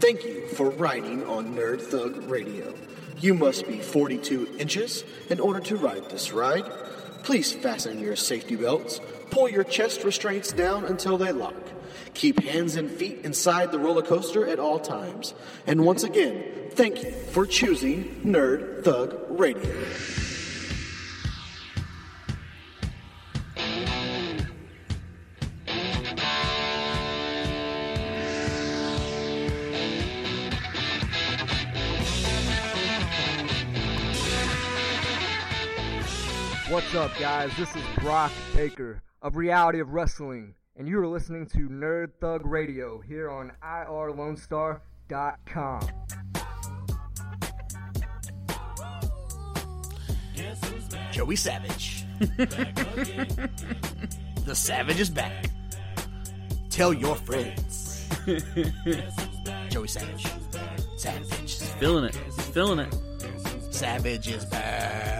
Thank you for riding on Nerd Thug Radio. You must be 42 inches in order to ride this ride. Please fasten your safety belts, pull your chest restraints down until they lock. Keep hands and feet inside the roller coaster at all times. And once again, thank you for choosing Nerd Thug Radio. What's up, guys? This is Brock Baker of Reality of Wrestling, and you are listening to Nerd Thug Radio here on IRLoneStar.com. Joey Savage. the Savage is back. Tell your friends. Joey Savage. Savage. Feeling it. Feeling it. Savage is back.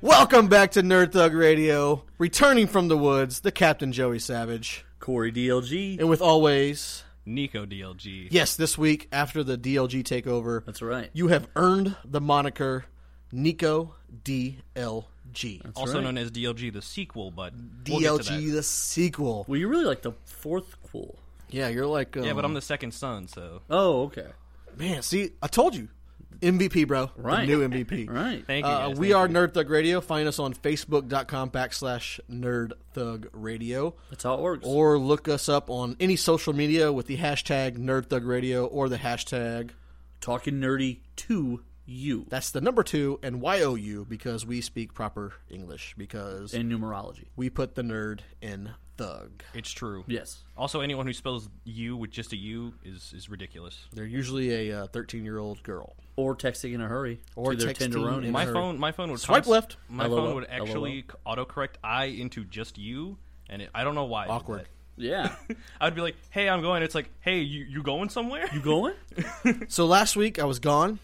Welcome back to Nerd Thug Radio. Returning from the woods, the Captain Joey Savage. Corey DLG. And with always, Nico DLG. yes, this week after the DLG takeover, That's right. you have earned the moniker Nico DLG. That's also right. known as DLG the sequel, but we'll get to DLG that. the sequel. Well, you're really like the fourth cool. Yeah, you're like um, Yeah, but I'm the second son, so Uh, Oh, okay. man. See, I told you, MVP, bro. The Right. new MVP. Right. thank you. Uh, guys, we thank are you. Nerd Thug Radio. Find us on Facebook.com backslash Nerd Thug Radio. That's how it works. or look us up on any social media with the hashtag NerdThugRadio or the hashtag Talking nerdy to you that's the number two and YOU because we speak proper English because in numerology. we put the nerd in thug. It's true. Yes. Also, anyone who spells you with just a U is is ridiculous. They're usually a thirteen year old girl. Or texting in a hurry. Or to their texting tenderoni. in My Hurry. phone, my phone would Swipe const- left. My LOL. phone would actually autocorrect I into just you, and it, I don't know why. it did Awkward. that. Yeah. I'd be like, "Hey, I'm going." It's like, "Hey, you you going somewhere?" You going? So last week I was gone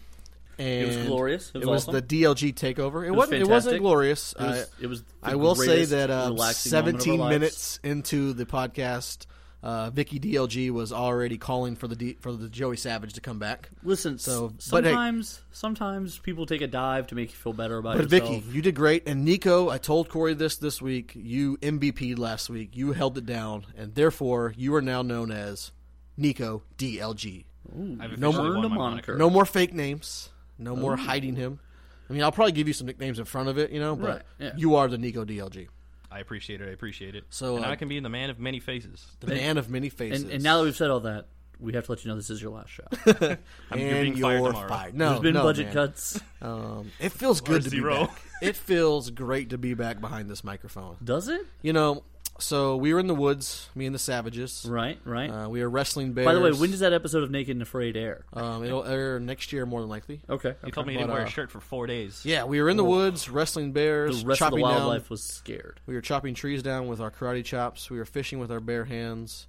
and was glorious. It was awesome. the DLG takeover. It, was was not it wasn't fantastic. glorious. It was, I- it was the I will say greatest that uh, relaxing moment of our 17 lives. minutes into the podcast, uh, Vicky DLG was already calling for the D- for the Joey Savage to come back. Listen, So, so but hey- sometimes sometimes people take a dive to make you feel better about But yourself. Vicky, you did great, and Nico, I told Corey this this week. You MVP last week. You held it down, and therefore you are now known as Nico DLG. I've No officially more- won my Moniker. No more fake names. No more hiding him. I mean, I'll probably give you some nicknames in front of it, you know, but Right, yeah. you are the Nico DLG, I appreciate it. I appreciate it. So, and uh, I can be the man of many faces. the man of many faces. and, and now that we've said all that, we have to let you know this is your last shot. I'm, and you're being you're fired tomorrow. fired. No, There's been Oh, no, budget man. cuts. Um, it feels good to be zero. back. It feels great to be back behind this microphone. Does it? You know, so we were in the woods, me and the Savages. Right, right. Uh, we were wrestling bears. By the way, when does that episode of Naked and Afraid air? um, it'll air next year more than likely. Okay. You okay. told me you But, didn't wear uh, a shirt for four days. Yeah, we were in the woods wrestling bears, the rest of chopping the wildlife down. was scared. We were chopping trees down with our karate chops. We were fishing with our bare hands.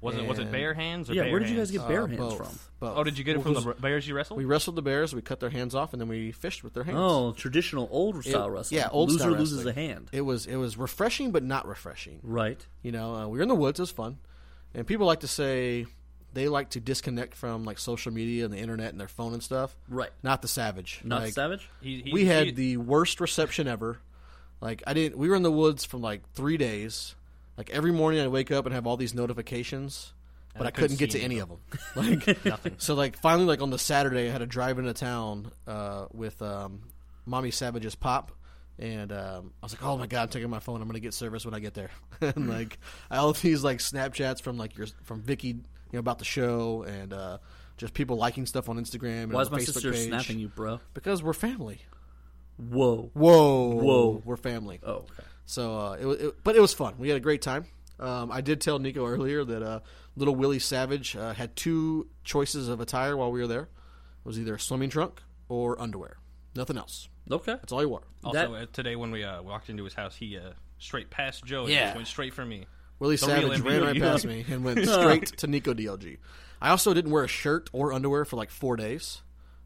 Was it was it And- bare hands or Yeah, bare where did you guys hands? get bare Uh, hands both, from? Both. Oh, did you get it Well, from the 'cause b- bears you wrestled? We wrestled the bears. We cut their hands off, and then we fished with their hands. Oh, traditional old style It- wrestling. yeah, old Loser style loses a wrestling. hand. It was it was refreshing, but not refreshing. right. You know, uh, we were in the woods. It was fun, and people like to say they like to disconnect from like social media and the internet and their phone and stuff. Right. Not the savage. Not Like, savage? He- he- We had he- the worst reception ever. Like I didn't. We were in the woods for like three days. Like every morning, I wake up and have all these notifications, but I, couldn't, couldn't get see to any of them. Like nothing. So like finally, like on the Saturday, I had to drive into town uh, with um, Mommy Savage's pop. And um, I was like, "Oh my god, I'm taking my phone. I'm gonna get service when I get there." and like all of these like Snapchats from like your from Vicky, you know, about the show and uh, just people liking stuff on Instagram. And Why on is the my Facebook sister page. snapping you, bro? Because we're family. Whoa. Whoa, Whoa. we're family. Oh, okay. So, uh, it, wa- it, but it was fun. We had a great time. Um, I did tell Nico earlier that uh, little Willie Savage uh, had two choices of attire while we were there. It was either a swimming trunk or underwear. Nothing else. Okay. That's all he wore. Also, That- uh, today when we uh, walked into his house, he uh, straight passed Joe. and Yeah. just went straight for me. Willie The real Savage ran NBA. right past me and went straight to Nico DLG. I also didn't wear a shirt or underwear for like four days,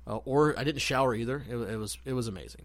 uh, or I didn't shower either. It, wa- it was it was amazing.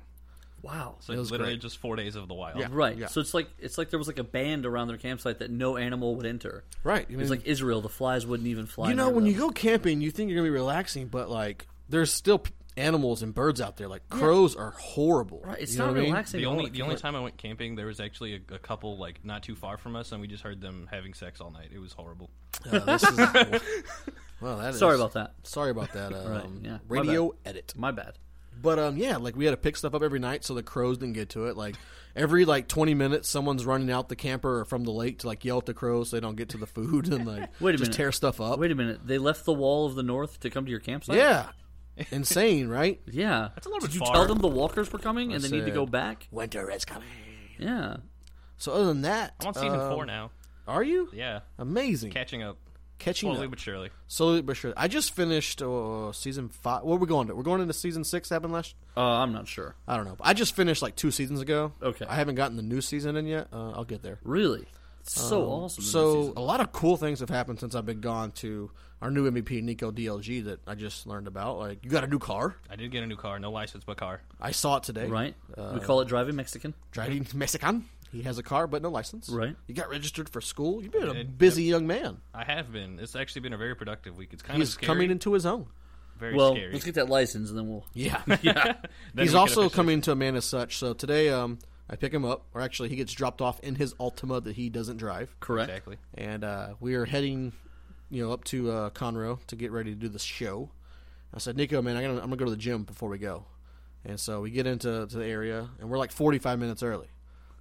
Wow. So it's was literally great. just four days of the wild. Yeah. Right. So it's like it's like there was like a band around their campsite that no animal would enter. Right. I it was mean- like Israel. The flies wouldn't even fly. Mm. You know, near when them. you go camping, you think you're gonna be relaxing, but like there's still p- animals and birds out there. Like crows are horrible. right, it's You know not what I mean? relaxing. The at all only to the only camp. time I went camping, there was actually a, a couple like not too far from us, and we just heard them having sex all night. It was horrible. Uh, this is, well, that is- Sorry about that. Sorry about that. Um, yeah. My Radio bad. edit. My bad. But um, yeah, like we had to pick stuff up every night, so the crows didn't get to it. Like every like twenty minutes, someone's running out the camper from the lake to like yell at the crows so they don't get to the food and like Wait a just minute. tear stuff up. Wait a minute. They left the wall of the north to come to your campsite. yeah, insane, right? Yeah. It's a little bit Did you far. tell them the walkers were coming and they need to said- go back? Winter is coming. Yeah. So other than that, I'm on season um, four now. Are you? Yeah, Amazing. catching up Catching slowly up. but surely. Slowly but surely. I just finished uh, season five. What are we going to? We're going into season six. Happened last. Uh, I'm not sure. I don't know. I just finished like two seasons ago. Okay. I haven't gotten the new season in yet. Uh, I'll get there. Really. It's so awesome. in this Um, So season. a lot of cool things have happened since I've been gone to our new MVP Nico DLG that I just learned about. Like you got a new car. I did get a new car, no license but car. I saw it today. right. uh, we call it driving Mexican. Driving Mexican. He has a car but no license. Right. You got registered for school. You've been a did, busy young man. I have been. It's actually been a very productive week. It's kind He's of scary, coming into his own. very Well, scary. let's get that license and then we'll. Yeah. Then we He's can also officially- coming to a man as such. So today, um, I pick him up, or actually, he gets dropped off in his Altima that he doesn't drive, Correct. Exactly. and uh, we are heading, you know, up to uh, Conroe to get ready to do the show. I said, Nico, man, I'm gonna, I'm gonna go to the gym before we go, and so we get into to the area, and we're like 45 minutes early.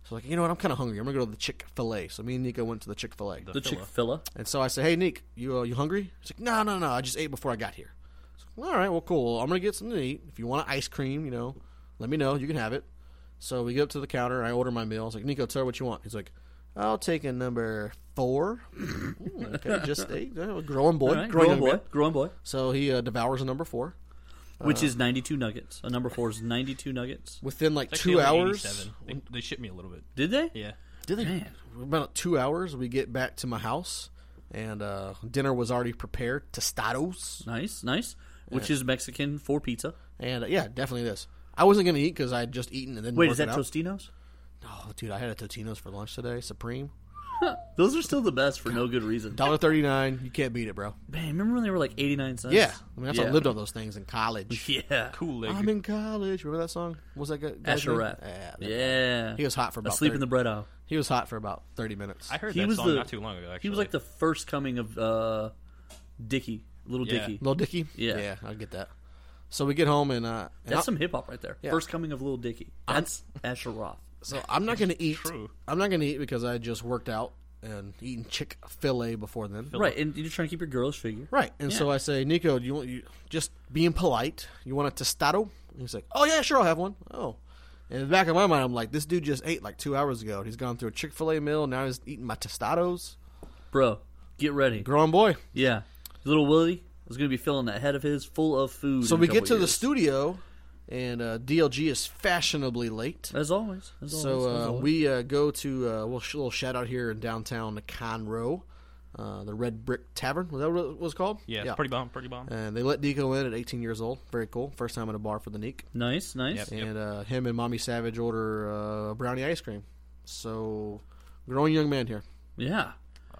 So like, you know what? I'm kind of hungry. I'm gonna go to the Chick Fil A. So me and Nico went to the Chick Fil A, The Chick Fil A. and so I said, Hey, Nick, you uh, you hungry? He's like, No, no, no. I just ate before I got here. So, All right, well, cool. I'm gonna get something to eat. If you want ice cream, you know, let me know. You can have it. So we go up to the counter. I order my meal. I was like, Nico, tell her what you want. He's like, I'll take a number four. Mm, okay, just eight. Uh, Growing boy, All growing, right, growing young boy. man. Growing boy. So he uh, devours a number four Uh, Which is 92 nuggets. A number four is 92 nuggets. within like It's actually two only hours. 87. They, they shipped me a little bit. Did they? Yeah. Did they? About two hours. We get back to my house, and uh, dinner was already prepared. Tostados. Nice, nice. Which is Mexican for pizza. And uh, yeah, definitely this. I wasn't gonna eat because I had just eaten and then. Wait, work is that it out. Tostinos? Oh, dude, I had a Totino's for lunch today. Supreme, Those are still the best for no good reason. dollar thirty nine. You can't beat it, bro. Man, remember when they were like 89 cents? Yeah, I mean that's I Yeah. lived on those things in college. Yeah. Cool leg. I'm in college. Remember that song? What was that guy? guy's name? Asherat. Yeah, that- Yeah. He was hot for about Asleep 30, in the bread aisle. He was hot for about thirty minutes. I heard He that was song the- not too long ago. Actually, He was like the first coming of uh, Dicky, Little Yeah. Dicky. Little Dicky. Yeah. yeah, I get that. So we get home and uh, and That's I- some hip hop right there. First coming of Little Dicky. That's Asher Roth. so I'm not gonna eat. True. I'm not gonna eat because I just worked out and eaten Chick Fil A before then. Right, and you're trying to keep your girlish figure. Right. And so I say, Nico, do you want you just being polite? You want a tostado? And he's like, Oh yeah, sure, I'll have one. Oh. And in the back of my mind, I'm like, this dude just ate like two hours ago. and He's gone through a Chick Fil A meal. Now he's eating my tostados. Bro, get ready. Growing boy. Yeah. Little Willie is going to be filling that head of his full of food. So in a we get couple to the years. studio, and uh, DLG is fashionably late. As always. As So always, as uh, always. we uh, go to uh, well, sh- little shout out here in downtown Conroe, uh, the Red Brick Tavern. Was that what it was called? yeah, pretty bomb, pretty bomb. And they let Nico in at 18 years old. Very cool. First time at a bar for the Nick. Nice, nice. and uh, him and Mommy Savage order uh, brownie ice cream. So, growing young man here. Yeah.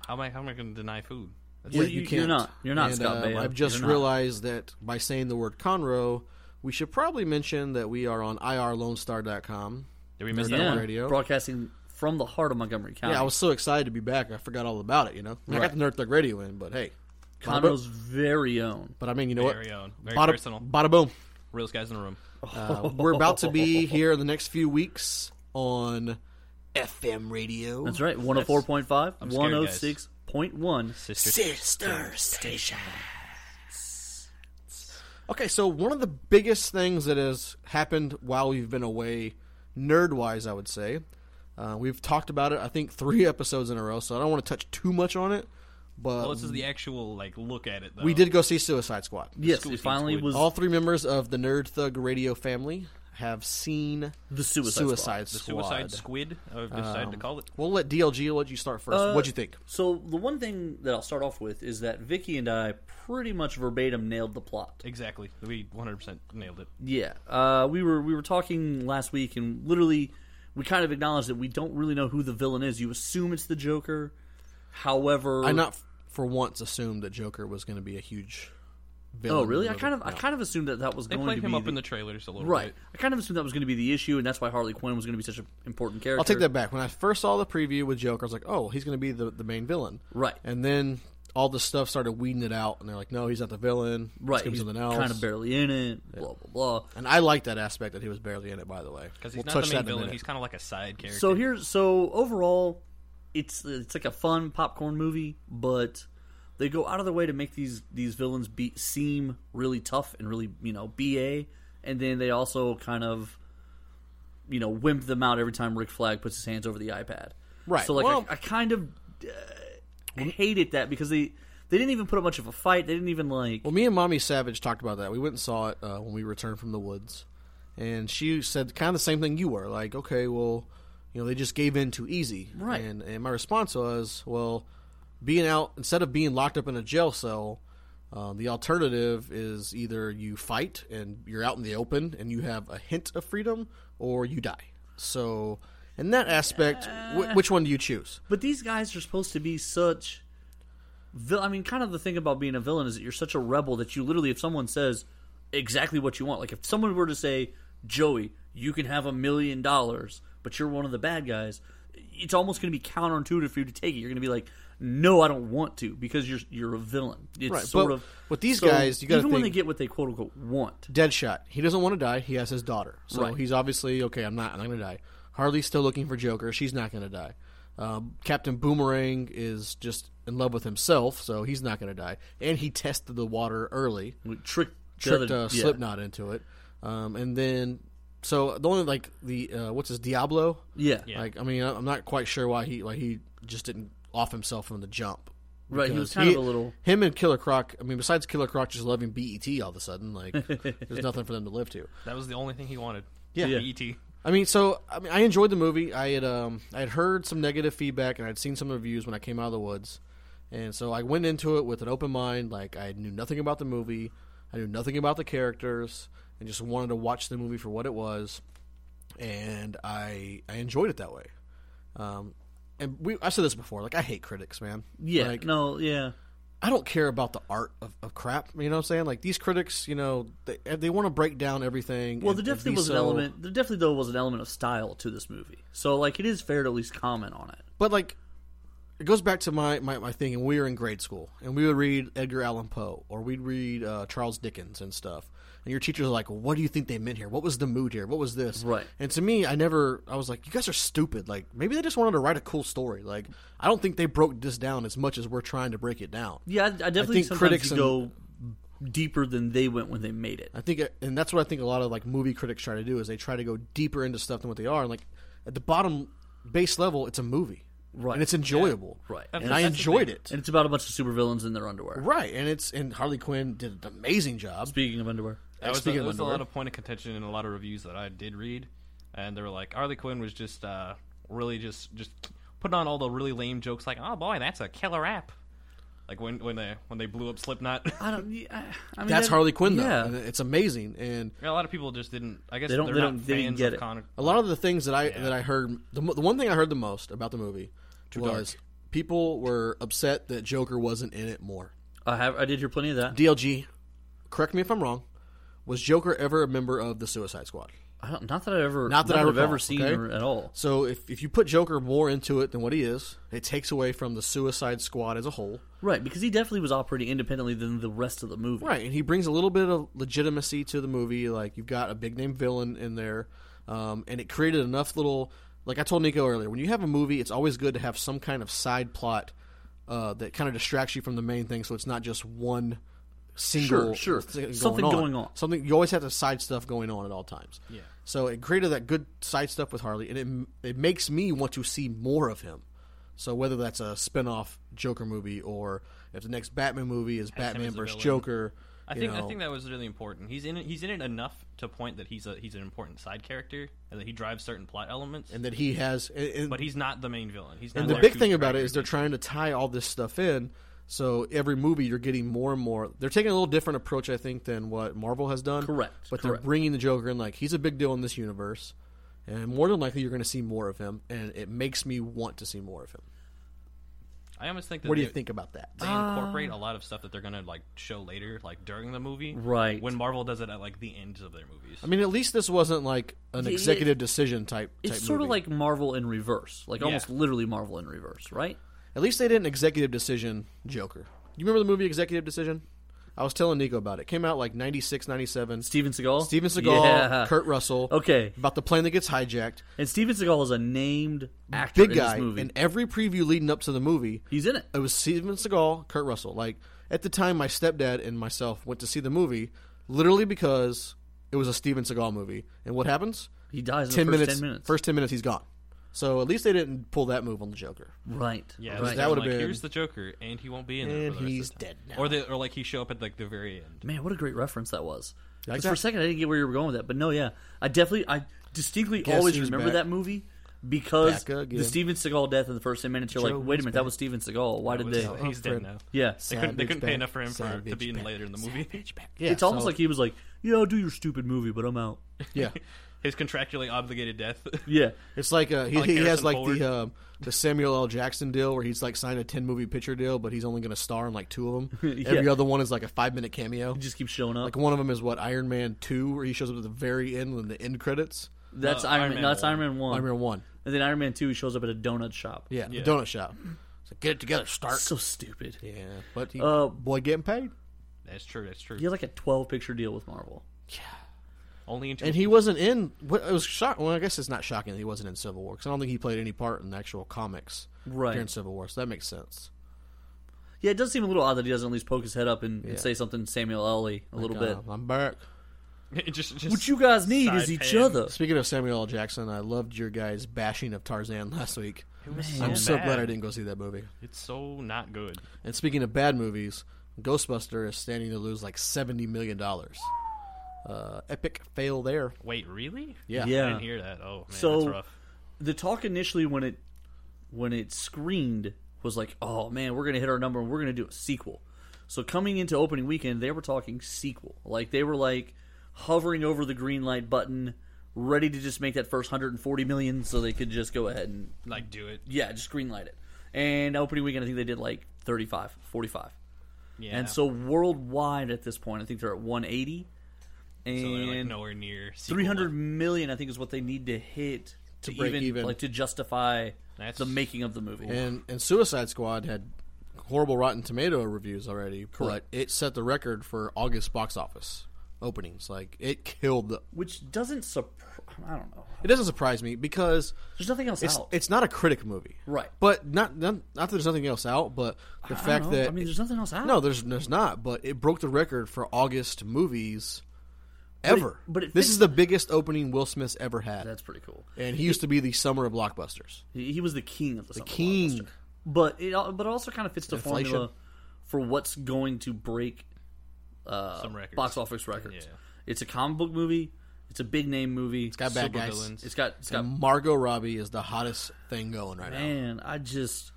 How am I? How am I going to deny food? That's Well, Yeah, you- you're not- you're not And, Scott um, Baio. I've just You're not. realized that by saying the word Conroe, we should probably mention that we are on irlonestar.com. Did we miss Yeah. that on one? radio. Broadcasting from the heart of Montgomery County. Yeah, I was so excited to be back. I forgot all about it, you know? I got the Nerd Thug Radio in, but hey. Bada boom. Conro's very own. But I mean, you know what? Very own. Very bada, personal. Bada boom. Realest guys in the room. Uh, we're about to be here in the next few weeks on FM radio. That's right. 104.5, scared, guys. 106.1. Sister. Sister Station. Okay, so one of the biggest things that has happened while we've been away, nerd wise, I would say, uh, we've talked about it, I think, three episodes in a row, so I don't want to touch too much on it, but Well, this is the actual like look at it. Though. we did go see Suicide Squad. Yes, it finally was. All three members of the Nerd Thug Radio family have seen The Suicide Squad. Um, The suicide squid. I've decided to call it. We'll let DLG let you start first. Uh, What'd you think? So the one thing that I'll start off with is that Vicky and I pretty much verbatim nailed the plot. Exactly. We 100% nailed it. Yeah, uh, we were we were talking last week, and literally, we kind of acknowledged that we don't really know who the villain is. You assume it's the Joker. However, I not f- for once assumed that Joker was going to be a huge villain. Oh, really? in I the kind of movie. I kind of assumed that that was They going played to him be up the, in the trailers a little right. bit. I kind of assumed that was going to be the issue, and that's why Harley Quinn was going to be such an important character. I'll take that back. When I first saw the preview with Joker, I was like, "Oh, he's going to be the, the main villain." Right. And then all this stuff started weeding it out, and they're like, "No, he's not the villain. It's Right, gonna be he's something else." kind of barely in it. Blah blah blah. and I like that aspect that he was barely in it. By the way, Because We'll he's touch that in not the main a villain. minute. He's kind of like a side character. So here's so overall, it's it's like a fun popcorn movie, but they go out of their way to make these these villains be seem really tough and really you know ba, and then they also kind of you know wimp them out every time Rick Flag puts his hands over the iPad. Right. So like Well- I, I kind of uh, hated that because they they didn't even put up much of a fight. They didn't even like Well, me and Mommy Savage talked about that. We went and saw it uh, when we returned from the woods, and she said kind of the same thing you were like, okay, well, you know, they just gave in too easy, Right. And, and my response was, well, being out instead of being locked up in a jail cell, uh, the alternative is either you fight and you're out in the open and you have a hint of freedom, or you die. So, in that aspect, wh- which one do you choose? But these guys are supposed to be such. vil- I mean, kind of the thing about being a villain is that you're such a rebel that you literally, if someone says exactly what you want, like if someone were to say, Joey, you can have a million dollars, but you're one of the bad guys, it's almost going to be counterintuitive for you to take it. You're going to be like, no, I don't want to because you're you're a villain. It's Right, sort but of with these so guys, you gotta even when they think- get what they quote unquote want. Deadshot. He doesn't want to die. He has his daughter, so Right. he's obviously okay. I'm not. I'm not going to die. Harley's still looking for Joker. She's not going to die. Um, Captain Boomerang is just in love with himself, so he's not going to die. And he tested the water early, Trick tricked other, uh, yeah. Slipknot into it, um, and then so the only like the uh, what's his Diablo? Yeah. Like I mean, I- I'm not quite sure why he like he just didn't off himself from the jump. Right, he because was kind of a little- him and Killer Croc. I mean, besides Killer Croc just loving BET all of a sudden, like there's nothing for them to live to. That was the only thing he E wanted. Yeah. Yeah. E.T. I mean, so I mean, I enjoyed the movie. I had um, I had heard some negative feedback, and I'd seen some reviews when I came out of the woods, and so I went into it with an open mind. Like I knew nothing about the movie, I knew nothing about the characters, and just wanted to watch the movie for what it was, and I I enjoyed it that way. Um, and we I said this before, like I hate critics, man. Yeah, like, no, yeah. I don't care about the art of, of crap. You know what I'm saying? Like these critics, you know, they they want to break down everything. Well, and- there and definitely be was an so- element. There definitely though was an element of style to this movie. So like, it is fair to at least comment on it. But like, it goes back to my, my, my thing. And we were in grade school, and we would read Edgar Allan Poe, or we'd read uh, Charles Dickens and stuff. And your teachers are like, "What do you think they meant here? What was the mood here? What was this?" Right. And to me, I never. I was like, "You guys are stupid. Like, maybe they just wanted to write a cool story. Like, I don't think they broke this down as much as we're trying to break it down." Yeah, I, I definitely think sometimes critics you and- go deeper than they went when they made it. I think, and that's what I think a lot of like movie critics try to do is they try to go deeper into stuff than what they are. And like at the bottom base level, it's a movie, Right. And it's enjoyable, Right. And That's- I that's the enjoyed thing. it, And it's about a bunch of supervillains in their underwear. right? And it's and Harley Quinn did an amazing job. Speaking of underwear, That was, a, Speaking that of was a underwear. lot of point of contention in a lot of reviews that I did read, and they were like, Harley Quinn was just uh, really just just putting on all the really lame jokes, like, oh boy, that's a killer app. Like when when they when they blew up Slipknot, I don't. yeah, I, I mean, That's that- Harley Quinn, though. Yeah, And it's amazing, and a lot of people just didn't. I guess They they don't- are they not don't- fans they didn't get of it. Con- a lot of the things that I that I heard, the, mo- the one thing I heard the most about the movie was people were upset that Joker wasn't in it more. I have. I did hear plenty of that. DLG, correct me if I'm wrong. Was Joker ever a member of the Suicide Squad? I don't, not that I ever. Not that I have recall, ever seen okay? or at all. So if, if you put Joker more into it than what he is, it takes away from the Suicide Squad as a whole. Right, because he definitely was operating independently than the rest of the movie. Right, and he brings a little bit of legitimacy to the movie. Like you've got a big name villain in there, um, and it created enough little. Like I told Nico earlier, when you have a movie, it's always good to have some kind of side plot uh, that kind of distracts you from the main thing, so it's not just one single Sure, sure. thing Something going on. Something you always have to side stuff going on at all times. Yeah. So it created that good side stuff with Harley, and it it makes me want to see more of him. So whether that's a spin-off Joker movie or if the next Batman movie is Batman as a versus villain. Joker, I think I know. think that was really important. He's in it, he's in it enough to point that he's a he's an important side character and that he drives certain plot elements. and that he has. And, and- but he's not the main villain. He's not and the there big to thing about drive it is they're everything. trying to tie all this stuff in. So every movie, you're getting more and more. They're taking a little different approach, I think, than what Marvel has done. Correct, But they're correct. bringing the Joker in like he's a big deal in this universe, and more than likely you're going to see more of him, and it makes me want to see more of him. I almost think. That What do they- you think about that? They Ah. incorporate a lot of stuff that they're gonna like show later, like during the movie. Right. When Marvel does it at like the ends of their movies. I mean, at least this wasn't like an Yeah, yeah. executive decision type. It's type sort of movie. like Marvel in reverse, like almost literally Marvel in reverse, right? At least they did an executive decision Joker. You remember the movie Executive Decision? I was telling Nico about it. Came out like 96, 97. Steven Seagal, Steven Seagal, Yeah. Kurt Russell. Okay. About the plane that gets hijacked. and Steven Seagal is a named actor Big in guy. this movie. In every preview leading up to the movie, He's in it. it was Steven Seagal, Kurt Russell. Like, at the time, my stepdad and myself went to see the movie literally because it was a Steven Seagal movie. And what happens? He dies in 10 the first minutes, ten minutes. First 10 minutes, he's gone. So at least they didn't pull that move on the Joker. right? yeah, right. so that would've like, been- Here's the Joker, and he won't be in there. And for the rest he's of the time. dead now. Or they, or like he show up at like the very end. Man, what a great reference that was. like 'Cause that? for a second, I didn't get where you were going with that, but no, yeah, I definitely, I distinctly Guess always who's remember back? that movie because Back again. the Steven Seagal death in the first ten minutes. You're like, Joe wait a is minute, that was Steven Seagal. Why did Was- they? Seagal. he's dead Alfred. now. Yeah, They couldn't, they Savage couldn't pay back. enough for him for, to Savage be in back. later in the movie. Yeah, it's almost so- like he was like, yeah, I'll do your stupid movie, but I'm out. Yeah. His contractually obligated death. Yeah, It's like uh, he, Like he has Harrison like Ford. the um, the Samuel L. Jackson deal where he's like signed a ten movie picture deal, but he's only going to star in like two of them. Yeah. Every other one is like a five minute cameo. he just keeps showing up. Like one of them is what Iron Man two, where he shows up at the very end when the end credits. that's No, Iron, Iron Man. Man no, that's one. Iron Man one. Iron Man one, And then Iron Man two, he shows up at a donut shop. yeah, Yeah. the donut shop. So get it together, Stark. so stupid. yeah, but he, Uh, boy getting paid, that's true. That's true. He had like a twelve picture deal with Marvel. Only in two. and he wasn't in. What it was shock. Well, I guess it's not shocking that he wasn't in Civil War because I don't think he played any part in the actual comics Right. during Civil War, so that makes sense. Yeah, it does seem a little odd that he doesn't at least poke his head up and, and say something Samuel L. a little bit. Uh, I'm back. just, just What you guys need Side is each pan. other. Speaking of Samuel L. Jackson, I loved your guys' bashing of Tarzan last week. so I'm so bad. glad I didn't go see that movie. It's so not good. And speaking of bad movies, Ghostbuster is standing to lose like seventy million dollars. Uh, epic fail there. Wait, really? Yeah. Yeah. I didn't hear that. Oh man, So- that's rough. The talk initially when it when it screened was like, "Oh man, we're gonna hit our number and we're gonna do a sequel." So coming into opening weekend, they were talking sequel, like they were like hovering over the green light button, ready to just make that first 140 million, so they could just go ahead and Like, do it. yeah, just green light it. And opening weekend, I think they did like 35, 45. Yeah. And so worldwide at this point, I think they're at 180. And So they're like nowhere near sequel three hundred million, I think, is what they need to hit to, break even, even. like to justify That's- the making of the movie. And and Suicide Squad had horrible Rotten Tomato reviews already, Correct. but it set the record for August box office openings. Like it killed. The, Which doesn't surprise. I don't know. it doesn't surprise me because There's nothing else it's out. it's not a critic movie, Right. But not not, not that there's nothing else out, but the I don't fact know. that I mean, there's nothing else out. No, there's there's not, but it broke the record for August movies ever. but it this fits- is the biggest opening Will Smith's ever had, that's pretty cool. and he used to be the summer of blockbusters. He, he was the king of the, summer king. blockbuster. But it al- but it also kind of fits the Inflation. formula for what's going to break uh, some records. box office records. Yeah. It's a comic book movie. It's a big name movie. It's Got bad guys. Supervillains. It's got it's got And Margot Robbie is the hottest thing going right Man, I just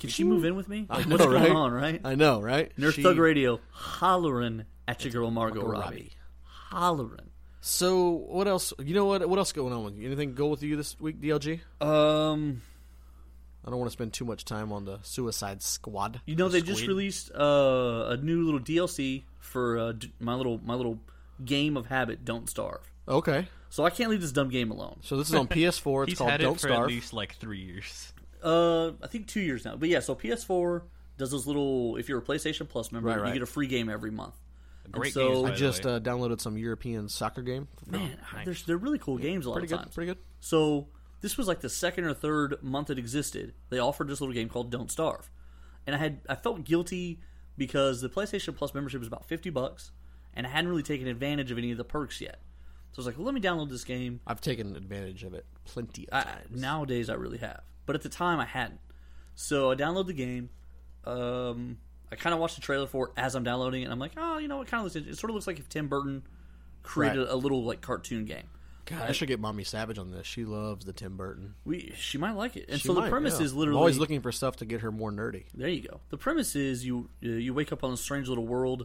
can she move in with me? Like, now. what's I know, going on, right? I know, right? Nurse She- Thug Radio hollering at your girl Margot, Robbie. Robbie. hollering. So what else? You know what? What else going on with you? Anything go with you this week, DLG? Um, I don't want to spend too much time on the Suicide Squad. you know they just Squid. released uh, a new little DLC for uh, d- my little my little game of habit, Don't Starve. Okay, So I can't leave this dumb game alone. so this is on PS4. It's He's called had Don't it for at Starve. least like three years. Uh, I think two years now. But yeah, so PS4 does those little. If you're a PlayStation Plus member, Right, you right. get a free game every month. And Great so, games, by I the just way. uh, downloaded some European soccer game. man, they're, they're really cool games a lot Oh, Pretty of good. times. Pretty good. So this was like the second or third month it existed. They offered this little game called Don't Starve, and I had I felt guilty because the PlayStation Plus membership is about fifty bucks, and I hadn't really taken advantage of any of the perks yet. So I was like, well, let me download this game. I've taken advantage of it plenty of I, times. nowadays, I really have, but at the time, I hadn't. So I downloaded the game. Um, I kind of watched the trailer for it as I'm downloading it, and I'm like, oh, you know, it kind of looks. It sort of looks like if Tim Burton created Right. a little like cartoon game. God, I should get Mommy Savage on this. She loves the Tim Burton. We she might like it. And She so the might, premise yeah. is literally I'm always looking for stuff to get her more nerdy. There you go. The premise is you uh, you wake up on a strange little world.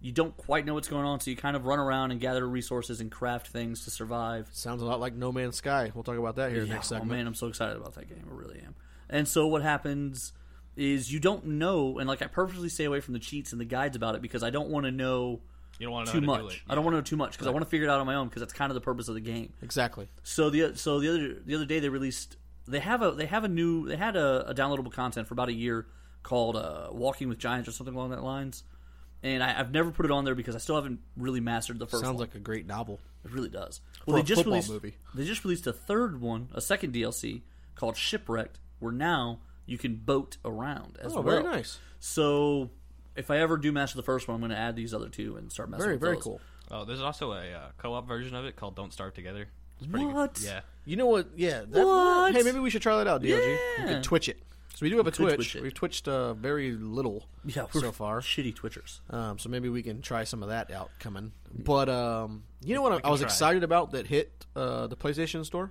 You don't quite know what's going on, so you kind of run around and gather resources and craft things to survive. Sounds a lot like No Man's Sky. We'll talk about that here Yeah, next oh segment. man, I'm so excited about that game. I really am. And so what happens is you don't know, and like I purposely stay away from the cheats and the guides about it because I don't want to know uh, You don't want to too know how to much. do I don't want to know too much because I want to figure it out on my own because that's kind of the purpose of the game. Exactly. So the so the other the other day they released they have a they have a new they had a, a downloadable content for about a year called uh, Walking with Giants or something along that lines, and I, I've never put it on there because I still haven't really mastered the first. Sounds one. like a great novel. it really does. for Well, they a just football released movie. they just released a third one, a second DLC called Shipwrecked, where now you can boat around as Oh, well. very nice. So if I ever do master the first one, I'm going to add these other two and start messing. Very, with very those. cool. it. Oh, there's also a uh, co-op version of it called "Don't Starve Together." It's pretty good. What? Yeah, You know what? Yeah. That, What? Hey, maybe we should try that out, DLG. We Yeah. could Twitch it. So we do have a could Twitch. Twitch it. We've twitched uh, very little Yeah, we're so far. shitty Twitchers. Um, so maybe we can try some of that out coming. But um, you know what I- I can was try. excited about that hit uh, the PlayStation Store.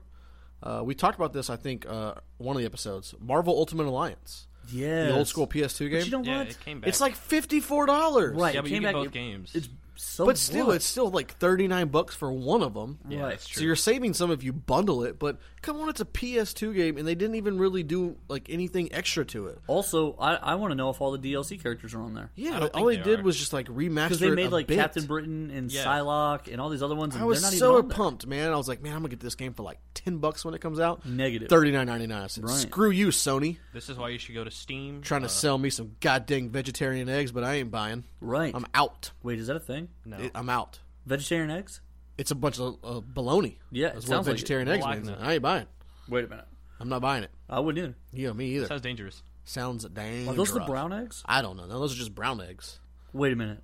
Uh, we talked about this, I think, uh, one of the episodes. Marvel Ultimate Alliance, Yeah, the old school PS2 game. But you know yeah, what? it came back. it's like fifty four dollars, Right. yeah, it but you came get back- both it- games. It's so. But still, what? it's still like thirty nine bucks for one of them. yeah, right. that's So true. you're saving some if you bundle it. But come on, it's a PS2 game, and they didn't even really do like anything extra to it. also, I, I want to know if all the DLC characters are on there Yeah, don't all think they, they did are. was just like remaster. because they it made a like bit. Captain Britain and Yeah. Psylocke and all these other ones. And I was they're not so even on there. pumped, man. I was like, man, I'm gonna get this game for like ten bucks when it comes out. Negative. thirty nine ninety nine. I said, Right. screw you, Sony, This is why you should go to Steam. trying to uh, sell me some goddamn vegetarian eggs, but I ain't buying. Right. I'm out. Wait, is that a thing? No. It- I'm out. Vegetarian eggs? It's a bunch of uh, baloney. Yeah, it that's what sounds like it. vegetarian eggs means. Balagna. I ain't buying. Wait a minute. I'm not buying it. I wouldn't either. Yeah, me either. sounds dangerous. Sounds dangerous. Are those the brown eggs? I don't know. No, those are just brown eggs. Wait a minute.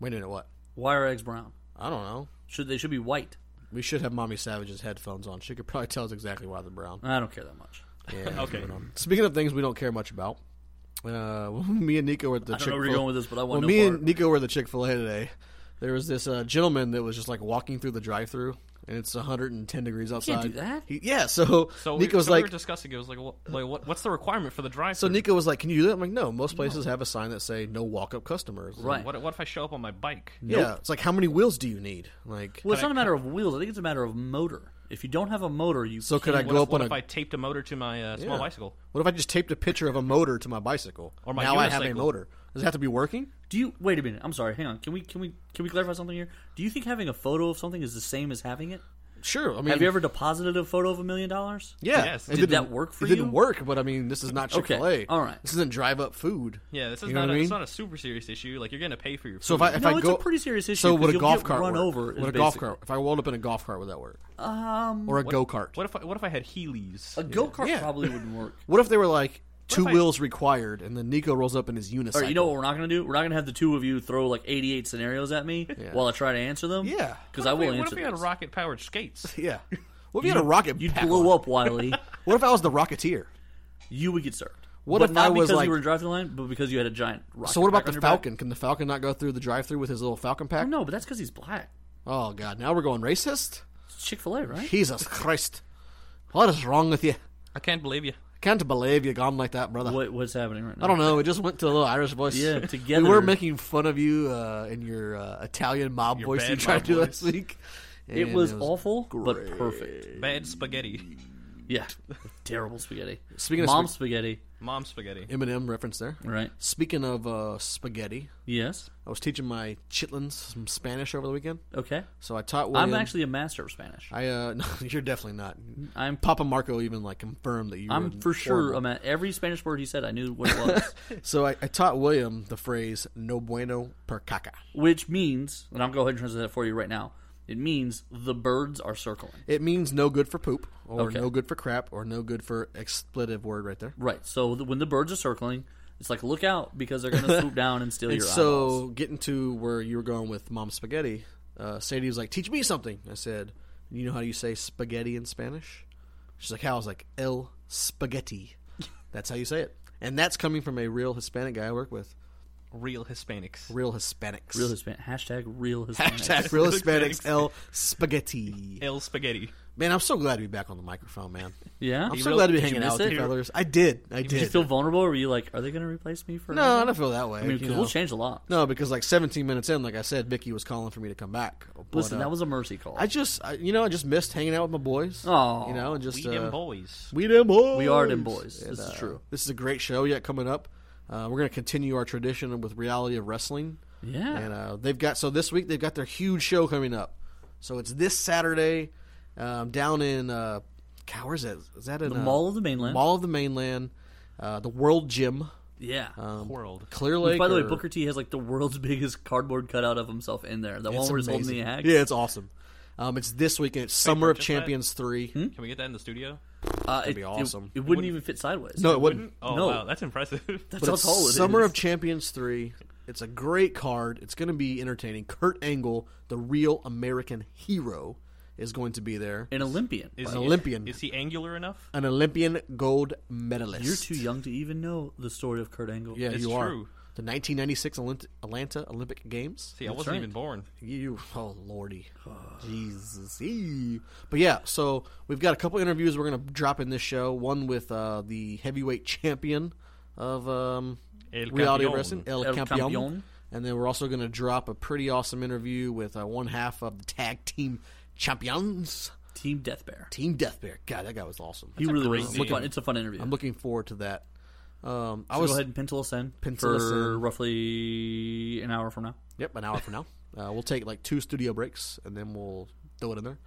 Wait a minute, what? Why are eggs brown? I don't know. Should they should be white? We should have Mommy Savage's headphones on. She could probably tell us exactly why they're brown. I don't care that much. Yeah, Okay. moving on. Speaking of things we don't care much about, uh, me and Nico were at the I don't know where you're going with this, but I Well, want to me know. and Nico were at the Chick Fil A today. There was this uh, gentleman that was just like walking through the drive-through, and it's 110 degrees outside. can't do that. He, yeah, so, So we, Nico was so we were like, discussing it. was like, what, like what, what's the requirement for the drive? so Nico was like, can you do that? I'm like, no. Most places have a sign that say no walk-up customers. Right. What, what if I show up on my bike? Yeah, it's like how many wheels do you need? Like, well, it's not a matter of wheels. I think it's a matter of motor. If you don't have a motor, you so could I What go if, up on what a? if I taped a motor to my uh, small Yeah. bicycle? What if I just taped a picture of a motor to my bicycle? Or my now I have a unicycle. motor. Does it have to be working? Do you wait a minute? I'm sorry. Hang on. Can we can we can we clarify something here? Do you think having a photo of something is the same as having it? Sure. I mean, Have you ever deposited a photo of a million dollars? Yeah. Yes. It Did didn't- that work for it you? didn't work, but I mean, this is not Chick Okay, Fil A. all right. This isn't drive up food. Yeah, this is You know not. what A, I mean? It's not a super serious issue. Like you're going to pay for your. Food. So if I if No, I it's go, a pretty serious issue So 'cause would a you'll golf get cart run work? over Would is a golf basic. cart? If I rolled up in a golf cart, would that work? Um, or a go kart? what if I, what if I had Heelys? A go kart Yeah. probably wouldn't work. What if they were like two if I- wheels required, and then Nico rolls up in his unicycle? All right, you know what we're not going to do? We're not going to have the two of you throw like 88 scenarios at me while I try to answer them. Yeah. because I will Wait, answer. what if we had those. rocket powered skates? yeah. What if you had a rocket? You'd pack blow on? up, Wiley. What if I was the Rocketeer? you would get served. What but if not I was, because like- you were driving the line, but because you had a giant rocket. So what about pack on the your back? Falcon? Can the Falcon not go through the drive-through with his little Falcon pack? No, but that's because he's black. Oh God! Now we're going racist. It's Chick Fil A, right? Jesus Christ! What is wrong with you? I can't believe you. Can't believe you gone like that, brother. What, what's happening right now? I don't know. It just went to a little Irish voice. Yeah, We were together. making fun of you uh, in your uh, Italian mob Your voice you bad tried mob to do voice. last week. It And was, awful, but perfect. Bad spaghetti. Yeah, terrible spaghetti. Speaking of mom spag- spaghetti, Mom spaghetti. Eminem reference there. right? Speaking of uh, spaghetti, Yes. I was teaching my chitlins some Spanish over the weekend. Okay. So I taught William. I'm actually a master of Spanish. I uh, no, you're definitely not. I'm Papa Marco even like confirmed that you. I'm were for sure um, horrible. a ma- every Spanish word he said I knew what it was, So I, I taught William the phrase "no bueno per caca." which means, and I'll go ahead and translate that for you right now. It means the birds are circling. It means no good for poop, or Okay. no good for crap, or no good for expletive word right there. Right. So the, when the birds are circling, it's like look out because they're going to swoop down and steal And your so eyeballs. getting to where you were going with mom spaghetti, uh, Sadie was like, "Teach me something." I said, "You know how you say spaghetti in Spanish?" She's like, "How?" I was like, "El spaghetti." That's how you say it. and that's coming from a real Hispanic guy I work with. Real Hispanics. Real Hispanics. Real Hispanic. Hashtag real Hispanic. Hashtag real Hispanics. El spaghetti. El spaghetti. Man, I'm so glad to be back on the microphone, man. Yeah. I'm You so really- glad to be did you hanging out miss with it? you, fellas. I did. I Did you did. feel vulnerable? Or were you like, are they going to replace me for? no, I don't feel that way. I mean, you 'cause know. we'll change a lot. No, because like 17 minutes in, like I said, Vicky was calling for me to come back. But, Listen, uh, that was a mercy call. I just, I, you know, I just missed hanging out with my boys. Aw. you know, and We just them uh, boys. We them boys. We are them boys. This is true. This is a great show yet coming up. Uh, we're going to continue our tradition with reality of wrestling. Yeah. And uh, they've got so this week they've got their huge show coming up. So it's this Saturday um, down in uh, God, where's that? Is that in The uh, Mall of the Mainland. Mall of the Mainland, uh, the World Gym, yeah. Um, World. Clear Which, Lake. by the way, or- Booker T has like the world's biggest cardboard cutout of himself in there. That one where he's holding the amazing. axe. Yeah, it's awesome. Um, it's this weekend. It's Summer of purchase that? Champions three. Hmm? Can we get that in the studio? uh, it, be it- awesome. It, wouldn't even fit sideways. No, it wouldn't. Oh, No. wow. That's impressive. that's But how it's tall it is. Summer of Champions three. It's a great card. It's going to be entertaining. Kurt Angle, the real American hero, is going to be there. an Olympian. Is An he- Olympian. Is he angular enough? An Olympian gold medalist. You're too young to even know the story of Kurt Angle. Yeah, It's you are. true. The 1996 Olymp- Atlanta Olympic Games. See, I That's wasn't right. even born. You, oh lordy, Jesus. Eee. But yeah, so we've got a couple interviews we're gonna drop in this show. One with uh, the heavyweight champion of um, El reality campeón. wrestling, El, El campeón. campeón. and then we're also gonna drop a pretty awesome interview with uh, one half of the tag team champions, Team Death Bear. Team Death Bear. God, that guy was awesome. He really great was. It's name. fun- It's a fun interview. I'm looking forward to that. Um, I So was go ahead and pencil us in Pencil us for in. roughly an hour from now. Yep, an hour from now. Uh, we'll take like two studio breaks and then we'll throw it in there.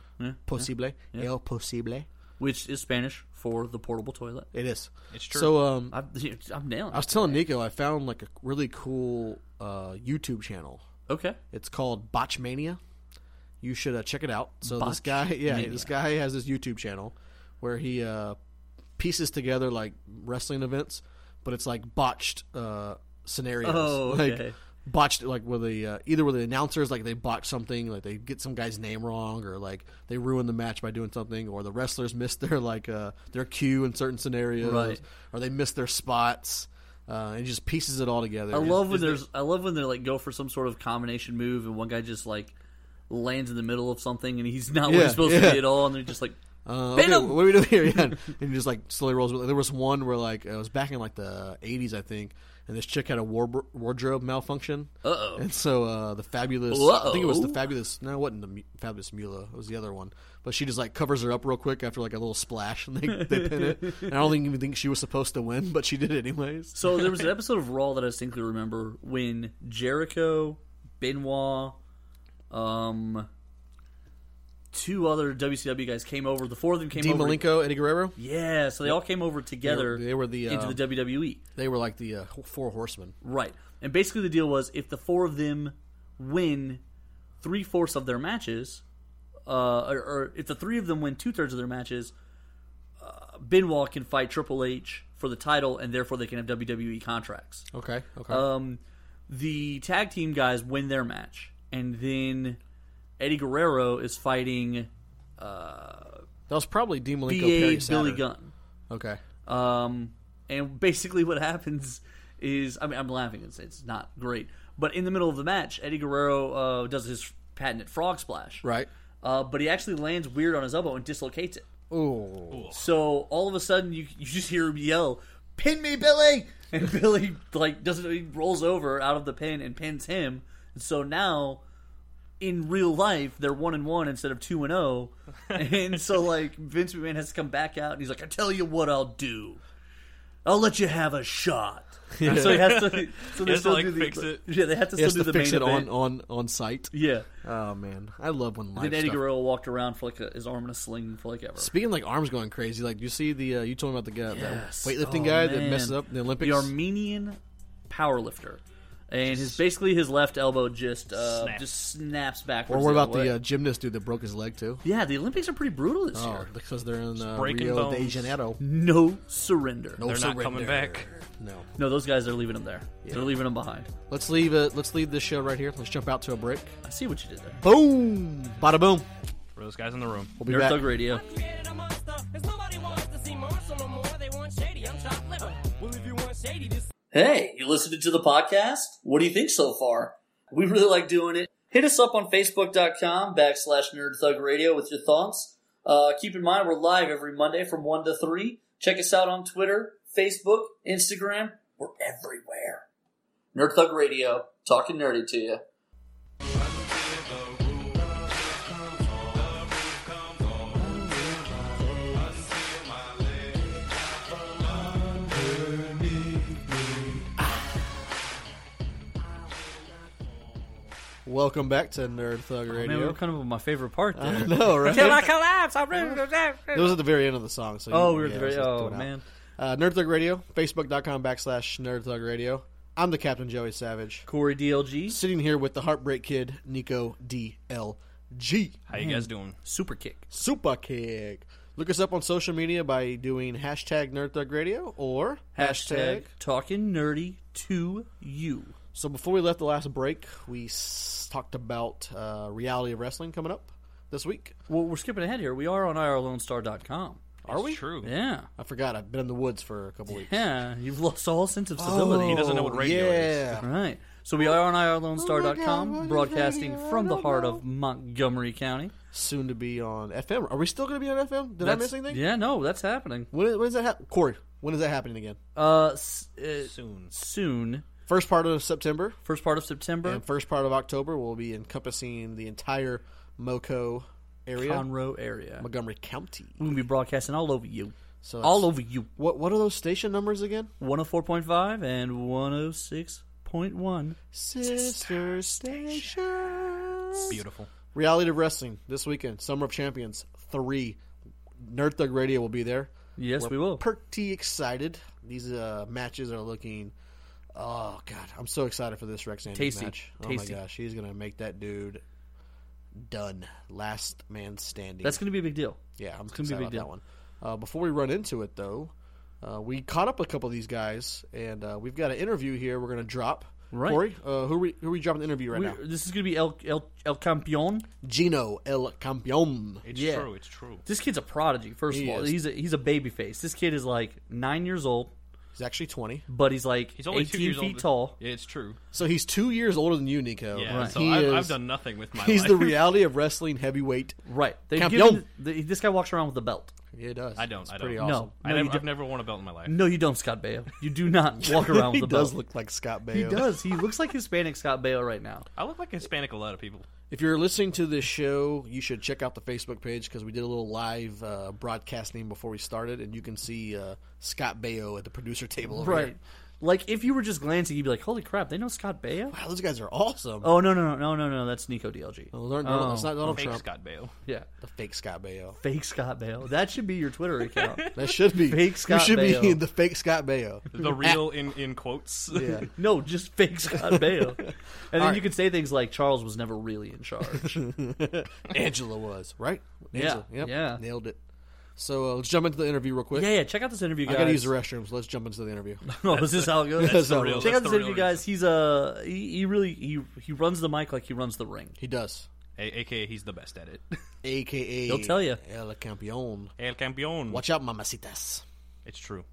Posible. El posible. which is Spanish for the portable toilet. It is. It's true. So um, I'm, I'm nailing. I was it. telling Nico I found like a really cool uh, YouTube channel. Okay, It's called Botchmania. You should uh, check it out. So this guy, yeah, Botchmania. this guy has this YouTube channel where he uh, pieces together like wrestling events, but it's like botched uh, scenarios. Oh, Like, okay. botched like where the uh, either where the announcers like they botch something like they get some guy's name wrong or like they ruin the match by doing something or the wrestlers miss their like uh, their cue in certain scenarios Right. or they miss their spots uh, and he just pieces it all together I love when there's. I love when they like go for some sort of combination move, and one guy just like lands in the middle of something, and he's not where Yeah, he's supposed yeah. to be at all, and they're just like, Uh, Pin okay, him! what do we do here? Yeah. and he just like slowly rolls. with it. There was one where like it was back in like the '80s, I think, and this chick had a war- wardrobe malfunction. Uh-oh. And so uh, the fabulous, I think it was the Uh-oh. fabulous. No, it wasn't the Mu- fabulous Mula. It was the other one. But she just like covers her up real quick after like a little splash, and they, they pin it. And I don't think- even think she was supposed to win, but she did it anyways. So there was an episode of Raw that I distinctly remember when Jericho, Benoit, um, two other WCW guys came over. The four of them came Dean over. Malenko, Eddie Guerrero, Yeah, so they all came over together. They were the, into uh, the E. WWE. they were like the uh, four horsemen. Right. And basically, the deal was if the four of them win three fourths of their matches, uh, or, or if the three of them win two thirds of their matches, uh, Benoit can fight Triple H for the title, and therefore they can have WWE contracts. Okay, okay. Um, the tag team guys win their match, and then Eddie Guerrero is fighting that was probably Dean Malenko, Perry BA Billy Saturn. Gunn. Okay, Um, and basically, what happens is I mean, I'm laughing. It's, it's not great. But in the middle of the match, Eddie Guerrero uh, does his patented frog splash. right. Uh, but he actually lands weird on his elbow and dislocates it. Ooh. So all of a sudden, you, you just hear him yell, Pin me, Billy! And Billy, like, doesn't, he rolls over out of the pin and pins him. And so now. In real life, they're one and one instead of two and zero, and so like Vince McMahon has to come back out, and he's like, "I tell you what, I'll do. I'll let you have a shot." So he has to. So they has to, still like, do the, fix it. Yeah, they have to He still has do to the fix main it on, event. on on site. Yeah. Oh man, I love when live Then Eddie stuff- Guerrero walked around for like a, his arm in a sling for like ever. Speaking like arms going crazy, like you see the uh, you told me about the guy, Yes. that weightlifting Oh, guy that man. messes up the Olympics. The Armenian powerlifter, and his basically his left elbow just uh, Snaps. just snaps backwards. or what about other the way. uh, gymnast dude that broke his leg too? yeah? The Olympics are pretty brutal this Oh, year. because they're in uh, breaking Rio de bones. Janeiro. No surrender. No They're not surrender. coming back. No. No, those guys are leaving him there. They're leaving him behind. Let's leave it. Let's leave this show right here. Let's jump out to a break. I see what you did there. Boom. Bada boom. For those guys in the room. We'll be Nerd back. Thug Radio. created a monster. 'Cause nobody wants to see Marshall no more. They want shady, I'm chopped liver. Well, if you want shady, Hey, you listening to the podcast? What do you think so far? We really like doing it. Hit us up on facebook.com backslash nerdthugradio with your thoughts. Uh, keep in mind, we're live every Monday from 1 to 3. Check us out on Twitter, Facebook, Instagram. We're everywhere. Nerd Thug Radio, talking nerdy to you. Welcome back to Nerd Thug Oh, Man, we Radio. were kind of my favorite part there. Uh-huh. I know, right? it collapse, I'm ready was at the very end of the song. So Oh, you- we were at yeah, the very. it was just Oh thrown out. man, Uh, Nerd Thug Radio, facebook.com backslash Nerd Thug Radio. I'm the Captain Joey Savage. Corey DLG, Sitting here with the Heartbreak Kid, Nico DLG. How you guys doing? super kick. Super Kick. Look us up on social media by doing hashtag Nerd Thug Radio or Hashtag talking nerdy to you. So before we left the last break, we s- talked about uh, reality of wrestling coming up this week. Well, we're skipping ahead here. We are on irlonestar.com. Are we? True. Yeah. I forgot I've been in the woods for a couple weeks. Yeah, you've lost all sense of civility. He doesn't know what radio is. yeah. Right. So we are on irlonestar.com, broadcasting from the heart of Montgomery County. Soon to be on FM. Are we still going to be on FM? Did I That's- miss anything? Yeah, no, that's happening. When is, when is that happening? Corey, when is that happening again? Uh, s- uh, Soon. soon, First part of September first part of September, and first part of October will be encompassing the entire MoCo area, Conroe area. Montgomery County. We're going to be broadcasting all over you. So all it's- over you. What what are those station numbers again? 104.5 and 106.1. Sister stations. Beautiful. Reality of Wrestling this weekend, Summer of Champions 3. Nerd Thug Radio will be there. Yes, we will. Pretty excited. These uh, matches are looking. Oh, God. I'm so excited for this Rex Sanders Tasty. match. Tasty. Oh, my gosh. He's going to make that dude done. Last man standing. That's going to be a big deal. Yeah, I'm gonna excited be a about big that deal. one. Uh, before we run into it, though, uh, we caught up a couple of these guys, and uh, we've got an interview here. We're going to drop. Right. Corey, uh, who are we who are we dropping the interview right We- now? this is going to be El, El, El Campeon. Gino El Campeon. It's Yeah. true. It's true. This kid's a prodigy. First He of all, is. he's a, he's a baby face. This kid is like nine years old, He's actually 20. but he's like He's only two eighteen years feet old. tall. Oh, Yeah, it's true. So he's two years older than you, Nico. Yeah. So He I've, is- I've done nothing with my He's life. the reality of wrestling heavyweight. Right? They've Campeon. given the, this guy walks around with a belt. He does. I don't. It's I don't. pretty No, awesome. I no, you never, I've don't. never worn a belt in my life. No, you don't, Scott Baio. You do not walk around he with a does belt. look like Scott Baio. he does. He looks like Hispanic Scott Baio right now. I look like Hispanic a lot of people. If you're listening to this show, you should check out the Facebook page because we did a little live uh, broadcasting before we started, and you can see uh, Scott Baio at the producer table. Over Right. here. Like if you were just glancing, you'd be like, "Holy crap! They know Scott Baio." Wow, those guys are awesome. Oh no no no no no no! That's Nico DLG. Those aren't Donald- it's not Donald Oh. Fake Trump. Scott Bale. Yeah, The fake Scott Baio. fake Scott Baio. That should be your Twitter account. That should be Fake Scott You should be Baio. the fake Scott Baio. The real in in quotes. Mm. Yeah. No, just fake Scott Baio. And then right. you could say things like Charles was never really in charge. Angela was right. Angela, Yeah, yep, yeah. nailed it. So uh, let's jump into the interview real quick. yeah, yeah, check out this interview, I guys. gotta use the restrooms. Let's jump into the interview. Oh, is this how it goes? That's how it real- goes. check out this That's the interview, real guys. He's uh he, he really he he runs the mic like he runs the ring. he does, A- AKA, he's the best at it. aka He'll tell ya. El Campeon. El campeón. Watch out, mamacitas. It's true.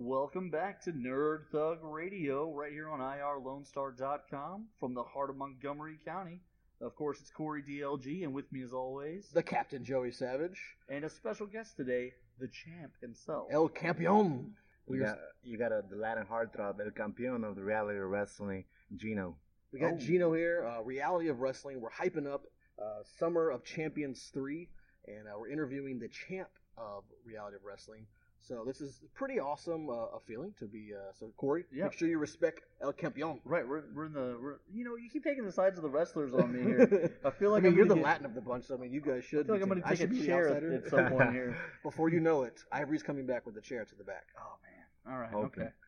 Welcome back to Nerd Thug Radio, right here on IRLoneStar.com from the heart of Montgomery County. Of course, it's Corey DLG, and with me as always, The Captain Joey Savage, and a special guest today, the champ himself. El Campeon. You got, you got a Latin heartthrob, el campeón of the reality of wrestling, Gino. We got Oh. Gino here. Uh, reality of wrestling. We're hyping up uh, Summer of Champions three, and uh, we're interviewing the champ of reality of wrestling. So this is pretty awesome uh, a feeling to be. Uh, so Corey, Yeah. make sure you respect El Campeon. Right, we're, we're in the we're, you know you keep taking the sides of the wrestlers on me here. I feel like I mean, am you're the Latin of the bunch, so I mean, you guys I should. feel like be I'm going taking- to should take be a the chair at, outsider. at someone here. Before you know it, Ivory's coming back with a chair to the back. Oh man! All right, Okay. okay.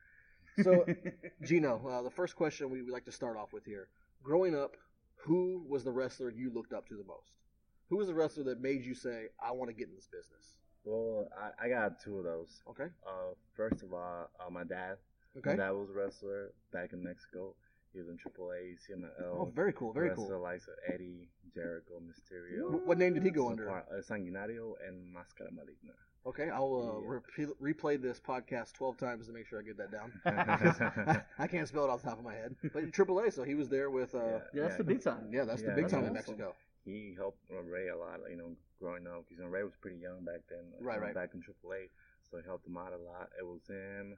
So, Gino, uh, the first question we would like to start off with here: Growing up, who was the wrestler you looked up to the most? Who was the wrestler that made you say, "I want to get in this business"? Well, I, I got two of those. Okay, Uh, first of all, uh, my dad. okay. My dad was a wrestler back in Mexico. He was in AAA, CML. Oh, very cool, very wrestled the cool. likes of Eddie, Jericho, Mysterio. Wh- What name did he go Super- under? uh, Sanguinario and Máscara Maligna. Okay, I'll uh, repeat, replay this podcast twelve times to make sure I get that down. I can't spell it off the top of my head. But AAA, so he was there with. Uh, Yeah, that's the big time. yeah, that's the Yeah, big that's time in awesome. Mexico. He helped Ray a lot, you know, growing up because you know, Ray was pretty young back then. Right, uh, right. Back in AAA, so he helped him out a lot. It was him.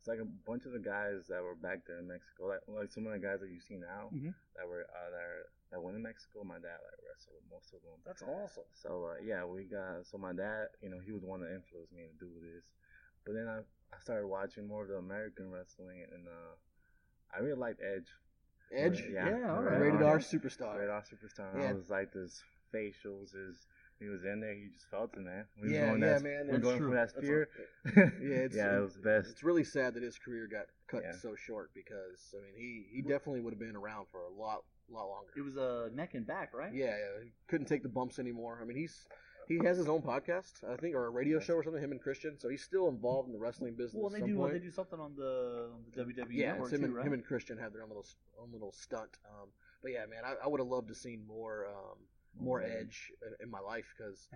It's like a bunch of the guys that were back there in Mexico, like, like some of the guys that you see now Mhm. that were uh, that, are, that went to Mexico. My dad like wrestled with most of them. That's awesome. So uh, yeah, we got so my dad, you know, he was the one that influenced me to do this. But then I, I started watching more of the American wrestling, and uh, I really liked Edge. Edge, yeah, Yeah, all right. rated R. R superstar. Red Ox Superstar. Yeah. I was like this facials. His he was in there. He just felt it, man. We Yeah, going yeah, that, man, We that's are going true. for that That's spear. Yeah, it's, yeah, it was the best. It's really sad that his career got cut Yeah. so short because I mean he, he definitely would have been around for a lot lot longer. It was a uh, neck and back, right? Yeah, yeah, he couldn't take the bumps anymore. I mean he's he has his own podcast, Uh, I think, or a radio show or something. Him and Christian, so he's still involved in the wrestling business. Well, they at some do. uh, point. They do something on the, on the WWE E Yeah, network it's him, too, and, right? him and Christian have their own little own little stunt. Um, but yeah, man, I, I would have loved to seen more um, more Mm-hmm. edge in, in my life because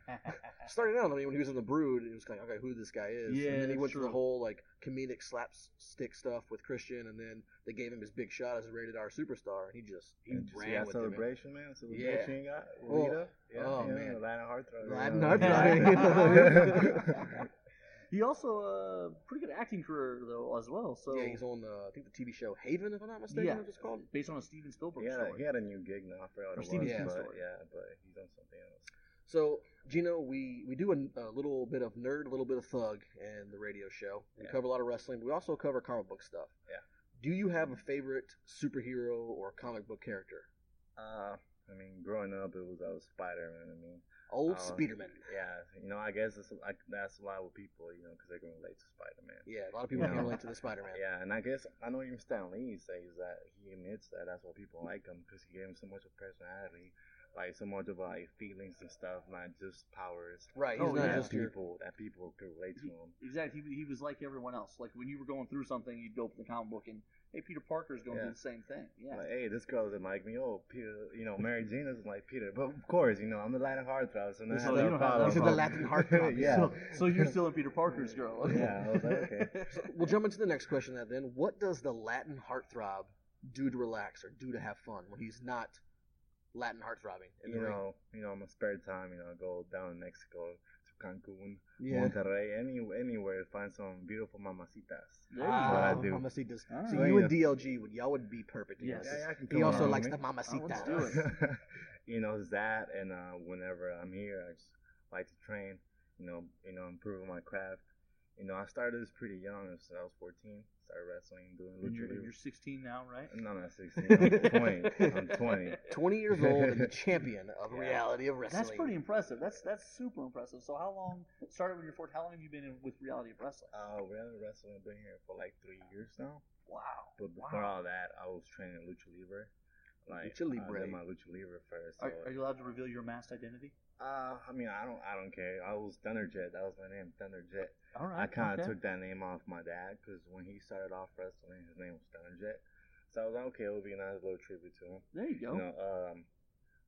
starting out, I mean, when he was in the Brood, it was kind of okay, who this guy is. Yeah, and then he that's went through the true. whole like comedic slapstick stuff with Christian, and then they gave him his big shot as a rated R superstar, and he just he And did you see ran that with it. man. celebration, man. Celebration you got. Oh. Rita. Yeah, Oh, yeah, man. Atlanta Heartthrob. Latin Yeah. Heartthrob. he also a uh, pretty good acting career though as well. So Yeah, he's on the I think the TV show Haven, if I'm not mistaken, Yeah. is what it's called. based on a Steven Spielberg He had, a, story. he had a new gig now. I forgot Or what it Steven was, Seagal but story. yeah, but he's on something else. So, Gino, we, we do a, a little bit of nerd, a little bit of thug in the radio show. We Yeah. cover a lot of wrestling, but we also cover comic book stuff. Yeah. Do you have a favorite superhero or comic book character? Uh, I mean, growing up, it was I was Spider Man. I mean, Old uh, Spiderman. Yeah, you know, I guess that's like, that's a lot with people, you know, because they can relate to Spider Man. Yeah, a lot of people Yeah. can relate to the Spider Man. Yeah, and I guess I know even Stan Lee says that he admits that that's why people like him because he gave him so much of personality, like so much of like feelings and stuff, not just powers. Right, he's Oh, not yeah. just your. people that people could relate to He- him. exactly. He, he was like everyone else. Like when you were going through something, you'd go open the comic book and hey, Peter Parker's going Yeah. through the same thing. Yeah. Like, hey, this girl doesn't like me. Oh, Peter, you know, Mary Jane doesn't like Peter. But of course, you know, I'm the Latin heartthrob, so now I So have you that don't have that problem. These are the Latin heartthrobs. yeah, So, so you're still a Peter Parker's girl. yeah. I was like, okay. So we'll jump into the next question that then. What does the Latin heartthrob do to relax or do to have fun when he's not Latin heartthrobbing in the you ring? know, you know, in my spare time, you know, I go down to Mexico to Cancun, Yeah. Monterrey, any anywhere, find some beautiful mamacitas. There you Ah. go. That's what I do. Mamacitas. Ah. so There you you and DLG would y'all would be perfect. Yes. together. Yeah, yeah, I can he come also around, likes man. the mamacita. Oh, let's do it. you know it's that, and uh, whenever I'm here, I just like to train. You know, you know, improve my craft. You know, I started this pretty young. So I was 14. Started wrestling, doing And lucha you're, and you're libre. 16 now, right? No, not 16. I'm 20. I'm 20. 20 years old and the champion of reality of wrestling. That's pretty impressive. That's that's super impressive. So how long started when you're 14? How long have you been in, with reality of wrestling? Uh, we haven't wrestled. I've been here for like three years now. Wow. But Wow. before all that, I was training lucha libre. Like, Lucha I libre. did my lucha libre first. So, Are, are you allowed to reveal your masked identity? uh, I mean, I don't, I don't care. I was Thunderjet. That was my name, Thunderjet. All right. I kind of okay. took that name off my dad because when he started off wrestling, his name was Thunderjet. So I was like, okay, it would be a nice little tribute to him. There you go. You know, um,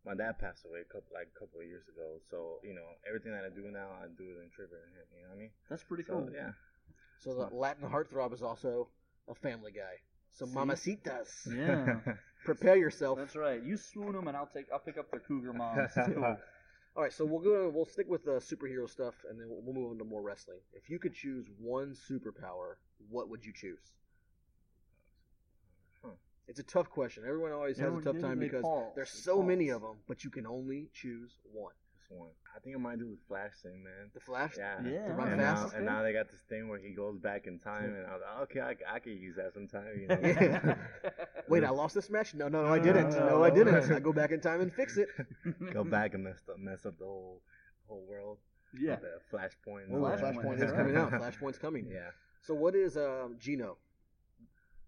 my dad passed away a couple, like a couple of years ago. So you know, everything that I do now, I do it in tribute to him. You know what I mean? That's pretty So cool. yeah, So the Latin heartthrob is also a family guy. So See? mamacitas, Yeah. prepare yourself. That's right. You swoon them, and I'll take. I'll pick up the cougar moms. It's cool. All right, so we'll go. We'll stick with the superhero stuff, and then we'll, we'll move on to more wrestling. If you could choose one superpower, what would you choose? Hmm. It's a tough question. Everyone always has Everyone- a tough time they because pause. there's They so many pause. of them, but you can only choose one. this one. I think I might do the Flash thing, man. The Flash. Yeah, Yeah, Am I And, now, fast? and now they got this thing where he goes back in time, and I was like, okay, I, I could use that sometime. You know? Wait, I lost this match? No, no, no, I didn't. no, No, I no. didn't. I go back in time and fix it. Go back and mess up, mess up the whole whole world. yeah. The Flashpoint. Ooh, Flashpoint. Flashpoint is coming out. Flashpoint's coming. Yeah. So what is um, Gino?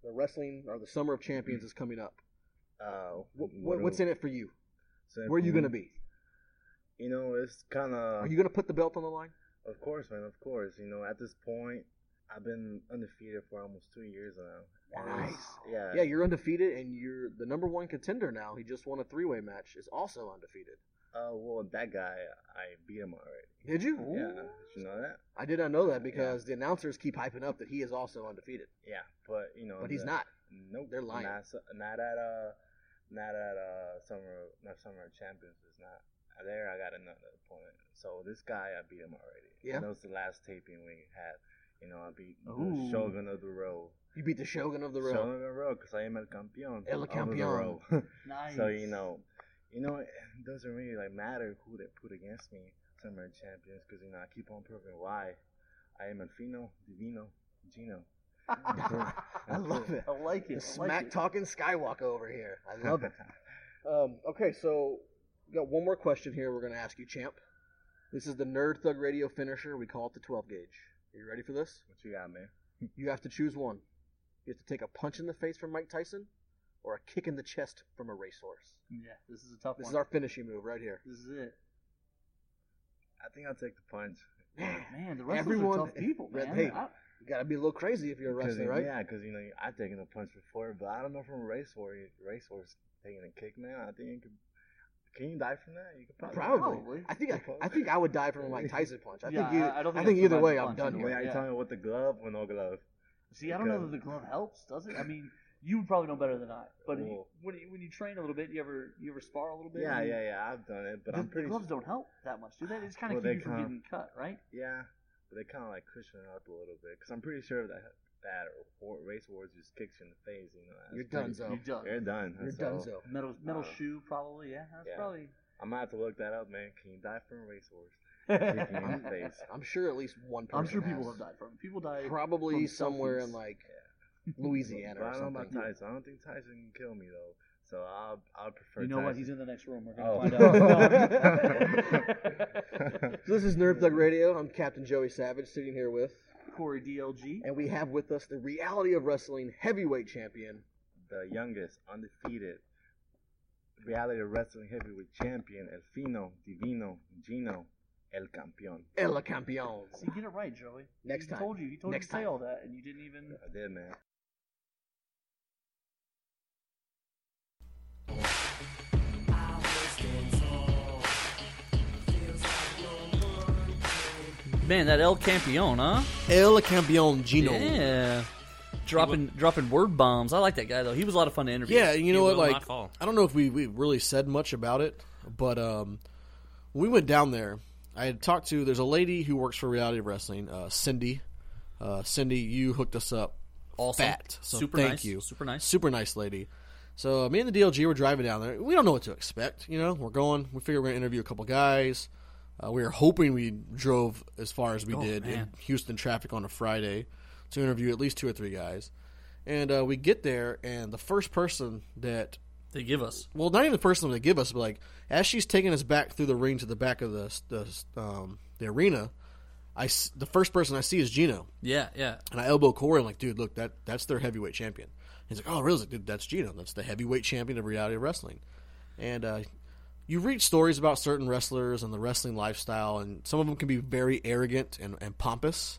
The wrestling or the Summer of Champions is coming up. Uh, What, what, what's in it for you? So Where are you for me, going to be? You know, it's kind Are of. you going to put the belt on the line? Of course, man. Of course. You know, at this point, I've been undefeated for almost two years now. And it's- Yeah. Yeah, you're undefeated and you're the number one contender now. He just won a three way match. Is also undefeated. Uh, well, that guy, I beat him already. Did you? Yeah, did you know that? I did not know that because the announcers keep hyping up that he is also undefeated, Yeah, but you Oh, know, but he's the- not. Nope, They're lying. Not, so- not at uh, not at uh, summer, not summer champions. It's not there. I got another opponent. So this guy, I beat him already. Yeah. and that was the last taping we had. You know, I beat Ooh. the Shogun of the Road. You beat the Shogun of the Road. Shogun of the Road, because I am el campeón. El of the campeón. road. Nice. So you know, you know, it doesn't really like matter who they put against me, summer champions, because you know I keep on proving why I am Infino, Divino, Gino. I love it. I like it. The I like smack it. talking Skywalker over here. I love it. um, okay, so we got one more question here. We're going to ask you, champ. This is the Nerd Thug Radio finisher. We call it the 12 gauge. Are you ready for this? What you got, man? You have to choose one. You have to take a punch in the face from Mike Tyson, or a kick in the chest from a racehorse. Yeah, this is a tough This one. is our finishing move right here. This is it. I think I'll take the punch. Man, the wrestlers Everyone- are tough people, Red- man. hey. I- You got to be a little crazy if you're a 'Cause, wrestler, right? Yeah, because you know I've taken a punch before, but I don't know from a race war, race wars taking a kick, man. I think you could. Can you die from that? You could probably. Probably. Probably. I think I, I think I would die from a Mike Tyson punch. I Oh, Yeah, think you, I- I don't think think I'd either survive way the I'm punch done anyway. here. Wait, are you Yeah. telling me with the glove or no glove? See, I don't know Okay. that the glove helps, does it? I mean, you would probably know better than I. But you- Well- when, you, when you train a little bit, you ever you ever spar a little bit? Yeah, I mean, yeah, yeah. I've done it, but the, I'm pretty. the gloves don't help that much, do they? They just kind of Well, keep they you from kinda- getting cut, right? Yeah, but they kind of like cushion it up a little bit because I'm pretty sure that that war, race wars just kicks you in the face. You know, that's You're pretty- done, Zo. You just You're done. You're so done, Zo. metal metal Uh, shoe, probably. Yeah, that's yeah. probably. I'm gonna have to look that up, man. Can you die from race wars? Kicking you in the face. I'm sure at least one person. I'm sure people have has. died from. it. People die. Probably from somewhere in selfies. like Louisiana But or I don't know about something. Tyson. I don't think Tyson can kill me though. So I'll I'll prefer. You know Tyson. what? He's in the next room. We're gonna Oh. find out. So this is Nerve Thug Radio. um, I'm Captain Joey Savage sitting here with, Corey DLG. and we have with us the reality of wrestling heavyweight champion. the youngest, undefeated reality wrestling heavyweight champion, El Fino, Divino, Gino, El Campeón. Ella Campeon. See, get it right, Joey. Next he time. Told you. He told Next you to say time. all that, and you didn't even. I did, man. Man, that El Campeon, huh? El Campeon Gino. Yeah. Dropping dropping word bombs. I like that guy though. He was a lot of fun to interview. Yeah, you know He what? will not Like, fall. I don't know if we we really said much about it, but um, when we went down there, I had talked to. There's a lady who works for Reality Wrestling, uh, Cindy. Uh, Cindy, you hooked us up. Awesome. Fat. So Super thank nice. you. Super nice. Super nice lady. So me and the DLG were driving down there. We don't know what to expect. You know, we're going. We figure we're gonna interview a couple guys. Uh, we were hoping we drove as far as we did in Oh, man. Houston traffic on a Friday to interview at least two or three guys. And uh, we get there, and the first person that They give us. well, not even the person they give us, but like as she's taking us back through the ring to the back of the the, um, the arena, I s- the first person I see is Gino, Yeah, yeah. and I elbow Corey. I'm like, dude, look, that that's their heavyweight champion. He's like, oh, really? I was like, dude, that's Gino. That's the heavyweight champion of reality wrestling. And uh, you read stories about certain wrestlers and the wrestling lifestyle, and some of them can be very arrogant and, and pompous.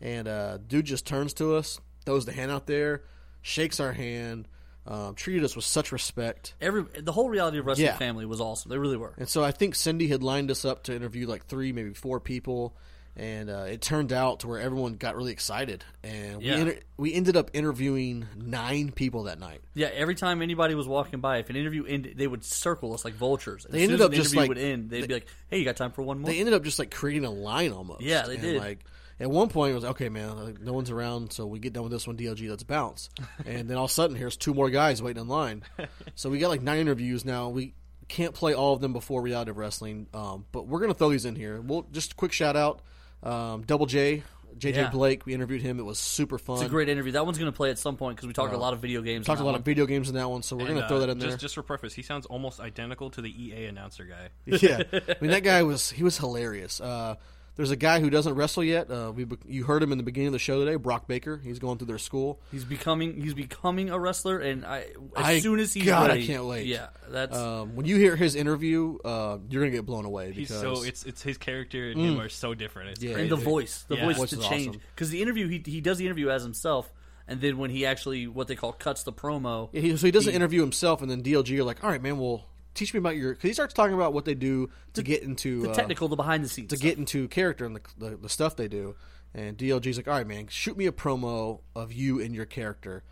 And uh, dude just turns to us, throws the hand out there, shakes our hand, um, treated us with such respect. Every the whole reality of wrestling Yeah. family was awesome. They really were. And so I think Cindy had lined us up to interview like three, maybe four people, and uh, it turned out to where everyone got really excited, and Yeah. we inter- we ended up interviewing nine people that night. Yeah, every time anybody was walking by, if an interview ended, they would circle us like vultures. And They as soon ended as up an just interview like- would end, they'd be like, "Hey, you got time for one more?" They ended up just like creating a line almost. Yeah, they And, did. Like at one point, it was okay, man. Like, no one's around, so we get done with this one. DLG, let's bounce. and then all of a sudden, here's two more guys waiting in line. so we got like nine interviews now. We can't play all of them before reality of wrestling, um, but we're gonna throw these in here. We'll just a quick shout out, um, Double J. JJ Yeah. Blake, we interviewed him. It was super fun. it's a great interview. That one's going to play at some point because we talked a lot of video games. Talked in a that lot of video games in that one, so we're And, gonna uh, throw that in there. Just, just for preface, he sounds almost identical to the EA announcer guy. yeah, I mean that guy was he was hilarious. Uh, there's a guy who doesn't wrestle yet. Uh, we you heard him in the beginning of the show today, Brock Baker. He's going through their school. He's becoming he's becoming a wrestler, and I as I- soon as he's God, I ready, can't wait. Yeah, that's Um, when you hear his interview, uh, you're gonna get blown away He's because Mm. so it's it's his character and him are so different. It's Yeah. crazy. and the voice, the Yeah. voice, Voice to is change awesome. because the interview he he does the interview as himself, and then when he actually what they call cuts the promo, Yeah, he, so he doesn't interview himself, and then DLG are like, all right, man, well teach me about your. Because he starts talking about what they do to get into The uh, technical, the behind the scenes. to stuff. get into character and the, the, the stuff they do. And DLG's like, all right, man, shoot me a promo of you and your character.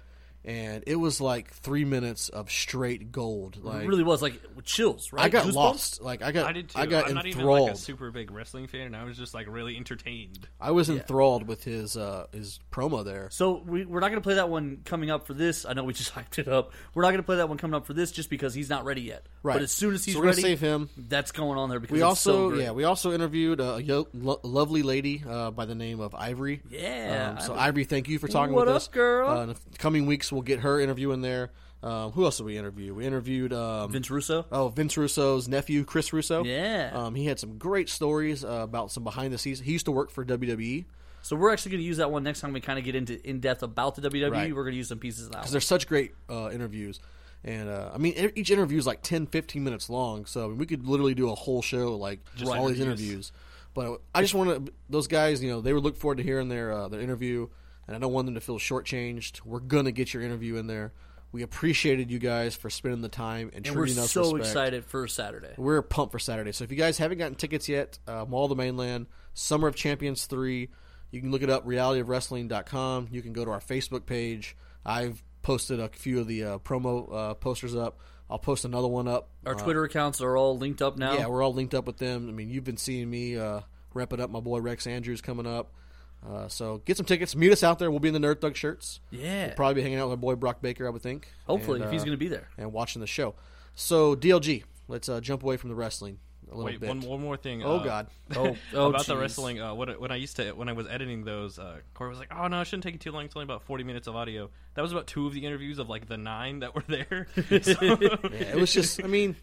And it was like three minutes of straight gold. Like it really was like chills, right? I got Goosebumps? lost. Like I got, I I, did too. got am not even enthralled. like a super big wrestling fan, and I was just like really entertained. I was enthralled with his uh, his promo there. So we, we're not going to play that one coming up for this. I know we just hyped it up. We're not going to play that one coming up for this just because he's not ready yet. Right. But as soon as he's So we're gonna ready, save him. That's going on there because We it's also, so great. yeah, we also interviewed a yo- lo- lovely lady uh, by the name of Ivory. Yeah, Um, so Ivory, thank you for talking What with up, us, girl? Uh, in the coming weeks, we'll get her interview in there. Um, who else did we interview? We interviewed um, Vince Russo. Oh, Vince Russo's nephew, Chris Russo. Yeah. Um, he had some great stories uh, about some behind the scenes. He used to work for E. WWE So we're actually going to use that one next time we kind of get into in depth about the WWE. Right. We're going to use some pieces of that. because one. they're such great uh, interviews. And uh, I mean, e- each interview is like 10, 15 minutes long. So we could literally do a whole show like just all these interviews. But I just want to, those guys, you know, they were looking forward to hearing their, uh, their interview. And I don't want them to feel shortchanged. We're going to get your interview in there. We appreciated you guys for spending the time and, And we're treating us so respect. excited for Saturday. We're pumped for Saturday. So if you guys haven't gotten tickets yet, uh, Mall of the Mainland, Summer of Champions 3, you can look it up, realityofwrestling.com. You can go to our Facebook page. I've posted a few of the uh, promo uh, posters up. I'll post another one up. Our Twitter accounts are all linked up now. Yeah, we're all linked up with them. I mean, you've been seeing me uh, repping up my boy Rex Andrews coming up. Uh, so get some tickets. Meet us out there. We'll be in the Nerd Thug shirts. Yeah. We'll probably be hanging out with our boy Brock Baker, I would think. Hopefully, And, if he's uh, going to be there. and watching the show. So DLG, let's uh, jump away from the wrestling a little Wait, bit. one, one more thing. Oh uh, God, Oh, oh about the jeez. wrestling. Uh, when, I- when I used to, when I was editing those, uh, Corey was like, "Oh no, it shouldn't take you too long. It's only about forty minutes of audio." That was about two of the interviews of like the nine that were there. So- it was just. I mean,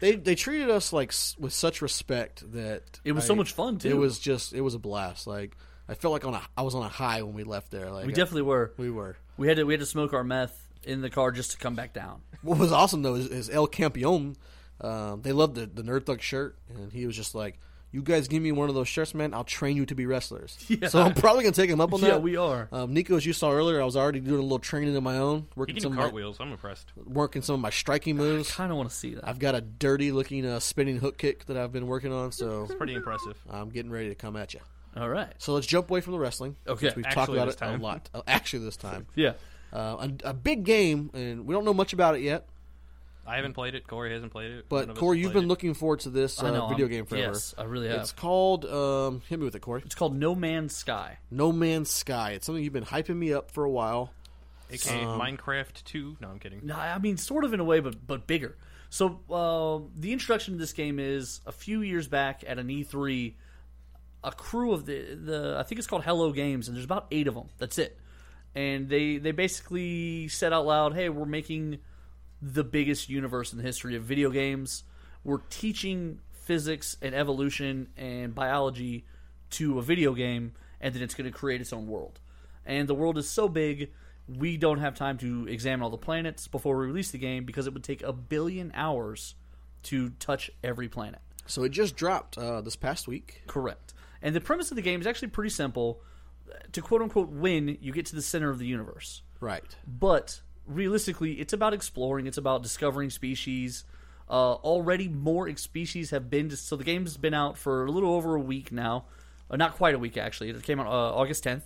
they they treated us like s- with such respect that It was I- so much fun, too. It was just it was a blast. Like I felt like on a I was on a high when we left there. Like We definitely were. we were. We had to we had to smoke our meth in the car just to come back down. What was awesome though is, is El Campeon. Um, they loved the the Nerd Thug shirt, and he was just like. You guys give me one of those shirts, man. I'll train you to be wrestlers. So I'm probably gonna take him up on that. Yeah, we are. Um, Nico, as you saw earlier, I was already doing a little training of my own, He working can do some of my, cartwheels. I'm impressed. working some of my striking moves. Kind of want to see that. I've got a dirty looking uh, spinning hook kick that I've been working on, so Pretty impressive. I'm getting ready to come at you. All right. So let's jump away from the wrestling. Okay, since we've talked actually about this it time. a lot. Uh, Actually, this time, Yeah. uh, a, a big game, and we don't know much about it yet. I haven't played it. Corey hasn't played it. None But of us Corey, have you've played been it. looking forward to this uh, I know, video I'm- game forever. Yes, I really have. It's called um, hit me with it, Corey. It's called No Man's Sky. No Man's Sky. It's something you've been hyping me up for a while. AKA Minecraft 2. No, I'm kidding. No, I mean, sort of in a way, but but bigger. So uh, the introduction to this game is a few years back at an E3. A crew of the the I think it's called Hello Games, and there's about eight of them. That's it. And they they basically said out loud, "Hey, we're making the biggest universe in the history of video games. We're teaching physics and evolution and biology to a video game, and then it's going to create its own world. And the world is so big, we don't have time to examine all the planets before we release the game because it would take a billion hours to touch every planet. So it just dropped uh, this past week. Correct. And the premise of the game is actually pretty simple. To quote unquote win, you get to the center of the universe Right. but realistically, it's about exploring. It's about discovering species. Uh, already, more ex- species have been. Dis- so the game's been out for a little over a week now, uh, not quite a week actually. It came out uh, August 10th,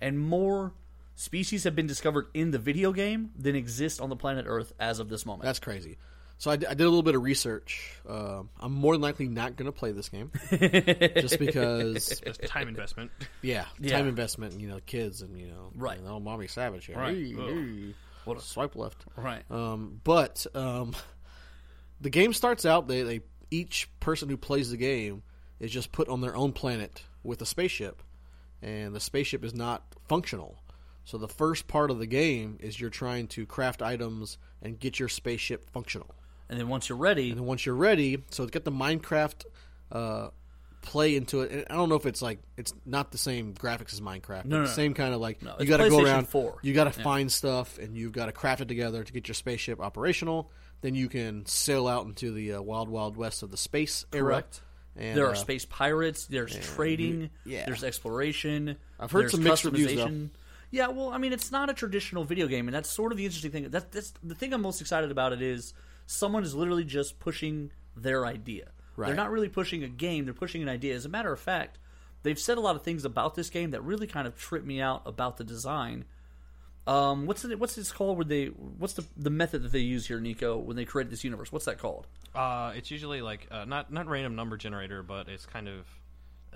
and more species have been discovered in the video game than exist on the planet Earth as of this moment. That's crazy. So I, d- I did a little bit of research. Um, I'm more than likely not going to play this game, just because, That's time investment. yeah, Yeah. time investment. You know, kids and you know, Right. You know, mommy savage here. Right. Hey, Ugh. hey. Swipe left. right. Um, but um, the game starts out. They, they each person who plays the game is just put on their own planet with a spaceship, and the spaceship is not functional. So the first part of the game is you're trying to craft items and get your spaceship functional. and then once you're ready, And then once you're ready, so it's got the Minecraft uh, play into it. And I don't know if it's like it's not the same graphics as Minecraft. No, no, the no. same kind of like you it's got to go PlayStation around. 4. You got to find stuff, and you've got to craft it together to get your spaceship operational. Then you can sail out into the uh, wild, wild west of the space Correct. era. And, there uh, are space pirates. There's trading. yeah. There's exploration. I've heard there's some mixed reviews, though. customization. Yeah, well, I mean, it's not a traditional video game, and that's sort of the interesting thing. That's, that's the thing I'm most excited about. It is someone is literally just pushing their idea. Right. They're not really pushing a game, they're pushing an idea. As a matter of fact, they've said a lot of things about this game that really kind of tripped me out about the design. Um, what's it, what's this called? Where they what's the the method that they use here, Nico, when they created this universe? What's that called? Uh, it's usually like uh, not not random number generator, but it's kind of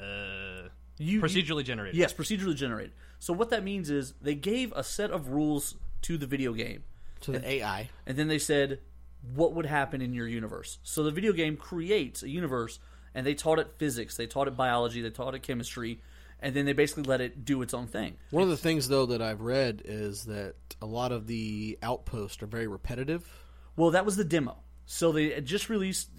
uh, You- procedurally generated. Yes, procedurally generated. So what that means is they gave a set of rules to the video game, to the AI. and then they said what would happen in your universe. So the video game creates a universe, and they taught it physics, they taught it biology, they taught it chemistry, and then they basically let it do its own thing. One of the things though that I've read is that a lot of the outposts are very repetitive. Well, that was the demo. So they had just released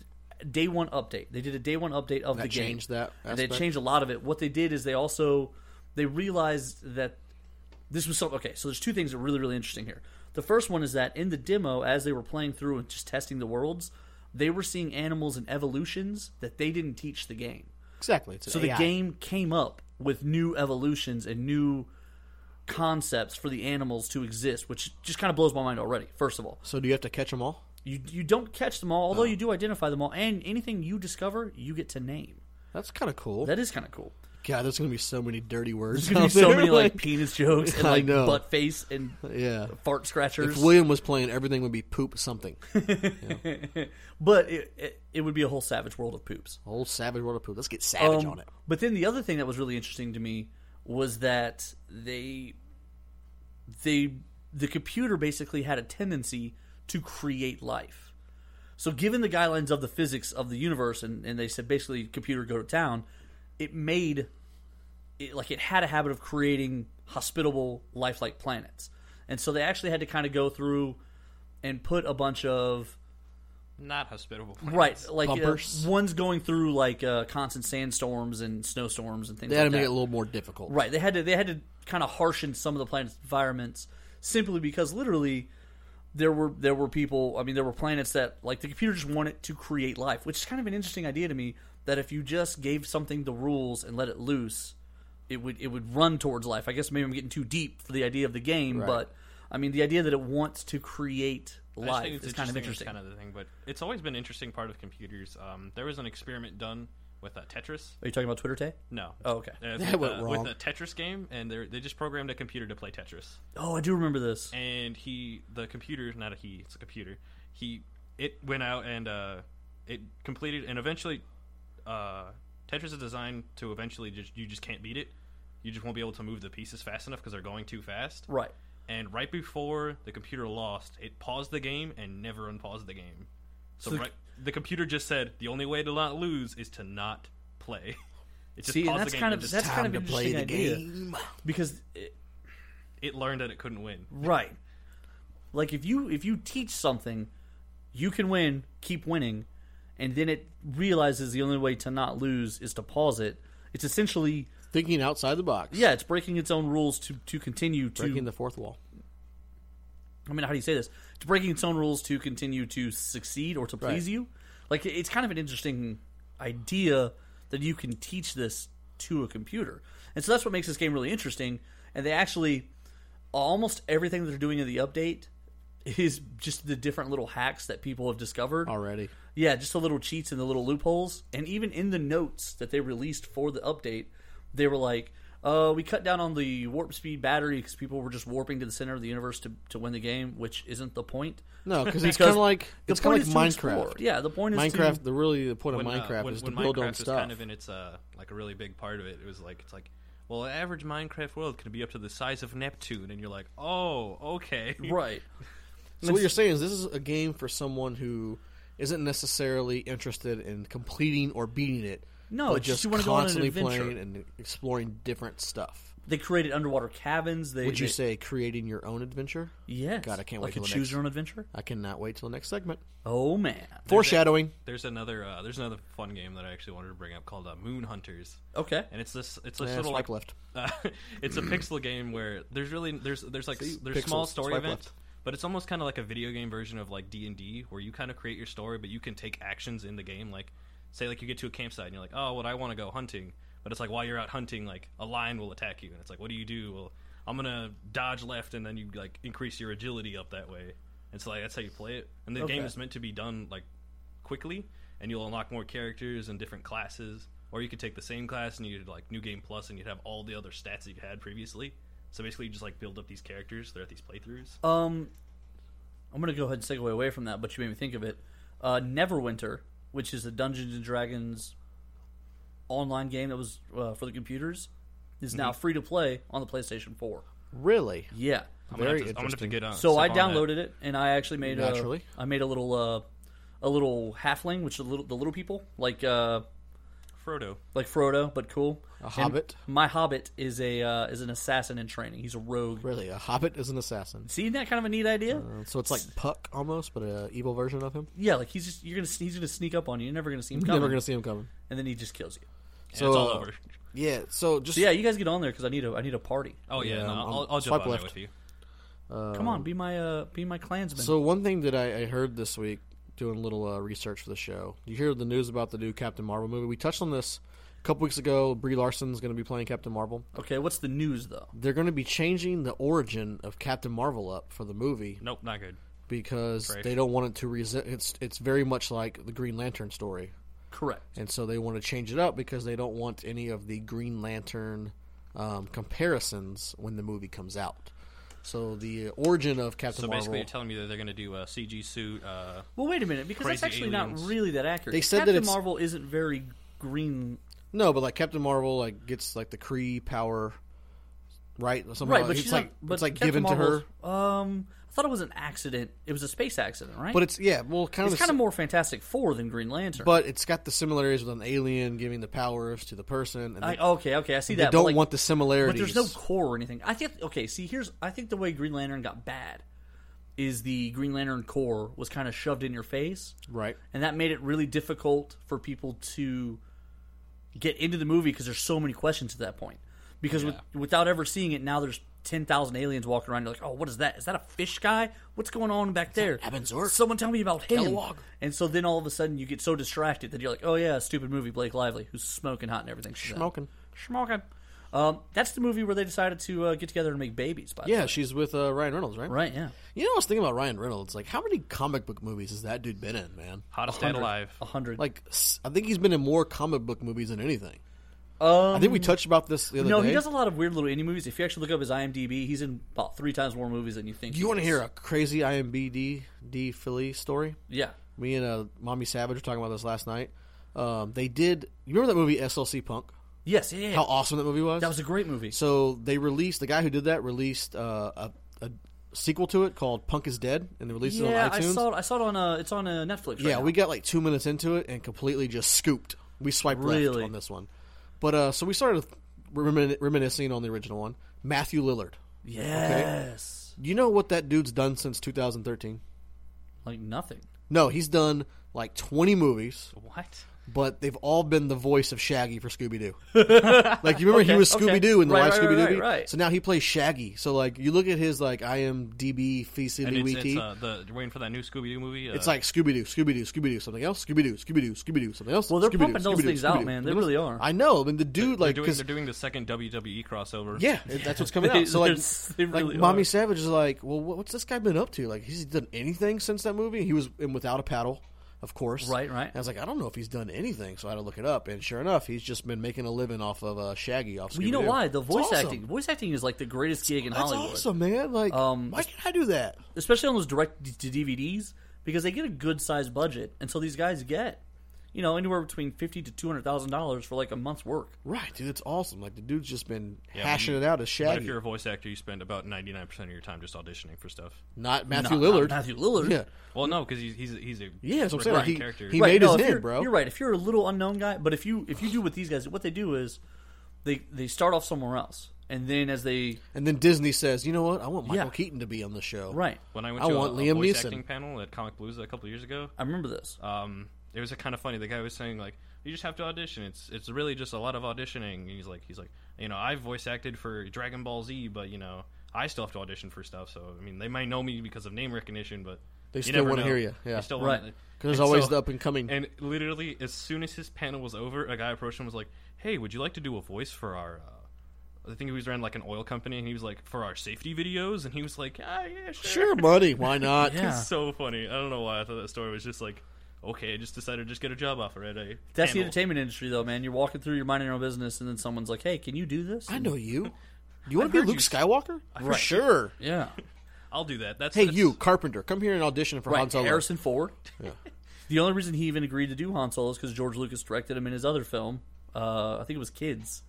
day one update. They did a day one update of That the game. changed that And they aspect? changed a lot of it. What they did is they also they realized that this was something. Okay, so there's two things that are really really interesting here. The first one is that in the demo, as they were playing through and just testing the worlds, they were seeing animals and evolutions that they didn't teach the game. Exactly. It's an So the AI. game came up with new evolutions and new concepts for the animals to exist, which just kind of blows my mind already. First of all, So do you have to catch them all? you you don't catch them all, although you do identify them all, and anything you discover, you get to name. That's kind of cool. That is kind of cool. God, there's gonna be so many dirty words. There's gonna be out so there, many like penis jokes and I like know. butt face and yeah. fart If scratchers, William was playing, everything would be poop something. but it, it it would be a whole savage world of poops. Old savage world of poop. Let's get savage Um, on it. But then the other thing that was really interesting to me was that they they the computer basically had a tendency to create life. So given the guidelines of the physics of the universe and, and they said basically computer go to town, it made it like it had a habit of creating hospitable lifelike planets. And so they actually had to kind of go through and put a bunch of not hospitable. right like uh, Bumpers. one's going through like uh, constant sandstorms and snowstorms and things They had to like make that it a little more difficult. right they had to they had to kind of harshen some of the planet's environments simply because literally there were there were people i mean there were planets that like the computer just wanted to create life which is kind of an interesting idea to me that if you just gave something the rules and let it loose it would it would run towards life i guess maybe i'm getting too deep for the idea of the game but i mean the idea that it wants to create I just life think it's is kind of interesting Kind of the thing, but it's always been an interesting part of computers. Um, there was an experiment done with uh, Tetris. are you talking about twitter tay No. Oh, okay. Uh, That with, went uh, wrong. With a Tetris game, and they they just programmed a computer to play Tetris. oh i do remember this and he the computer not a he it's a computer he it went out and uh it completed and eventually uh tetris is designed to eventually just you just can't beat it you just won't be able to move the pieces fast enough because they're going too fast right and right before the computer lost it paused the game and never unpaused the game so, So- right, the computer just said the only way to not lose is to not play it just see and paused that's the game kind and of just- that's kind of Time to an play interesting the idea game. because it, it learned that it couldn't win Right. Like if you if you teach something, you can win, keep winning, and then it realizes the only way to not lose is to pause it. It's essentially Thinking outside the box. yeah, it's breaking its own rules to to continue to Breaking the fourth wall. I mean, how do you say this? It's breaking its own rules to continue to succeed or to please Right. you. Like it- it's kind of an interesting idea that you can teach this to a computer, and so that's what makes this game really interesting. And they actually almost everything that they're doing in the update is just the different little hacks that people have discovered. Already. Yeah, just the little cheats and the little loopholes. And even in the notes that they released for the update, they were like, uh, we cut down on the warp speed battery because people were just warping to the center of the universe to, to win the game, which isn't the point. No, because it's kind of like the it's kind point of is like to explore. Minecraft. Yeah, the point is Minecraft. To, The really the point of when, uh, Minecraft when- is when to build Minecraft on was stuff. kind of in its uh, like a really big part of it. It was like it's like, well, an average Minecraft world could be up to the size of Neptune, and you're like, oh, okay, right. so what you're saying is this is a game for someone who isn't necessarily interested in completing or beating it. No, but it's just just you wanna go on an constantly adventure. playing and exploring different stuff. They created underwater cabins. They, Would you they- say creating your own adventure? Yes. God, I can't wait like till a the choose next- your own adventure. I cannot wait till the next segment. Oh man. Foreshadowing. There's another uh, there's another fun game that I actually wanted to bring up called uh, Moon Hunters, Okay. and it's this it's this Yeah, little swipe like left. uh, it's a pixel game where there's really there's there's like s- there's Pixels, small story swipe events, left. but it's almost kind of like a video game version of like D and D, where you kind of create your story, but you can take actions in the game. Like, say like you get to a campsite and you're like, oh, well, I want to go hunting, but it's like while you're out hunting, like a lion will attack you, and it's like, what do you do? Well, I'm gonna dodge left, and then you like increase your agility up that way. It's like that's how you play it, and the game is meant to be done like quickly, and you'll unlock more characters and different classes. Or you could take the same class and you'd like new game plus, and you'd have all the other stats that you had previously. So basically, you just like build up these characters throughout these playthroughs. Oh, Um, I'm gonna go ahead and segue away from that, but you made me think of it. Uh, Neverwinter, which is a Dungeons and Dragons online game that was uh, for the computers, is now free to play on the PlayStation 4. Really? Yeah. I'm gonna, have Very to, I'm gonna have to interesting. get on. So I step on that. downloaded it, and I actually made Naturally. A, I made a little uh, a little halfling, which are the little the little people like uh, Frodo. like Frodo, but cool. A hobbit? My hobbit is a uh, is an assassin in training. He's a rogue. Really? A hobbit is an assassin. See, isn't that kind of a neat idea? So it's like Puck almost, but an evil version of him. yeah, like he's just you're gonna he's gonna sneak up on you. You're never gonna see him coming. Never gonna see him coming. and then he just kills you. Yeah, So it's all uh, over. Yeah. So just So yeah, you guys get on there because I need a I need a party. Oh yeah, yeah, no, I'm- I'll, I'm- I'll jump swipe on there left. with you. Come on, be my uh be my clansman. So one thing that I, I heard this week doing a little uh, research for the show, you hear the news about the new Captain Marvel movie. We touched on this a couple weeks ago. Brie Larson's going to be playing Captain Marvel. okay, what's the news though? They're going to be changing the origin of Captain Marvel up for the movie Nope, not good. because Right. they don't want it to resent. It's it's very much like the Green Lantern story, Correct. and so they want to change it up because they don't want any of the Green Lantern um, comparisons when the movie comes out. So the uh, origin of Captain So Marvel. basically, you're telling me that they're going to do a CG suit. Uh, Well, wait a minute because that's Crazy actually aliens. not really that accurate. They said that Captain it's- Marvel isn't very green. No, but like Captain Marvel, like gets like the Kree power, right? Somehow. Right, but it's she's like not, but it's like Captain given Marvel's- to her. Um, I thought it was an accident. It was a space accident, right? But it's yeah, well, kind it's of, kind of more Fantastic Four than Green Lantern. But it's got the similarities with an alien giving the powers to the person, and I, they, okay, okay, I see they that. but, don't like, want the but similarities. there's no core or anything. I think okay. See, here's I think the way Green Lantern got bad is the Green Lantern core was kind of shoved in your face. right. and that made it really difficult for people to get into the movie because there's so many questions at that point. Because with, without ever seeing it, now there's ten thousand aliens walking around. You're like, oh, what is that? Is that a fish guy? What's going on back there? Someone tell me about him. And so then all of a sudden you get so distracted that you're like, oh yeah, stupid movie, Blake Lively, who's smoking hot and everything. she's in. Smoking. smoking. Um, that's the movie where they decided to uh, get together and make babies. By the way. Yeah, she's with uh, Ryan Reynolds, right? right, yeah, You know, I was thinking about Ryan Reynolds. Like, how many comic book movies has that dude been in, man? hottest dead alive. a hundred. Like, s- I think he's been in more comic book movies than anything. um, I think we touched about this the other No, day. he does a lot of weird little indie movies. If you actually look up his IMDb, he's in about three times more movies than you think. Do you want to is. hear a crazy IMBD D Philly story? Yeah. Me and uh, Mommy Savage were talking about this last night. Um, they did. You remember that movie SLC Punk? Yes. Yeah. yeah. How awesome that movie was. that was a great movie. so they released the guy who did that released uh, a, a sequel to it called Punk is Dead, and they released yeah, it on I iTunes. saw it. I saw it on. Uh, it's on uh, Netflix. yeah, right we now. got like two minutes into it and completely just scooped. We swiped Really? left on this one, but uh, so we started remin- reminiscing on the original one. Matthew Lillard. Yes. You know what that dude's done since 2013? Like nothing. No, he's done like 20 movies. What? but they've all been the voice of Shaggy for Scooby Doo. like you remember he was okay. Scooby Doo in the Right, live right, Scooby Doo. right, right. So now he plays Shaggy. So like you look at his like IMDb and feecily it's, it's wiki. uh, the you're waiting for that new Scooby Doo movie. Uh, E It's like Scooby Doo, Scooby Doo, Scooby Doo, something else, Scooby Doo, Scooby Doo, Scooby Doo, something else. Well, they're Scooby-Doo, pumping those Scooby-Doo, things out, Scooby-Doo. man. They really are. I know. I mean, the dude they're like doing, 'cause- they're doing the second WWE crossover. yeah, it- that's what's coming out. So They're like, s- they like, really Mommy are. Savage is like, well, wha- what's this guy been up to? Like, he's done anything since that movie? He was in Without a Paddle, of course. Right, right. And I was like, I don't know if he's done anything, so I had to look it up. And sure enough, he's just been making a living off of uh, Shaggy off. Well, you know Scooby-Doo. why? The It's voice awesome. acting. Voice acting is like the greatest gig in That's Hollywood, awesome, man. Like, Um, why can't I do that? especially on those direct to DVDs because they get a good sized budget, and so these guys get, you know, anywhere between fifty to two hundred thousand dollars for like a month's work. Right, dude. It's awesome. Like the dude's just been Yeah, hashing but it out as But if Shaggy, you're a voice actor, you spend about 99 percent of your time just auditioning for stuff. not Matthew Not- not Lillard. Matthew Lillard. Yeah, Well, no, because he's he's he's a yeah. That's what I'm saying. Like, recurring he character. he Right, made no, his if you're- name, bro. You're right. If you're a little unknown guy, but if you if you do with these guys, what they do is they they start off somewhere else, and then as they And then Disney says, you know what? I want Michael Yeah. Keaton to be on the show. right, when I went I to want a, Liam a voice Neeson. acting panel at Comic Blues a couple of years ago, I remember this. um, it was kind of funny. The guy was saying like, "You just have to audition. It's it's really just a lot of auditioning." And he's like, he's like, you know, I voice acted for Dragon Ball Z, but you know, I still have to audition for stuff. So I mean, they might know me because of name recognition, but They you still never wanna know. hear ya, yeah. They still Right. want- 'Cause there's and always the up and coming. And literally, as soon as his panel was over, a guy approached him and was like, "Hey, would you like to do a voice for our?" Uh, I think he was ran like an oil company, and he was like for our safety videos, and he was like, ah, yeah, Sure, buddy. Why not? Yeah. It's so funny. I don't know why I thought that story was just like, okay, I just decided to just get a job offer at a. That's the panel. entertainment industry, though, man. You're walking through, you're minding your own business, and then someone's like, "Hey, can you do this?" I know you. You want to be heard Luke you- Skywalker? For sure. Yeah. I'll do that. That's Hey, that's- you, Carpenter, come here and audition for Han Right. Solo. Harrison Ford. The only reason he even agreed to do Han Solo is because George Lucas directed him in his other film. Uh, I think it was Kids.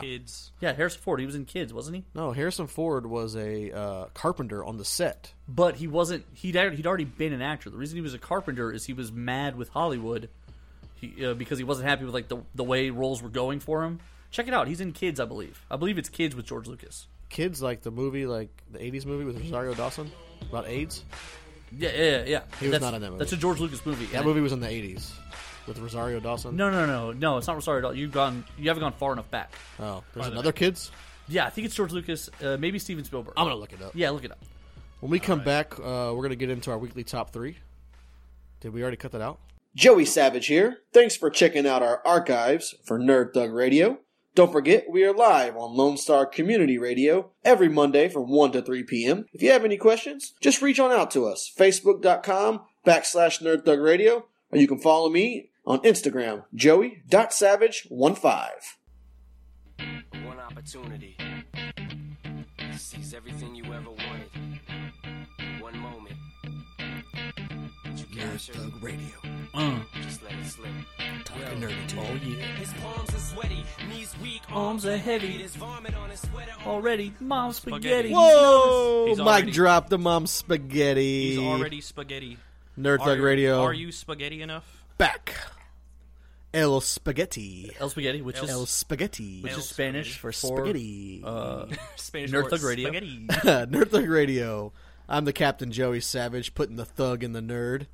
kids. Yeah, Harrison Ford. He was in Kids, wasn't he? No, Harrison Ford was a uh, carpenter on the set. But he wasn't. He'd al- he'd already been an actor. The reason he was a carpenter is he was mad with Hollywood, he, uh, because he wasn't happy with like the the way roles were going for him. Check it out. He's in Kids, I believe. I believe it's Kids with George Lucas. Kids like the movie, like the '80s movie with Rosario Dawson about AIDS. Yeah, yeah, yeah, yeah. He was that's, not in that movie. That's a George Lucas movie. That And movie was in the '80s with Rosario Dawson. No, no, no, no. It's not Rosario Dawson. You've gone. You haven't gone far enough back. Oh, there's another kids. Yeah, I think it's George Lucas. Uh, maybe Steven Spielberg. I'm gonna look it up. yeah, look it up. When we come back, uh, we're gonna get into our weekly top three. Did we already cut that out? Joey Savage here. Thanks for checking out our archives for Nerd Thug Radio. Don't forget, we are live on Lone Star Community Radio every Monday from 1 to 3 p.m. If you have any questions, just reach on out to us, facebook.com backslash Nerd Thug Radio, or you can follow me on Instagram, joey.savage15. One opportunity sees everything you ever wanted. One moment. that You Nerd capture, Thug Radio. just let it slip. Talking nerdy to you. His palms are sweaty, knees weak, Arms are heavy. There's vomit on his sweater. Already, mom spaghetti. Whoa! He's Mike already- dropped the mom spaghetti. He's already spaghetti. Nerd Thug Are- Radio. Are you spaghetti enough? back? El spaghetti. El spaghetti, which is El spaghetti. which is Spanish for spaghetti. Uh, Spanish Nerd for Thug Radio. Spaghetti. nerd Thug Radio. I'm the Captain Joey Savage, putting the thug in the nerd.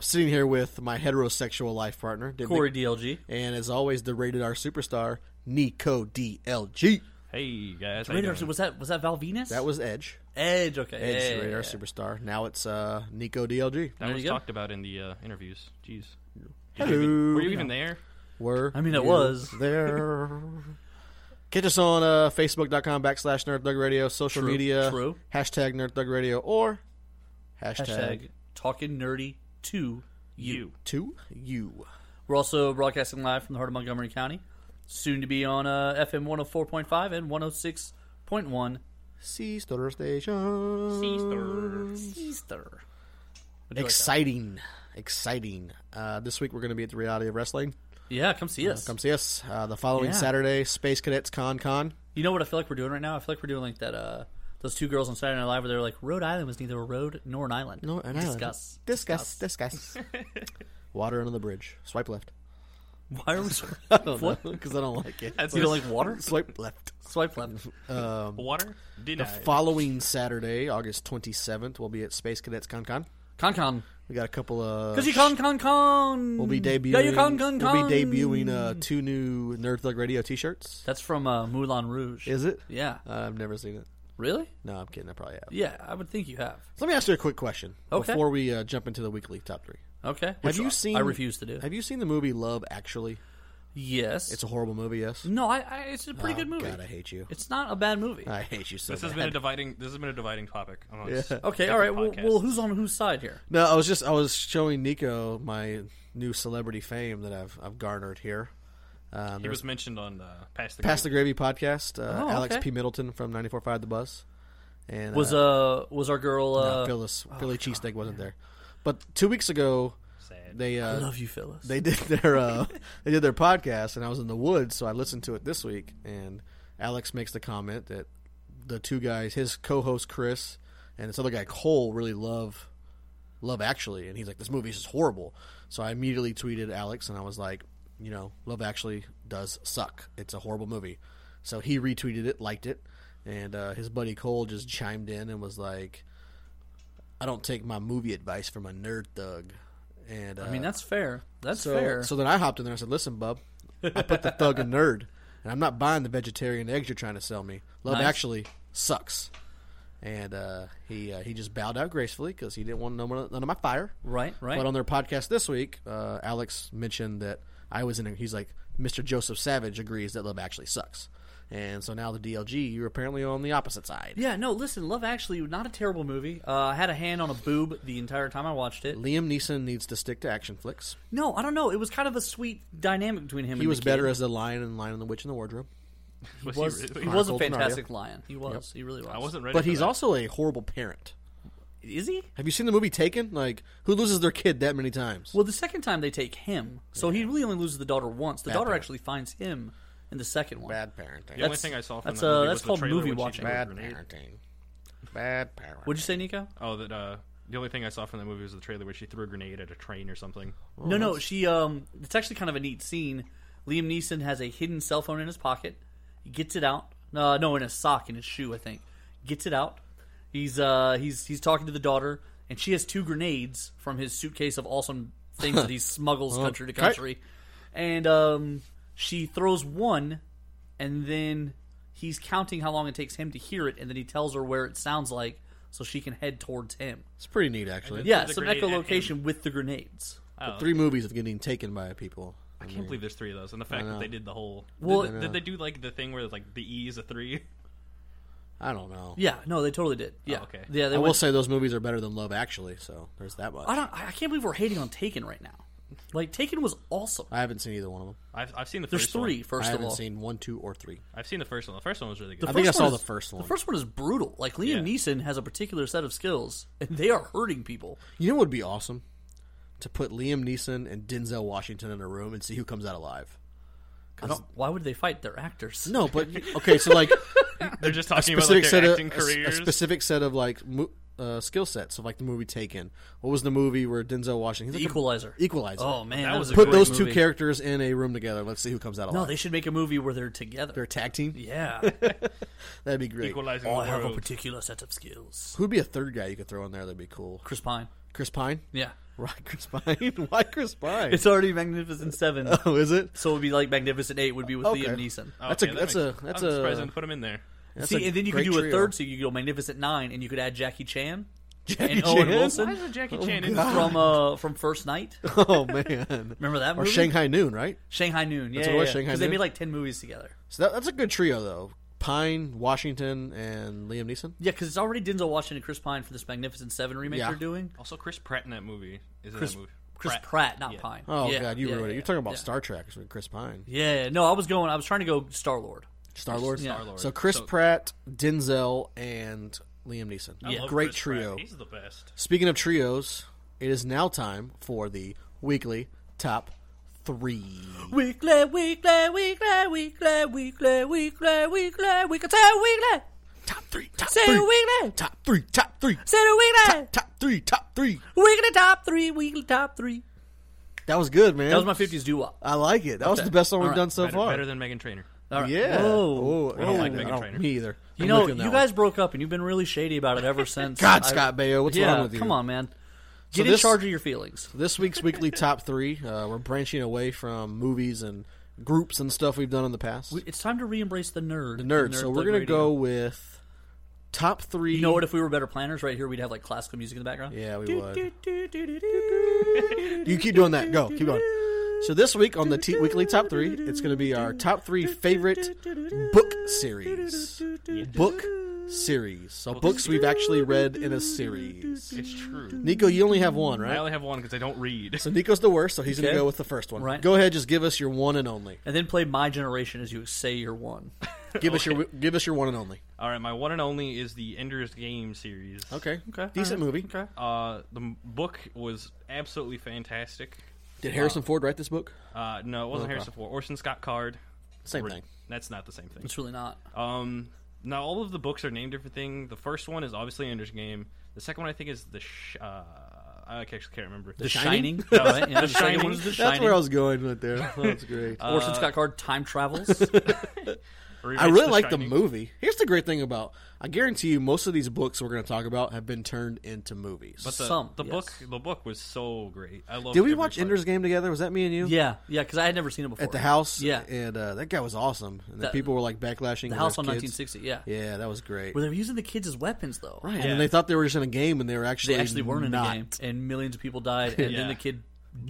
Sitting here with my heterosexual life partner, Didn't Corey make- DLG. and as always, the rated R superstar, Nico DLG. hey guys, how you Radar, doing? was that was that Val Venus? That was Edge. Edge. Okay, Edge, yeah, the rated yeah, R yeah. superstar. Now it's uh, Nico DLG. that There was you go. talked about in the uh, interviews. Jeez, Hello. were you even there? Were I mean, it you was. there. Catch us on uh, Facebook.com backslash Nerd Thug Radio, social True, media, true. hashtag Nerd Thug Radio, or hashtag, Hashtag talking nerdy to you. to you. We're also broadcasting live from the heart of Montgomery County. Soon to be on uh, FM 104.5 and 106.1 Seaster Station. Easter. Exciting. Exciting. Uh, this week we're going to be at the Reality of Wrestling. Uh, Yeah, come see us. Come see us uh, the following Yeah. Saturday, Space Cadets Con Con. You know what I feel like we're doing right now? I feel like we're doing like that. Uh, those two girls on Saturday Night Live where they're like, Rhode Island was neither a road nor an island. No, an island. Discuss. Discuss. Discuss. Water under the bridge. Swipe left. Why are we? so- what? Because I don't like it. You don't like water? Swipe left. Swipe left. Um, Water? Did The I? following Saturday, August 27th, we'll be at Space Cadets Con Con. Con con. We got a couple of. Cause you con con con. We'll be debuting. Yeah, you con con con. We'll be debuting uh, two new Nerd Thug Radio T-shirts. That's from uh, Moulin Rouge. Is Uh, it? Yeah. I've never seen it. Really? No, I'm kidding. I probably have. Yeah, I would think you have. So let me ask you a quick question Okay. before we uh, jump into the weekly top three. Okay. Have you I- seen- I refuse to do. Have you seen the movie Love Actually? yes. It's a horrible movie. Yes. no, I, I. It's a pretty Oh, good movie. God, I Uh, hate you. It's not a bad movie. I hate you so This much. has been a dividing. This has been a dividing topic. amongst Yeah. okay. All right. different Well, podcasts. well, who's on whose side here? No, I was just I was showing Nico my new celebrity fame that I've I've garnered here. Um, he there's was mentioned on uh, past the Past the Gate. Gravy podcast. Uh, Oh, Alex okay. P. Middleton from 94.5 The Buzz. And Was uh, uh was our girl? no, Uh, Phyllis Philly cheesesteak wasn't there, but two weeks ago Sad. they uh, I love you, Phyllis. they did their uh, they did their podcast, and I was in the woods, so I listened to it this week. And Alex makes the comment that the two guys, his co-host Chris and this other guy Cole, really love Love Actually, and he's like, "This movie is just horrible." So I immediately tweeted Alex, and I was like, "You know, Love Actually does suck. It's a horrible movie." So he retweeted it, liked it, and uh, his buddy Cole just chimed in and was like. I don't take my movie advice from a nerd thug, and uh, I mean, that's fair. That's so, fair. so then I hopped in there and I said, "Listen, bub, I put the thug and nerd, and I'm not buying the vegetarian eggs you're trying to sell me. Love Nice. Actually sucks." And uh, he uh, he just bowed out gracefully because he didn't want no one, none of my fire. right. Right. But um, on their podcast this week, uh, Alex mentioned that I was in. a- He's like, "Mr. Joseph Savage agrees that Love Actually sucks," And so now the DLG, you're apparently on the opposite side. Yeah, no, listen, Love Actually, not a terrible movie. Uh, I had a hand on a boob the entire time I watched it. Liam Neeson needs to stick to action flicks. No, I don't know. It was kind of a sweet dynamic between him and He was the better kid. as the lion and lion and the witch in the wardrobe. He was, he was a fantastic lion. He was. He really was. I wasn't ready. But for he's that. also a horrible parent. Is he? Have you seen the movie Taken? Like, who loses their kid that many times? Well, the second time they take him, so he really only loses the daughter once. The Bad daughter parent. actually finds him in the second one. Bad parenting. The only thing I saw from that's that uh, movie that's was the called trailer movie when she watching. threw Bad a grenade. parenting. Bad parenting. What'd you say, Nico? Oh, that uh, the only thing I saw from that movie was the trailer where she threw a grenade at a train or something. No, no. She. Um, it's actually kind of a neat scene. Liam Neeson has a hidden cell phone in his pocket. He gets it out. Uh, no, in a sock in his shoe, I think. Gets it out. He's uh, he's he's talking to the daughter, and she has two grenades from his suitcase of awesome things that he smuggles country to Okay. country. And um, she throws one, and then he's counting how long it takes him to hear it, and then he tells her where it sounds like, so she can head towards him. It's pretty neat, actually. Yeah, the some grenade at him. echolocation with the grenades. Three movies of getting taken by people. I can't believe there's three of those, and the fact that they did the whole. Well- did, did they do like the thing where like the E is a three? I don't know. Yeah, no, they totally did. Yeah, Oh, okay. Yeah, they I will went- say those movies are better than Love Actually, so there's that much. I don't. I can't believe we're hating on Taken right now. Like Taken was awesome. I haven't seen either one of them. I've, I've seen the There's first three, One. first I of haven't all. seen one, two, or three. I've seen the first one. The first one was really The good. I think first I saw one the is- first one. The first one is brutal. Like Liam Yeah. Neeson has a particular set of skills, and they are hurting people. You know what would be awesome? To put Liam Neeson and Denzel Washington in a room and see who comes out alive. I don't. Why would they fight their actors? No, but okay, so like They're just a talking about specific like, their set of acting a s- a, careers. specific set of like mo- uh, skill sets of like the movie Taken. What was the movie where Denzel Washington? The Equalizer. Equalizer. Oh man, That that, was was a a Put great those two movie. characters in a room together. Let's see who comes out alive. No, they should make a movie where they're together. They're a tag team. yeah, That'd be great. Equalizing oh, the I have a world. particular set of skills. Who'd be a third guy you could throw in there? That'd be cool. Chris Pine. Chris Pine. Yeah, Why Chris Pine? Why Chris Pine? it's already Magnificent Seven, oh, is it? so it would be like Magnificent Eight would be with Okay. Liam Neeson. Oh, that's a- okay, that that's makes- a- that's I'm a- surprised they didn't put him in there. That's See, a and then you could great do a trio. third, so you could go Magnificent Nine, and you could add Jackie Chan Jackie and Owen Chan? Why Wilson is it Jackie Chan in from uh, from First Night. Oh man. Remember that or movie? Shanghai Noon, right? Shanghai Noon. Yeah, what it was, yeah, Shanghai because they Noon? made like ten movies together. So that, that's a good trio though. Pine, Washington, and Liam Neeson. Yeah, because it's already Denzel Washington and Chris Pine for this Magnificent Seven remake Yeah. they're doing. Also, Chris Pratt in that movie is Chris- in that movie. Chris Pratt, not yeah. Pine. Oh yeah, god, you yeah, ruined it. yeah, You're talking about yeah. Star Trek with Chris Pine. Yeah, no, I was going. I was trying to go Star Lord. Star Lord. Yeah. Star-Lord. So Chris So- Pratt, Denzel, and Liam Neeson. I love Great Chris Pratt. trio. He's the best. Speaking of trios, it is now time for the weekly top three. Weekly, weekly, weekly, weekly, weekly, weekly, weekly, weekly, say weekly, Top three. Top say weekly, Top three. Top three. say weekly, Top three. Top three. weekly top three, weekly top three. That was good, man. That was my fifties doo wop. I like it. That was Okay. the best one All we've right. done so better, far. better than Megan Trainor. All right. Yeah. Oh. Whoa. I don't like Meghan Trainor. Me either. You I'm know, with on you that one. guys broke up, and you've been really shady about it ever since. God, I- Scott Baio, what's yeah, wrong with you? Come on, man. Get this- in charge of your feelings. This week's weekly top three. Uh, we're branching away from movies and groups and stuff we've done in the past. It's time to re-embrace the nerd. the nerds. so we're Thug gonna Radio. go with top three. You know what? If we were better planners, right here, we'd have like classical music in the background. Yeah, we would. You keep doing that. Go. Keep going. So this week on the t- weekly top three, it's going to be our top three favorite book series. Book series. So books we've actually read in a series. It's true. Nico, you only have one, I right? only have one because I don't read. So Nico's the worst, so he's going Okay. to go with the first one. Right. Go ahead, just give us your one and only. And then play My Generation as you say you're one. Give us your give us your one and only. All right, my one and only is the Ender's Game series. Okay. Okay, Decent all right, movie. Okay. Uh, the m- book was absolutely fantastic. Did Harrison Ford write this book? Uh, no, it wasn't Okay. Harrison Ford. Orson Scott Card. Same Re- thing. That's not the same thing. It's really not. Um, now all of the books are named different thing. The first one is obviously Ender's Game. The second one I think is the. Sh- uh, I actually can't remember. The Shining. No, right? Yeah, The the second Shining. one is The That's That's Shining. Uh, where I was going right there. That was great. Orson Uh, Scott Card time travels. I really like Shining. the movie. Here's the great thing about I guarantee you most of these books we're going to talk about have been turned into movies. But the, Some, the yes. book the book was so great. I love. Did we watch Ender's Game together? Was that me and you? yeah, yeah. Because I had never seen it before. At the house, Yeah. and uh, that guy was awesome. And then That- people were like backlashing. The house on on 1960. Yeah. Yeah, that was great. Where they were using the kids as weapons, though. Right, Yeah. and they thought they were just in a game, and they were actually They actually weren't in not. the game, and millions of people died. And Yeah. then the kid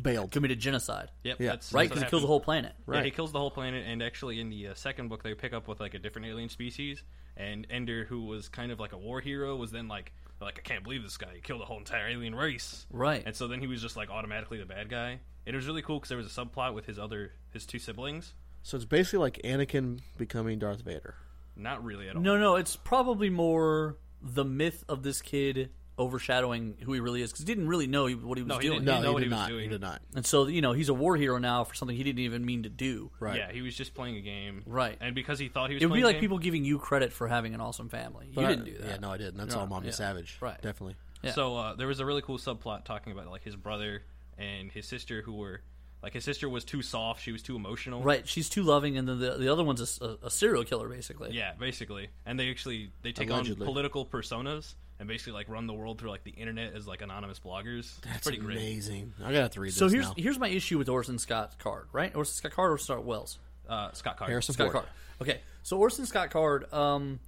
bailed. committed genocide. Yep, Yeah. that's- right. that's what Because it kills the happened. whole planet. Yeah, he kills the whole planet, and actually, in the uh, second book, they pick up with like a different alien species, and Ender, who was kind of like a war hero, was then like, like I can't believe this guy. He killed the whole entire alien race. Right. And so then he was just like automatically the bad guy. And it was really cool because there was a subplot with his other his two siblings. So it's basically like Anakin becoming Darth Vader. Not really at all. No, no, it's probably more the myth of this kid overshadowing who he really is because he didn't really know he- what he was No, he doing. didn't- he didn't No, know he what did he was not. doing. He did not. And so you know he's a war hero now for something he didn't even mean to do. Yeah, he was just playing a game. Right. And because he thought he was. It would be playing a like game- people giving you credit for having an awesome family. But you I- didn't do that. yeah, no, I didn't. That's all Mommy Savage. Right. Definitely. Yeah. So uh, there was a really cool subplot talking about like his brother and his sister who were like his sister was too soft, she was too emotional. Right. She's too loving, and then the the other one's a s- a, a serial killer basically. Yeah, basically. And they actually they take Allegedly. on political personas and basically like run the world through like the internet as like anonymous bloggers. That's it's pretty great. amazing. I gotta have to read So this here's now. here's my issue with Orson Scott Card, right? Orson Scott Card or Scott Wells? Uh, Scott Card. Harrison Scott Ford. Card. Okay, so Orson Scott Card, um,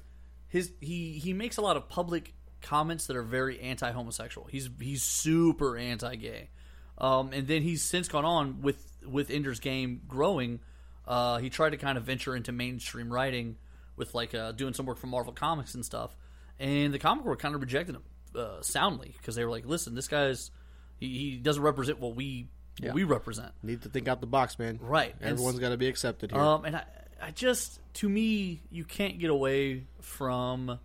his he he makes a lot of public comments that are very anti-homosexual. He's he's super anti-gay, um, and then he's since gone on with with Ender's Game growing. Uh, he tried to kind of venture into mainstream writing with like uh, doing some work for Marvel Comics and stuff, and the comic world kind of rejected him uh, soundly because they were like, "Listen, this guy's he, he doesn't represent what we what Yeah. we represent." Need to think out the box, man. Right. And Everyone's s- got to be accepted here. Um, and I, I just, to me, you can't get away from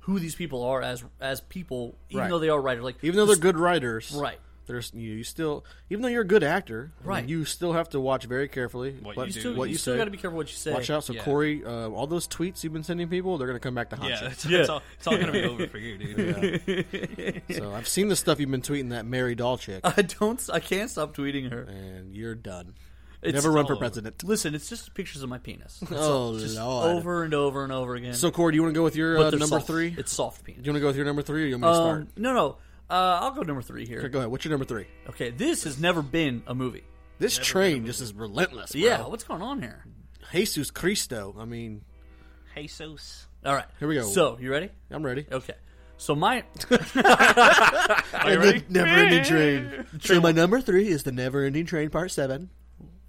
who these people are as as people, even Right. though they are writers. Like, even though they're good writers, Right. There's you, you still, even though you're a good actor, I mean, Right. You still have to watch very carefully what, you do. still- what you you, still say. gotta be careful what you say. Watch out. So Yeah. Corey, uh, all those tweets you've been sending people, they're gonna come back to haunt Yeah, you. it's, it's all, it's all gonna be over for you, dude. So I've seen the stuff you've been tweeting that Mary doll chick, I don't, I can't stop tweeting her. and you're done. It's Never run for all over. president. Listen, it's just pictures of my penis. That's Oh, all. just Lord. over and over and over again. So Corey, do you want to go with your But uh, they're number soft. three? It's soft Do penis. you want to go with your number three, or you want me to start? Um, no, no. Uh, I'll go number three here. Okay, go ahead. What's your number three? Okay, this has never been a movie. This train just is relentless. Bro. Yeah, what's going on here? Jesus Cristo. I mean, Jesus. All right, Here we go. So, you ready? I'm ready. Okay. So my And the never-ending train. So my number three is the never-ending train, part seven.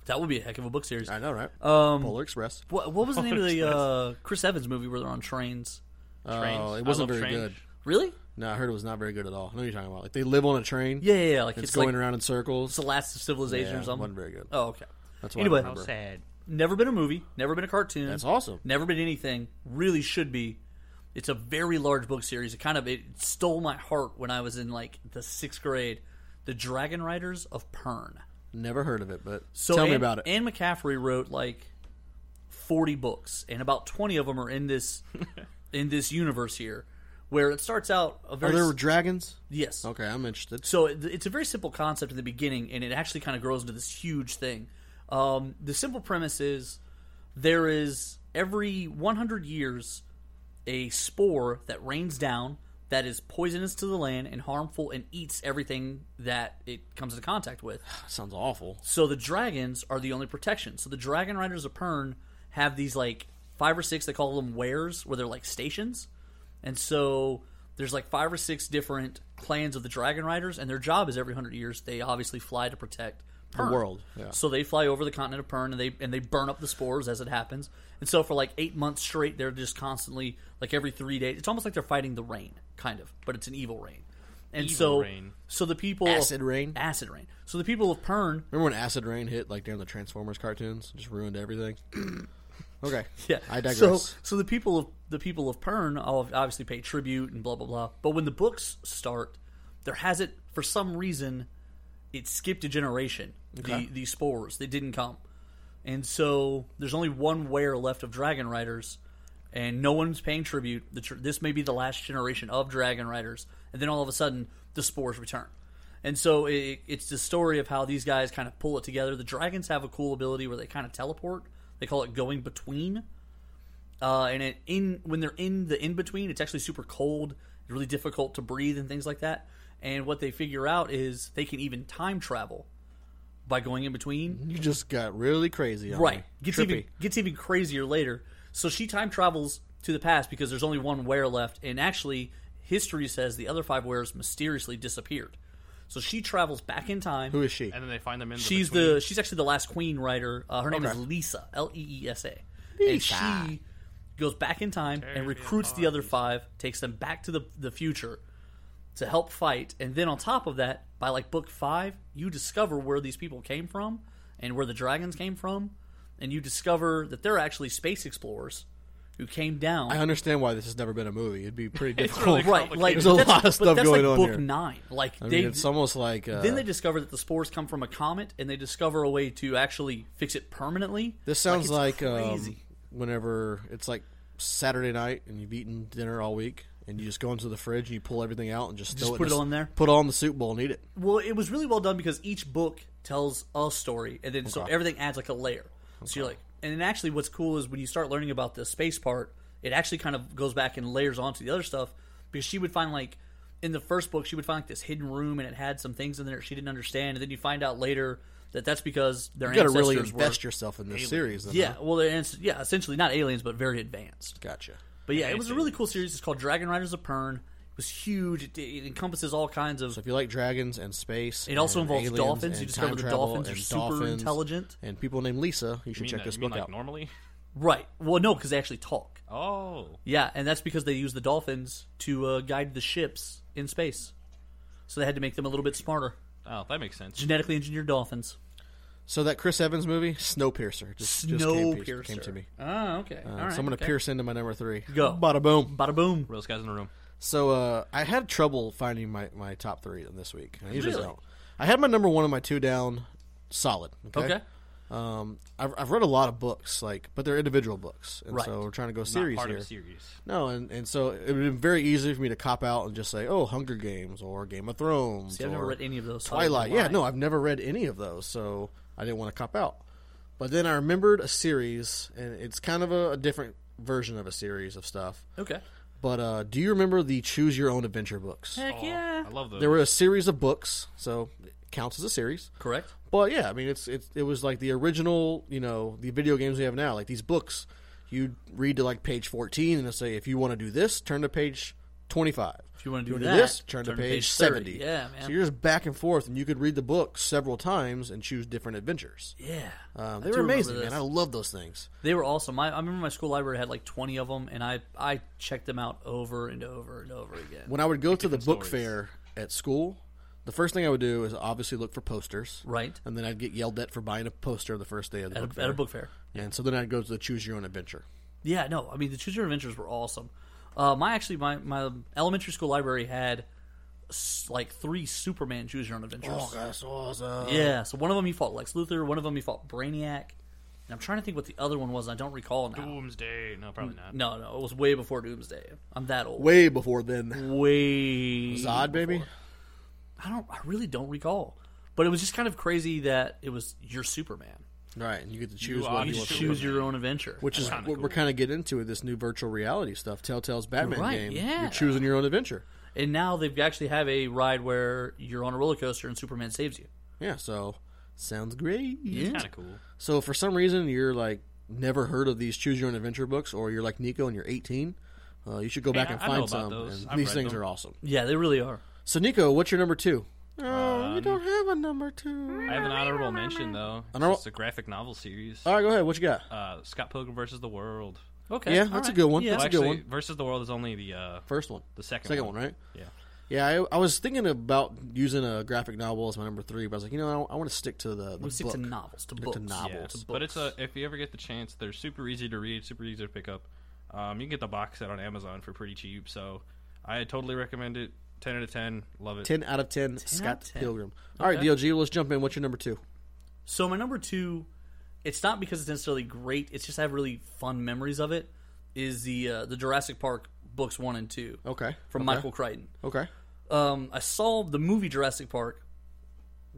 that would be a heck of a book series. I know, right? Um, Polar Express. What, what was the name of the uh, Chris Evans movie where they're on trains? Trains. Oh, I it wasn't love very trains. good. Really? No, I heard it was not very good at all. I know what you're talking about. Like they live on a train. Yeah, yeah, yeah. Like it's, it's, going like, around in circles. It's the last of civilization Yeah, or something. wasn't very good. Oh, okay. That's what I anyway, remember. Sad. never been a movie, never been a cartoon. That's awesome. Never been anything. Really should be. It's a very large book series. It kind of it stole my heart when I was in like the sixth grade. The Dragon Riders of Pern. Never heard of it, but So tell Anne, me about it. Anne McCaffrey wrote like forty books, and about twenty of them are in this in this universe here, where it starts out a Are very there dragons? yes. Oh, Okay, I'm interested. So it, it's a very simple concept in the beginning, and it actually kind of grows into this huge thing. Um, the simple premise is there is every 100 years a spore that rains down that is poisonous to the land and harmful and eats everything that it comes into contact with. Sounds awful. So the dragons are the only protection. So the dragon riders of Pern have these like five or six. They call them wares, where they're like stations. And so there's like five or six different clans of the dragon riders, and their job is every hundred years they obviously fly to protect The Pern. world, yeah. So they fly over the continent of Pern and they and they burn up the spores as it happens. And so for like eight months straight, they're just constantly like every three days. It's almost like they're fighting the rain, kind of, but it's an evil rain. And Evil so, rain. so the people Acid rain? acid rain. So the people of Pern Remember when acid rain hit like during the Transformers cartoons? Just ruined everything. okay. Yeah, I So, digress. so the people of the people of Pern ob- obviously pay tribute and blah blah blah. But when the books start, there hasn't for some reason it skipped a generation. The the spores they didn't come, and so there's only one wear left of Dragon Riders, and no one's paying tribute. The tr- this may be the last generation of Dragon Riders, and then all of a sudden the spores return. And so it, it's the story of how these guys kind of pull it together. The dragons have a cool ability where they kind of teleport. They call it going between uh, and it, in when they're in the in between, it's actually super cold, really difficult to breathe, and things like that. And what they figure out is they can even time travel by going in between. you just got really crazy. On Right, me. gets Mm-hmm. Trippy. even gets even crazier later. So she time travels to the past because there's only one wear left, and actually, history says the other five wares mysteriously disappeared. So she travels back in time. Who is she? And then they find them in. the She's between. the she's actually the last Queen writer. Uh, her name Okay. is Lisa L E E S A, and she goes back in time and recruits the other five, takes them back to the the future to help fight. And then on top of that, by like book five, you discover where these people came from and where the dragons came from, and you discover that they're actually space explorers who came down. I understand why this has never been a movie. It'd be pretty It's difficult, really Right, like, there's a that's- lot but of stuff that's going like on book here. nine. Like, I mean, they- it's almost like uh, then they discover that the spores come from a comet, and they discover a way to actually fix it permanently. This sounds it's like, um, crazy. whenever it's like Saturday night and you've eaten dinner all week and you just go into the fridge and you pull everything out and just, Just throw put in it this- on there? Put it on the soup bowl and eat it. Well, it was really well done because each book tells a story, and then so Okay. everything adds like a layer. So you're like, and then actually, what's cool is when you start learning about the space part, it actually kind of goes back and layers onto the other stuff because she would find like in the first book she would find like this hidden room and it had some things in there she didn't understand, and then you find out later that that's because their You got to ancestors really were invest yourself in this series. Then, yeah, huh? well, they're ans- yeah, essentially not aliens, but very advanced. Gotcha. But yeah, it was a really cool series. It's called Dragon Riders of Pern. It was huge. It, it encompasses all kinds of. So if you like dragons and space, It also and involves aliens dolphins. and You discover time the travel dolphins are and super dolphins intelligent. and people named Lisa. You You should mean check that- this you mean book like out. Normally, Right. Well, no, because they actually talk. oh, Yeah, and that's because they use the dolphins to uh, guide the ships in space. So they had to make them a little bit smarter. oh, that makes sense. Genetically engineered dolphins. So that Chris Evans movie, Snowpiercer, just, just came, Snowpiercer. came to me. Ah, okay. Uh, All right, so I'm gonna okay. pierce into my number three. Go. Bada boom. Bada boom. Real guys in the room. So uh, I had trouble finding my, my top three on this week. I usually Really? don't. I had my number one and my two down, solid. Okay. Okay. Um, I've, I've read a lot of books, like, but they're individual books, and Right. so we're trying to go series part of here. a series. No, and, and so it would have been very easy for me to cop out and just say, "Oh, Hunger Games" or "Game of Thrones." See, I've never or read any of those. so I don't know Twilight. Yeah, why. no, I've never read any of those, so I didn't want to cop out. But then I remembered a series, and it's kind of a, a different version of a series of stuff. Okay. But uh, do you remember the Choose Your Own Adventure books? Heck yeah. I love those. There were a series of books, so it counts as a series. Correct. But yeah, I mean, it's, it's it was like the original, you know, the video games we have now. Like these books, you read to like page fourteen, and it'll say if you want to do this, turn to page twenty-five. If you wanna do wanna that, this, turn, to page, 30. seventy. Yeah, man. So you're just back and forth, and you could read the book several times and choose different adventures. Yeah. Um, I they do were remember amazing, this. man. I love those things. They were awesome. I, I remember my school library had like 20 of them, and I, I checked them out over and over and over again. When I would go to the book stories. fair at school, the first thing I would do is obviously look for posters. Right. And then I'd get yelled at for buying a poster the first day of the At book a, fair. at a book fair. And so then I'd go to the Choose Your Own Adventure. Yeah, no, I mean, the Choose Your Own Adventures were awesome. Uh, my actually, my, my elementary school library had s- like three Superman Choose Your Own Adventures. Oh, that's awesome. Yeah, so one of them he fought Lex Luthor, one of them he fought Brainiac, and I'm trying to think what the other one was. I don't recall now. Doomsday. No, probably not. No, no, it was way before Doomsday. I'm that old. Way before then. way Zod, baby? I don't. I really don't recall. But it was just kind of crazy that it was your Superman. Right. And you get to choose are what You you want to choose your own adventure. Which is what we're kind of getting into with this new virtual reality stuff. Telltale's Batman Right, game. yeah. You're choosing your own adventure. and now they've actually have a ride where you're on a roller coaster and Superman saves you. Yeah, so sounds great. It's kind of cool. So if for some reason you're like never heard of these choose your own adventure books, or you're like Nico and you're 18, uh, you should go back I- and I know find about some. those. and I've these read things them. are awesome. Yeah, they really are. So Nico, what's your number two? Uh, Oh, you don't have a number two. I have an honorable mention though. It's Honorable- just a graphic novel series. All right, go ahead. What you got? Uh, Scott Pilgrim versus the World. Okay, yeah, all that's a right. good one. Yeah. That's Well, a good actually, one. Versus the World is only the uh, First one. the second Second one. one, right? Yeah. Yeah, I, I was thinking about using a graphic novel as my number three, but I was like, you know, I, I want to stick to the, the We stick book. to novels, to books, novels. to But it's a books. if you ever get the chance, they're super easy to read, super easy to pick up. Um, you can get the box set on Amazon for pretty cheap, so I totally recommend it. Ten out of ten, love it. 10 out of 10, Scott 10. Pilgrim. All right, Okay. DLG, let's jump in. What's your number two? So my number two, it's not because it's necessarily great. It's just I have really fun memories of it. Is the uh, the Jurassic Park books one and two Okay. from okay. Michael Crichton? Okay. um, I saw the movie Jurassic Park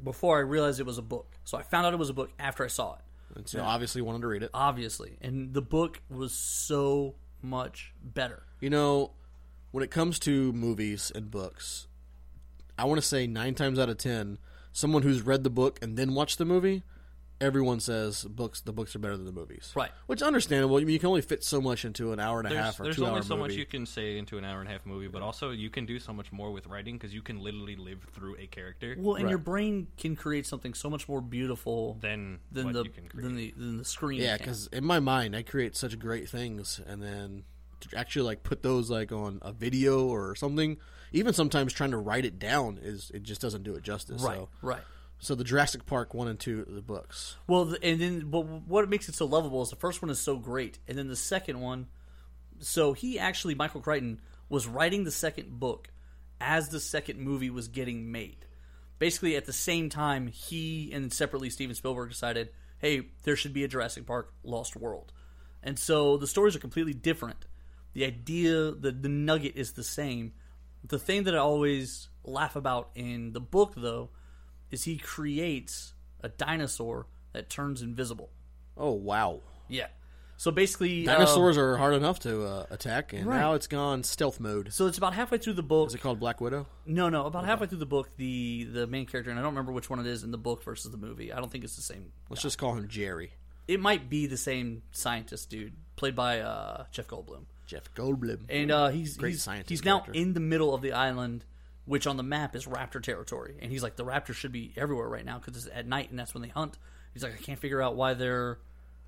before I realized it was a book. So I found out it was a book after I saw it, And so obviously wanted to read it. obviously. And the book was so much better. You know, when it comes to movies and books, I want to say nine times out of ten, someone who's read the book and then watched the movie everyone says books the books are better than the movies. Right. Which understandable. I mean, you can only fit so much into an hour and a there's, half or there's two only hour so movie. much you can say into an hour and a half movie, but also you can do so much more with writing because you can literally live through a character. Well, and your brain can create something so much more beautiful Than than what the you can than the than the screen. yeah, can. because in my mind, I create such great things, and then to actually like put those like on a video or something. Even sometimes trying to write it down is it just doesn't do it justice. Right, So. right. So the Jurassic Park one and two the books. Well, th- and then but what makes it so lovable is the first one is so great, and then the second one. So he actually, Michael Crichton, was writing the second book as the second movie was getting made. Basically, at the same time, he and separately Steven Spielberg decided, hey, there should be a Jurassic Park Lost World, and so the stories are completely different. The idea, the the nugget is the same. The thing that I always laugh about in the book, though, is he creates a dinosaur that turns invisible. Oh wow! Yeah. So basically, um, Dinosaurs are hard enough to uh, attack, and Right. now it's gone stealth mode. so it's about halfway through the book. Is it called Black Widow? No, no. About halfway through the book, the the main character, and I don't remember which one it is in the book versus the movie. I don't think it's the same. Let's just call him Jerry. It might be the same scientist dude played by uh, Jeff Goldblum, Jeff Goldblum. and uh, he's Great he's, scientist he's now character. in the middle of the island, which on the map is raptor territory, and he's like, the raptors should be everywhere right now because it's at night and that's when they hunt. He's like, I can't figure out why they're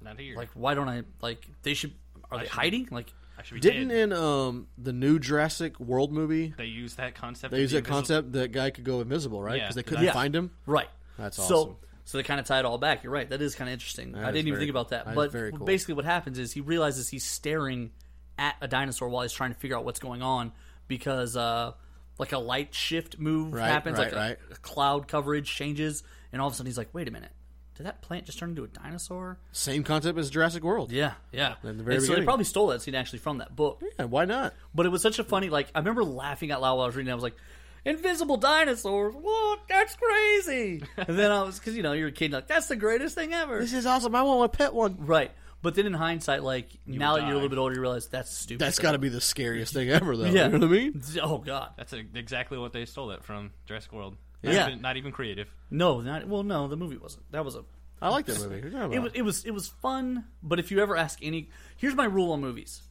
Not here. like, why don't I like they should are they hiding like. I should be Didn't dead. in um the new Jurassic World movie They use that concept. they of use the that invisible- concept that guy could go invisible, right? Yeah, Because they did couldn't I- find him. Right. That's awesome. So, so they kind of tie it all back. You're right. That is kind of interesting. I is didn't even very think cool. about that. That is but very cool. basically, what happens is he realizes he's staring at a dinosaur while he's trying to figure out what's going on because, uh, like a light shift move Right, happens, right, like a, right. a cloud coverage changes, and all of a sudden he's like, "Wait a minute, did that plant just turn into a dinosaur?" Same concept as Jurassic World. Yeah, yeah. At the very and so they beginning. probably stole that scene actually from that book. Yeah, why not? But it was such a funny like I remember laughing out loud while I was reading. it. I was like, "Invisible dinosaurs! What? That's crazy!" and then I was because you know you're a kid like that's the greatest thing ever, This is awesome. I want to pet one. right? But then in hindsight, like now that you're a die. little bit older, you realize that's stupid. That's got to be the scariest thing ever, though. Yeah. You know what I mean? Oh God, That's e-, exactly what they stole it from Jurassic World. Not Yeah. even, not even creative. no, not well. No, the movie wasn't. That was a I like that movie. What are you talking about? it was it was it was fun. But if you ever ask any, here's my rule on movies: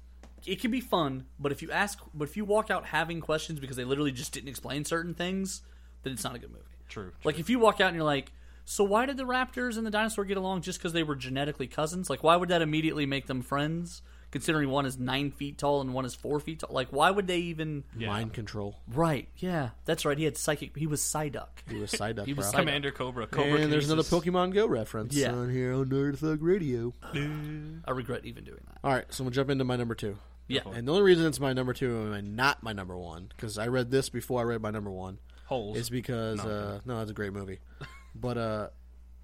it can be fun, but if you ask, but if you walk out having questions because they literally just didn't explain certain things, then it's not a good movie. True. Like if you walk out and you're like, so why did the raptors and the dinosaur get along just because they were genetically cousins? Like why would that immediately make them friends? Considering one is nine feet tall and one is four feet tall, like why would they even? Mind control. Right? Yeah, that's right. He had psychic. He was Psyduck. He was Psyduck. He was bro. Psyduck. Commander Cobra. Cobra And there's another Kinesis. Pokemon Go reference Yeah. on here on Nerd Thug Radio. I regret even doing that. All right, so I'm gonna jump into my number two. Yeah. And the only reason it's my number two and my- not my number one because I read this before I read my number one Holes. is because uh, no, it's a great movie, but uh,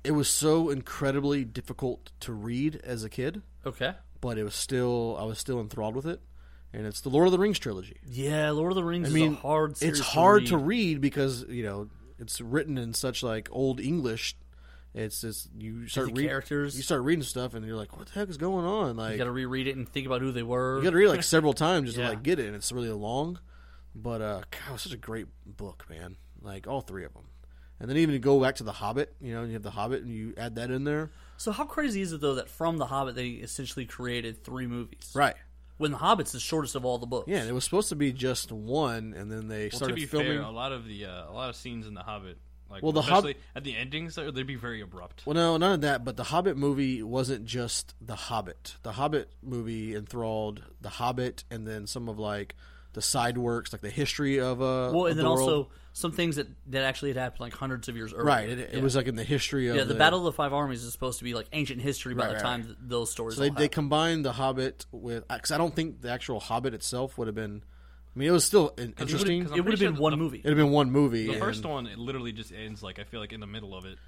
it was so incredibly difficult to read as a kid, Okay. but it was still I was still enthralled with it, and it's the Lord of the Rings trilogy. Yeah, Lord of the Rings I mean, is a hard. series it's hard to to read. read because you know it's written in such like old English. It's just you start the reading characters. You start reading stuff, and you're like, "What the heck is going on?" Like, You got to reread it and think about who they were. you got to read it, like several times just Yeah. to like get it, and it's really long. But uh, God, it's such a great book, man. Like all three of them, and then even to go back to the Hobbit, you know, you have the Hobbit, and you add that in there, so how crazy is it though that from the Hobbit they essentially created three movies? right? When the Hobbit's the shortest of all the books. Yeah, and it was supposed to be just one, and then they Well, to started be filming. fair, a lot of the uh, a lot of scenes in The Hobbit, like Well, well, the the Hob- especially at the endings, they'd they'd be very abrupt. Well, no, none of that. But the Hobbit movie wasn't just the Hobbit. The Hobbit movie enthralled the Hobbit, and then some of like the side works, like the history of uh. Well, of and then the world. also some things that that actually had happened like hundreds of years earlier. right, it, it yeah. was like in the history of yeah. The Battle of the Five Armies is supposed to be like ancient history by Right, the right, time th those stories. So they, all they happened. combined the Hobbit with because I don't think the actual Hobbit itself would have been. I mean, it was still an it would've- interesting. 'cause It I'm it would have pretty been sure one the- movie. would have been one movie. The and first one, it literally just ends like I feel like in the middle of it.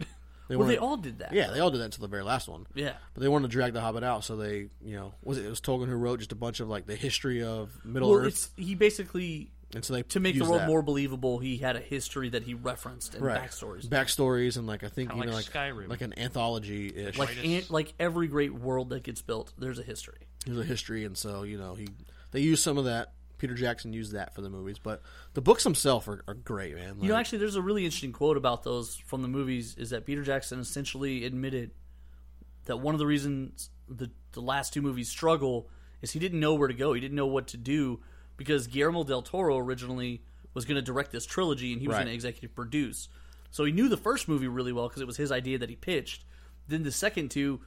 well, wanted- they all did that. Yeah, they all did that until the very last one. Yeah. But they wanted to drag the Hobbit out, so they, you know, was it, it was Tolkien who wrote just a bunch of like the history of Middle Well, Earth, it's he basically and so they to make the used world that. more believable. He had a history that he referenced and backstories. backstories, and like I think Kinda you know, like like Skyrim. like an anthology ish. like an, like every great world that gets built, there's a history. there's a history, and so you know he they used some of that. Peter Jackson used that for the movies, but the books themselves are, are great, man. Like, You know, actually, there's a really interesting quote about those from the movies. Is that Peter Jackson essentially admitted that one of the reasons the, the last two movies struggle is he didn't know where to go. He didn't know what to do because Guillermo del Toro originally was going to direct this trilogy and he was Right. going to executive produce. So he knew the first movie really well because it was his idea that he pitched. Then the second two,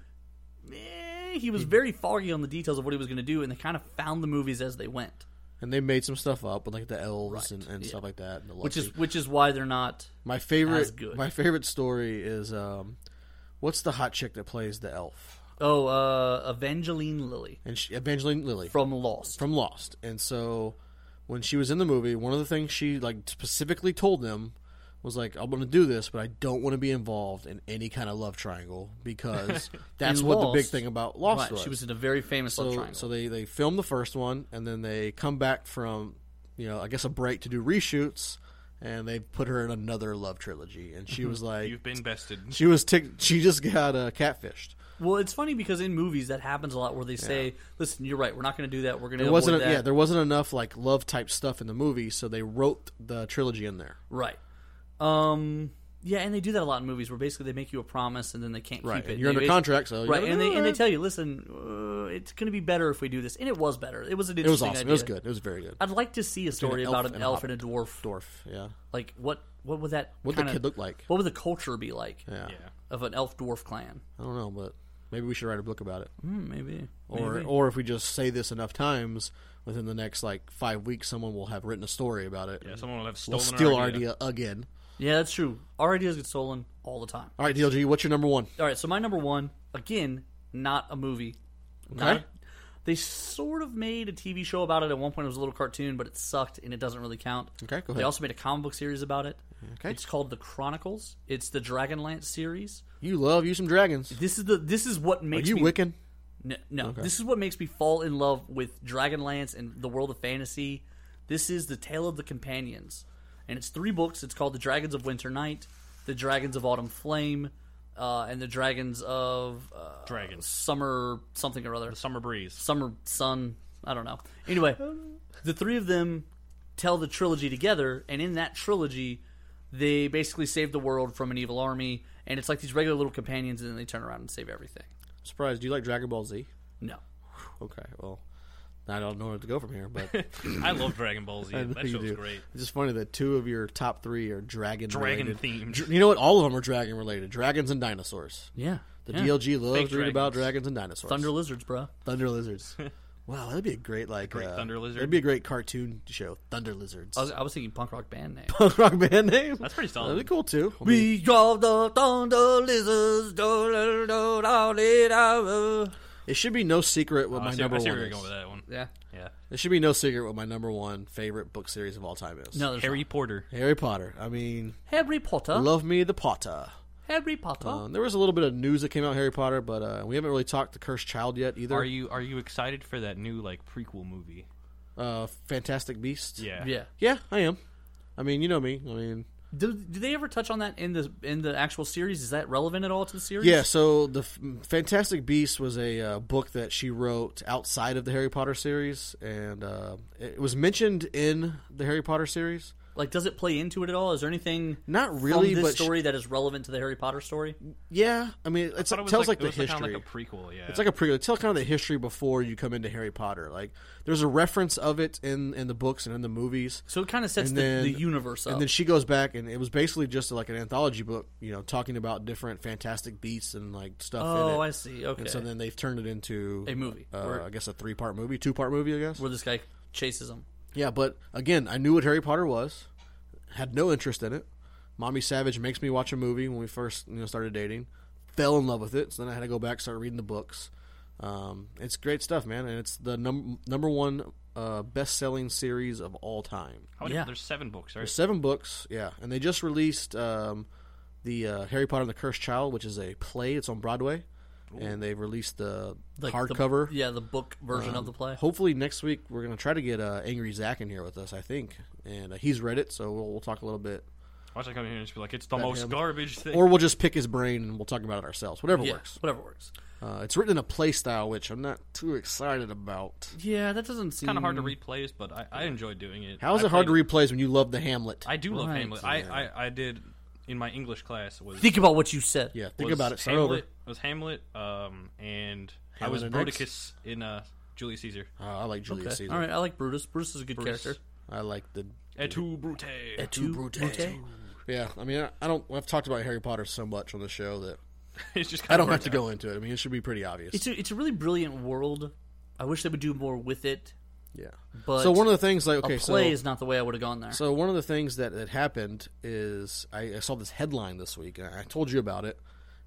eh, he was very foggy on the details of what he was going to do, and they kind of found the movies as they went. And they made some stuff up with like the elves and, and yeah. stuff like that. and the Which is- Lucky. which is why they're not my favorite. as good. My favorite story is um, what's the hot chick that plays the elf? Oh, uh, Evangeline Lilly. And she, Evangeline Lilly from Lost. From Lost. And so when she was in the movie, one of the things she like specifically told them was like, "I'm going to do this, but I don't want to be involved in any kind of love triangle because that's In what the big Lost. thing about Lost Right, was." she was in a very famous so, love triangle. So they they filmed the first one, and then they come back from you know I guess a break to do reshoots. And they put her in another love trilogy, and she was like, You've been bested. She was tick. She just got uh, catfished. Well, it's funny because in movies that happens a lot where they say, "Listen, you're right. We're not going to do that. We're going to There avoid wasn't, that." yeah, there wasn't enough like love type stuff in the movie, so they wrote the trilogy in there. right. Um. Yeah, and they do that a lot in movies where basically they make you a promise and then they can't Right, keep it. and you're They under basi- contract, so you right, gotta and do they and they it. tell you, listen, uh, it's going to be better if we do this, and it was better. It was an It was interesting awesome. It idea. was good. It was very good. I'd like to see a Between story an about elf an and a elf and a dwarf. Dwarf, yeah. Like what? What would that? What'd the kinda- kid look like? What would the culture be like? Yeah. Yeah. Of an elf dwarf clan. I don't know, but maybe we should write a book about it. Mm, maybe. Hmm, Or Maybe. or if we just say this enough times, within the next like five weeks, someone will have written a story about it. Yeah, someone will have We'll stolen our steal our idea. idea again. Yeah, that's true. Our ideas get stolen all the time. All right, DLG, what's your number one? All right, so my number one, again, not a movie. Okay. Not- they sort of made a TV show about it at one point. It was a little cartoon, but it sucked and it doesn't really count. Okay, go They ahead. also made a comic book series about it. Okay. It's called The Chronicles. It's the Dragonlance series. You love you some dragons. This is the this is what makes you me, Wiccan? No, no. Okay. this is what makes me fall in love with Dragonlance and the world of fantasy. This is the Tale of the Companions, and it's three books. It's called The Dragons of Winter Night, The Dragons of Autumn Flame, uh, and The Dragons of uh, Dragons Summer something or other. summer breeze, summer sun. I don't know. Anyway, the three of them tell the trilogy together, and in that trilogy, they basically save the world from an evil army, and it's like these regular little companions, and then they turn around and save everything. Surprise! Do you like Dragon Ball Z? No. Okay. Well, I don't know where to go from here, but I love Dragon Ball Z. I know That you show's do. great. It's just funny that two of your top three are dragon Dragon related. themed. Dr- You know what? All of them are dragon related. Dragons and dinosaurs. Yeah, The yeah. DLG loves Fake reading about dragons. dragons and dinosaurs. Thunder lizards, bro. Thunder lizards. wow, that'd be a great like great uh, thunder lizard. That'd be a great cartoon show. Thunder lizards. I was, I was thinking punk rock band name. Punk rock band name. That's pretty solid. That'd be cool too. I mean, We are the thunder lizards. do- do- do- do- do- do- do. it should be no secret what Oh, I my see- I number see where one you're is. going with that one. Yeah. Yeah. It should be no secret what my number one favorite book series of all time is. No, there's Harry not. Potter. Harry Potter. I mean, Harry Potter. Love me the Potter. Harry Potter. Um, there was a little bit of news that came out with Harry Potter, but uh, we haven't really talked to Cursed Child yet either. Are you are you excited for that new like prequel movie? Uh, Fantastic Beast. Yeah. Yeah. Yeah, I am. I mean, you know me. I mean, Do, do they ever touch on that in the in the actual series? Is that relevant at all to the series? yeah. So the F- Fantastic Beast was a uh, book that she wrote outside of the Harry Potter series, and uh, it was mentioned in the Harry Potter series. Like, does it play into it at all? Is there anything Not really, from this but sh- story that is relevant to the Harry Potter story? Yeah, I mean, it's, it thought it was tells like, like- the it was like history. kinda like a prequel, yeah. It's like a prequel. It tells kind of the history before you come into Harry Potter. Like, there's a reference of it in in the books and in the movies. So it kinda sets And the- the universe up. And then she goes back, and it was basically just like an anthology book, you know, talking about different fantastic beasts and like stuff. in Oh, it. I see. Okay. And so then they've turned it into A movie, Uh, or- I guess a three part movie, two part movie, I guess. Where this guy chases him. Yeah, but again, I knew what Harry Potter was, had no interest in it. Mommy Savage makes me watch a movie when we first you know started dating, fell in love with it. So then I had to go back, start reading the books. Um, it's great stuff, man, and it's the num- number one uh, best selling series of all time. How many, yeah. There's seven books, right? There's seven books, yeah, and they just released um, the uh, Harry Potter and the Cursed Child, which is a play. It's on Broadway, and they've released the Like the- hardcover. Um, yeah, the book version of the play. Hopefully next week we're gonna try to get uh, Angry Zach in here with us. I think, and uh, he's read it, so we'll, we'll talk a little bit. Watch I come in here and just be like, it's the about most him. garbage thing. Or we'll just pick his brain and we'll talk about it ourselves. Whatever Yeah, works. whatever works. Uh, it's written in a play style, which I'm not too excited about. Yeah, that doesn't It's kind of hard to seem- read plays, but I, I enjoy doing it. Mm. How is I it hard to played- replays when you love the Hamlet? I do love Right. Hamlet. I, I I did in my English class was Think about what you said. Yeah, think was about it. Start Hamlet over. It was Hamlet, um, and I Hamlet was and Brodicus in uh, Julius Caesar. Uh, I like Julius Okay. Caesar. All right, I like Brutus. Brutus is a good Brutus. character. I like the Et tu, Brute. Et tu, Brute. Yeah, I mean, I- I don't. I've talked about Harry Potter so much on the show that it's just I don't have to go into it. I mean, it should be pretty obvious. It's a, it's a really brilliant world. I wish they would do more with it. yeah. But so one of the things, like, okay, a play so is not the way I would have gone there. So one of the things that, that happened is I, I saw this headline this week, and I told you about it.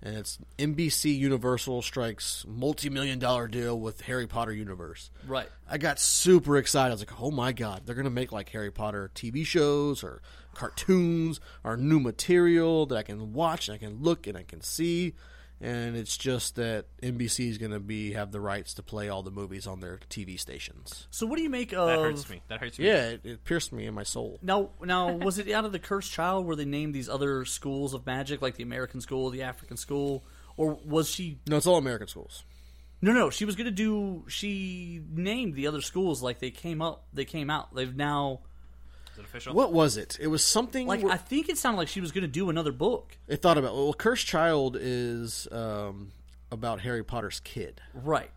And it's NBC Universal strikes multi-million dollar deal with Harry Potter universe. right. I got super excited. I was like, "Oh my god, they're gonna make like Harry Potter TV shows or cartoons or new material that I can watch and I can look and I can see." And it's just that NBC is gonna be have the rights to play all the movies on their TV stations. So what do you make of That hurts me. That hurts me. Yeah, it, it pierced me in my soul. Now, now, was it out of the Cursed Child where they named these other schools of magic, like the American School, the African School, or was she? No, it's all American schools. No, no, she was going to do. She named the other schools like they came up. They came out. They've now. Is it official? What was it? It was something. Like where- I think it sounded like she was going to do another book. I thought about. Well, Cursed Child is um, about Harry Potter's kid. Right.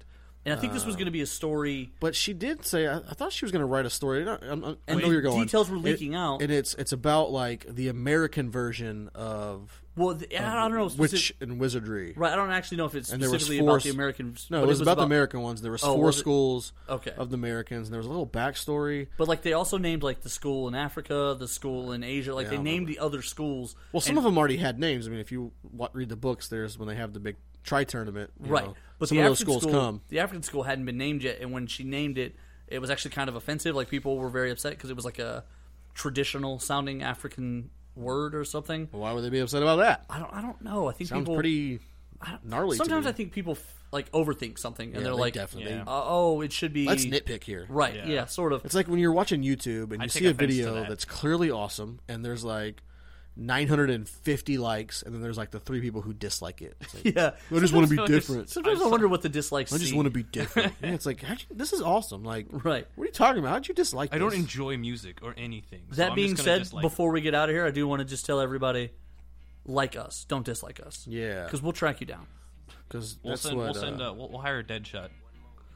And I think this was Uh. going to be a story. But she did say I, I thought she was going to write a story. I, I'm- I'm- I And know where you're going. details were It- leaking out. and it's it's about like the American version of Well, the, I don't know. witch specific- and wizardry. right. I don't actually know if it's Uh, And there was specifically four about the s- American. No, but it was, about, the American ones. There was four Oh, was it- schools Okay. of the Americans, and there was a little backstory. But like they also named like the school in Africa, the school in Asia. Like Yeah, I they don't named the other schools. Well, some and- of them already had names. I mean, if you wa- read the books, there's when they have the big tri tournament. right? some the of those African schools school, come. The African school hadn't been named yet, and when she named it, it was actually kind of offensive. Like people were very upset because it was like a traditional sounding African word or something. Why would they be upset about that? I don't. I don't know. I think Sounds people pretty I don't- gnarly to Sometimes me. I think people f- like overthink something, and Yeah, they're they like, definitely- uh, "Oh, it should be." Let's nitpick here. Right? Yeah. sort of. It's like when you're watching YouTube and you I see take a offense to video that. that's clearly awesome, and there's like 950 likes, and then there's like the three people who dislike it. It's like, yeah. I just want to be Sometimes- different. Sometimes I, wonder what the dislikes. I just see. want to be different. Yeah, it's like how'd you, this is awesome. Like, Right. What are you talking about? How'd you dislike? I don't this? enjoy music or anything. so That I'm being just gonna said, dislike it. before we get out of here, I do want to just tell everybody, like us, don't dislike us. Yeah, Because we'll track you down. because we'll that's send, what we'll, send uh, uh, we'll, we'll hire a Deadshot.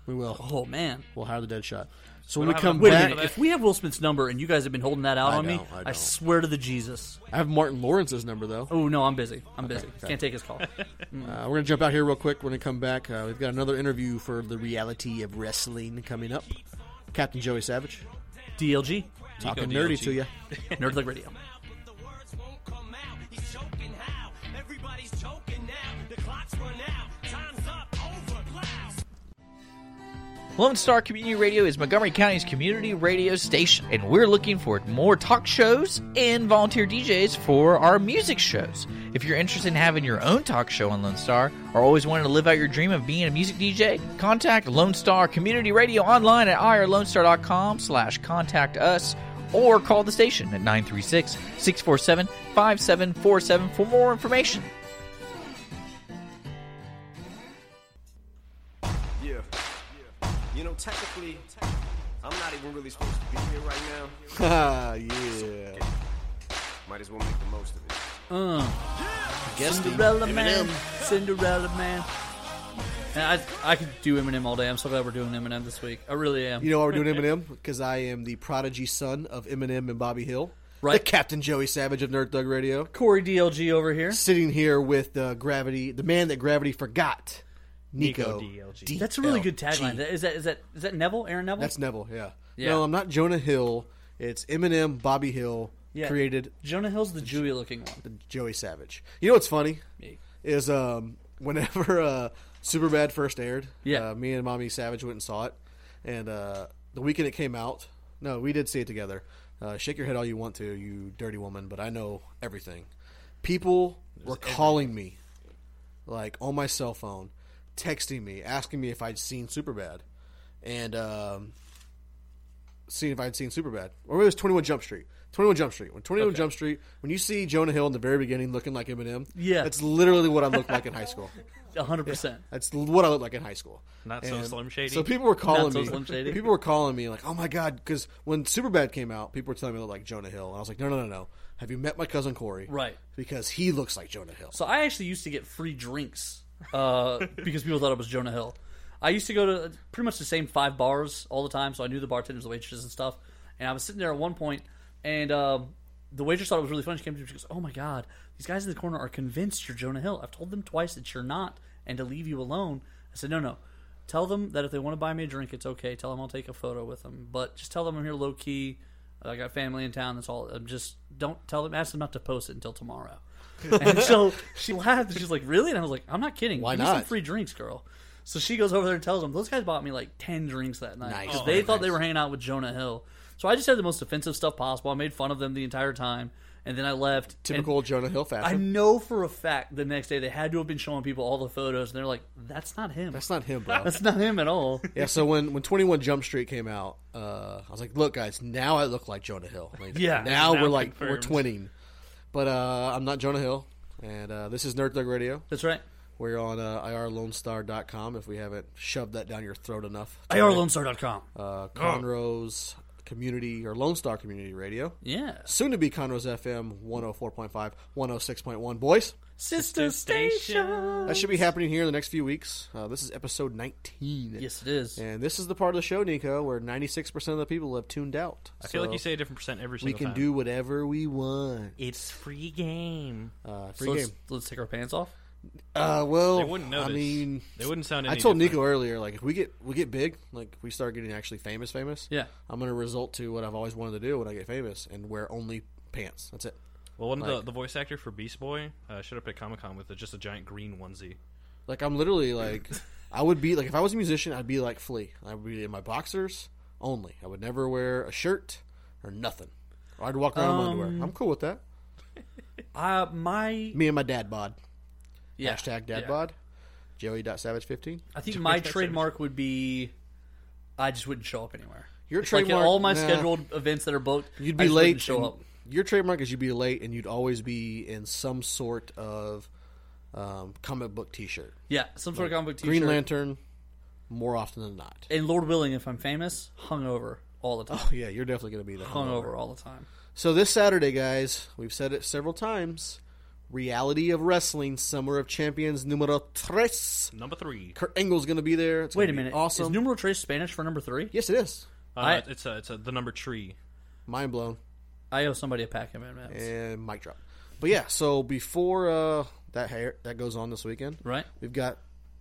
we will. Oh man. We'll hire the dead shot. So when we don't have come enough Wait back, a minute. If we have Will Smith's number and you guys have been holding that out I on me, don't, I I, don't. swear to the Jesus. I have Martin Lawrence's number though. Oh no, I'm busy. I'm busy. okay. Can't take his call. Uh, we're gonna jump out here real quick. We're gonna come back. Uh, we've got another interview for the reality of wrestling coming up. Captain Joey Savage DLG, talking Nico nerdy DLG. to you. Nerd Thug Radio. But the words won't come out. He's choking how? Everybody's choking now. The clock's run out. Time's up. Over. Loud. Lone Star Community Radio is Montgomery County's community radio station, and we're looking for more talk shows and volunteer DJs for our music shows. If you're interested in having your own talk show on Lone Star or always wanting to live out your dream of being a music DJ, contact Lone Star Community Radio online at irlonestar.com slash contact us or call the station at 936-647-5747 for more information. Yeah. You know, technically, I'm not even really supposed to be here right now. Ah, yeah. Might as well make the most of it. Cinderella Man. Cinderella Man. And I I could do Eminem all day. I'm so glad we're doing Eminem this week. I really am. You know why we're doing Eminem? Because I am the prodigy son of Eminem and Bobby Hill. Right. The Captain Joey Savage of Nerd Thug Radio. Corey DLG over here. Sitting here with the gravity, the man that gravity forgot, Nico. DLG. That's a really good tagline. Is that is that is that Neville? Aaron Neville? That's Neville, yeah. Yeah. No, I'm not Jonah Hill. It's Eminem, Bobby Hill, Yeah. created Jonah Hill's the Jewy looking one. Joey Savage. You know what's funny? Me. Is um, whenever uh, Superbad first aired, Yeah. uh, me and Mommy Savage went and saw it. And uh, the weekend it came out, no, we did see it together. Uh, shake your head all you want to, you dirty woman, but I know everything. People were calling me, like on my cell phone, texting me, asking me if I'd seen Superbad. And um, seen if I'd seen Superbad, or it was Twenty One Jump Street. Twenty One Jump Street. When Twenty One Jump Street, when you see Jonah Hill in the very beginning looking like Eminem, Yeah. that's literally what I looked like in high school. hundred percent. That's l- what I looked like in high school. Not so Slim Shady. So people were calling Not so me. Slim Shady. People were calling me like, "Oh my god!" Because when Superbad came out, people were telling me I looked like Jonah Hill, and I was like, "No, no, no, no. Have you met my cousin Corey? Right. Because he looks like Jonah Hill." So I actually used to get free drinks uh, because people thought it was Jonah Hill. I used to go to pretty much the same five bars all the time, so I knew the bartenders, the waitresses, and stuff. And I was sitting there at one point, and um, the waitress thought it was really funny. She came to me, she goes, "Oh my god, these guys in the corner are convinced you're Jonah Hill. I've told them twice that you're not, and to leave you alone." I said, "No, no." Tell them that if they want to buy me a drink, it's okay. Tell them I'll take a photo with them, but just tell them I'm here low key. I got family in town. That's all. I'm just don't tell them. Ask them not to post it until tomorrow. and so she laughed. and She's like, "Really?" And I was like, "I'm not kidding. Why Give me some not? free drinks, girl." So she goes over there and tells them, "Those guys bought me like ten drinks that night Nice. 'cause Oh, they very thought they were hanging out with Jonah Hill." So I just said the most offensive stuff possible. I made fun of them the entire time, and then I left. Typical And Jonah Hill I fashion. know for a fact the next day they had to have been showing people all the photos, and they're like, "That's not him. That's not him, bro. That's not him at all." yeah, so when, when 21 Jump Street came out, uh, I was like, look, guys, now I look like Jonah Hill. Like, Yeah, Now, now we're like, we're confirmed. twinning. But uh, I'm not Jonah Hill, and uh, this is Nerd Thug Radio. That's right. We're on uh, irlonestar.com if we haven't shoved that down your throat enough. IRLoneStar.com. Uh, Conroe's Community or Lone Star Community Radio. Yeah. Soon to be Conroe's FM 104.5, 106.1. Boys, Sister Station. that should be happening here in the next few weeks. Uh, this is episode 19. Yes, it is. And this is the part of the show, Nico, where 96% of the people have tuned out. I feel like you say a different percent every We single can time. do whatever we want. It's free game. Uh, So free let's, game. let's take our pants off. Uh, well, They wouldn't I notice. mean, They wouldn't sound I any told Nico earlier, like if we get we get big, like we start getting actually famous, famous. Yeah. I'm gonna result to what I've always wanted to do when I get famous and wear only pants. That's it. Well, one Like- of the, the voice actor for Beast Boy uh, showed up at Comic Con with a, just a giant green onesie. Like I'm literally like I would be like if I was a musician, I'd be like Flea. I would be in my boxers only. I would never wear a shirt or nothing. Or I'd walk around in my Um, underwear. I'm cool with that. Uh, my Me and my dad bod. Yeah. Hashtag dad Yeah. bod. Joey.savage15. I think my trademark would be I just wouldn't show up anywhere. Your It's like at trademark- all my nah. scheduled events that are booked, You'd I be just late. wouldn't Show and- up. Your trademark is you'd be late, and you'd always be in some sort of um, comic book T-shirt. Yeah, some sort of comic book Green t-shirt. Lantern, more often than not. And Lord willing, if I'm famous, hungover all the time. Oh yeah, you're definitely gonna be the hungover, hungover. all the time. So this Saturday, guys, we've said it several times. Reality of Wrestling Summer of Champions numero tres. Number three. Kurt Engle's gonna be there. It's Wait a gonna be minute, Awesome. is numeral trace Spanish for number three? yes, it is. Uh, I- it's a, it's a, the number tree. Mind blown. I owe somebody a pack of M&Ms. and mic drop. But yeah, so before uh, that hair that goes on this weekend, Right. We've got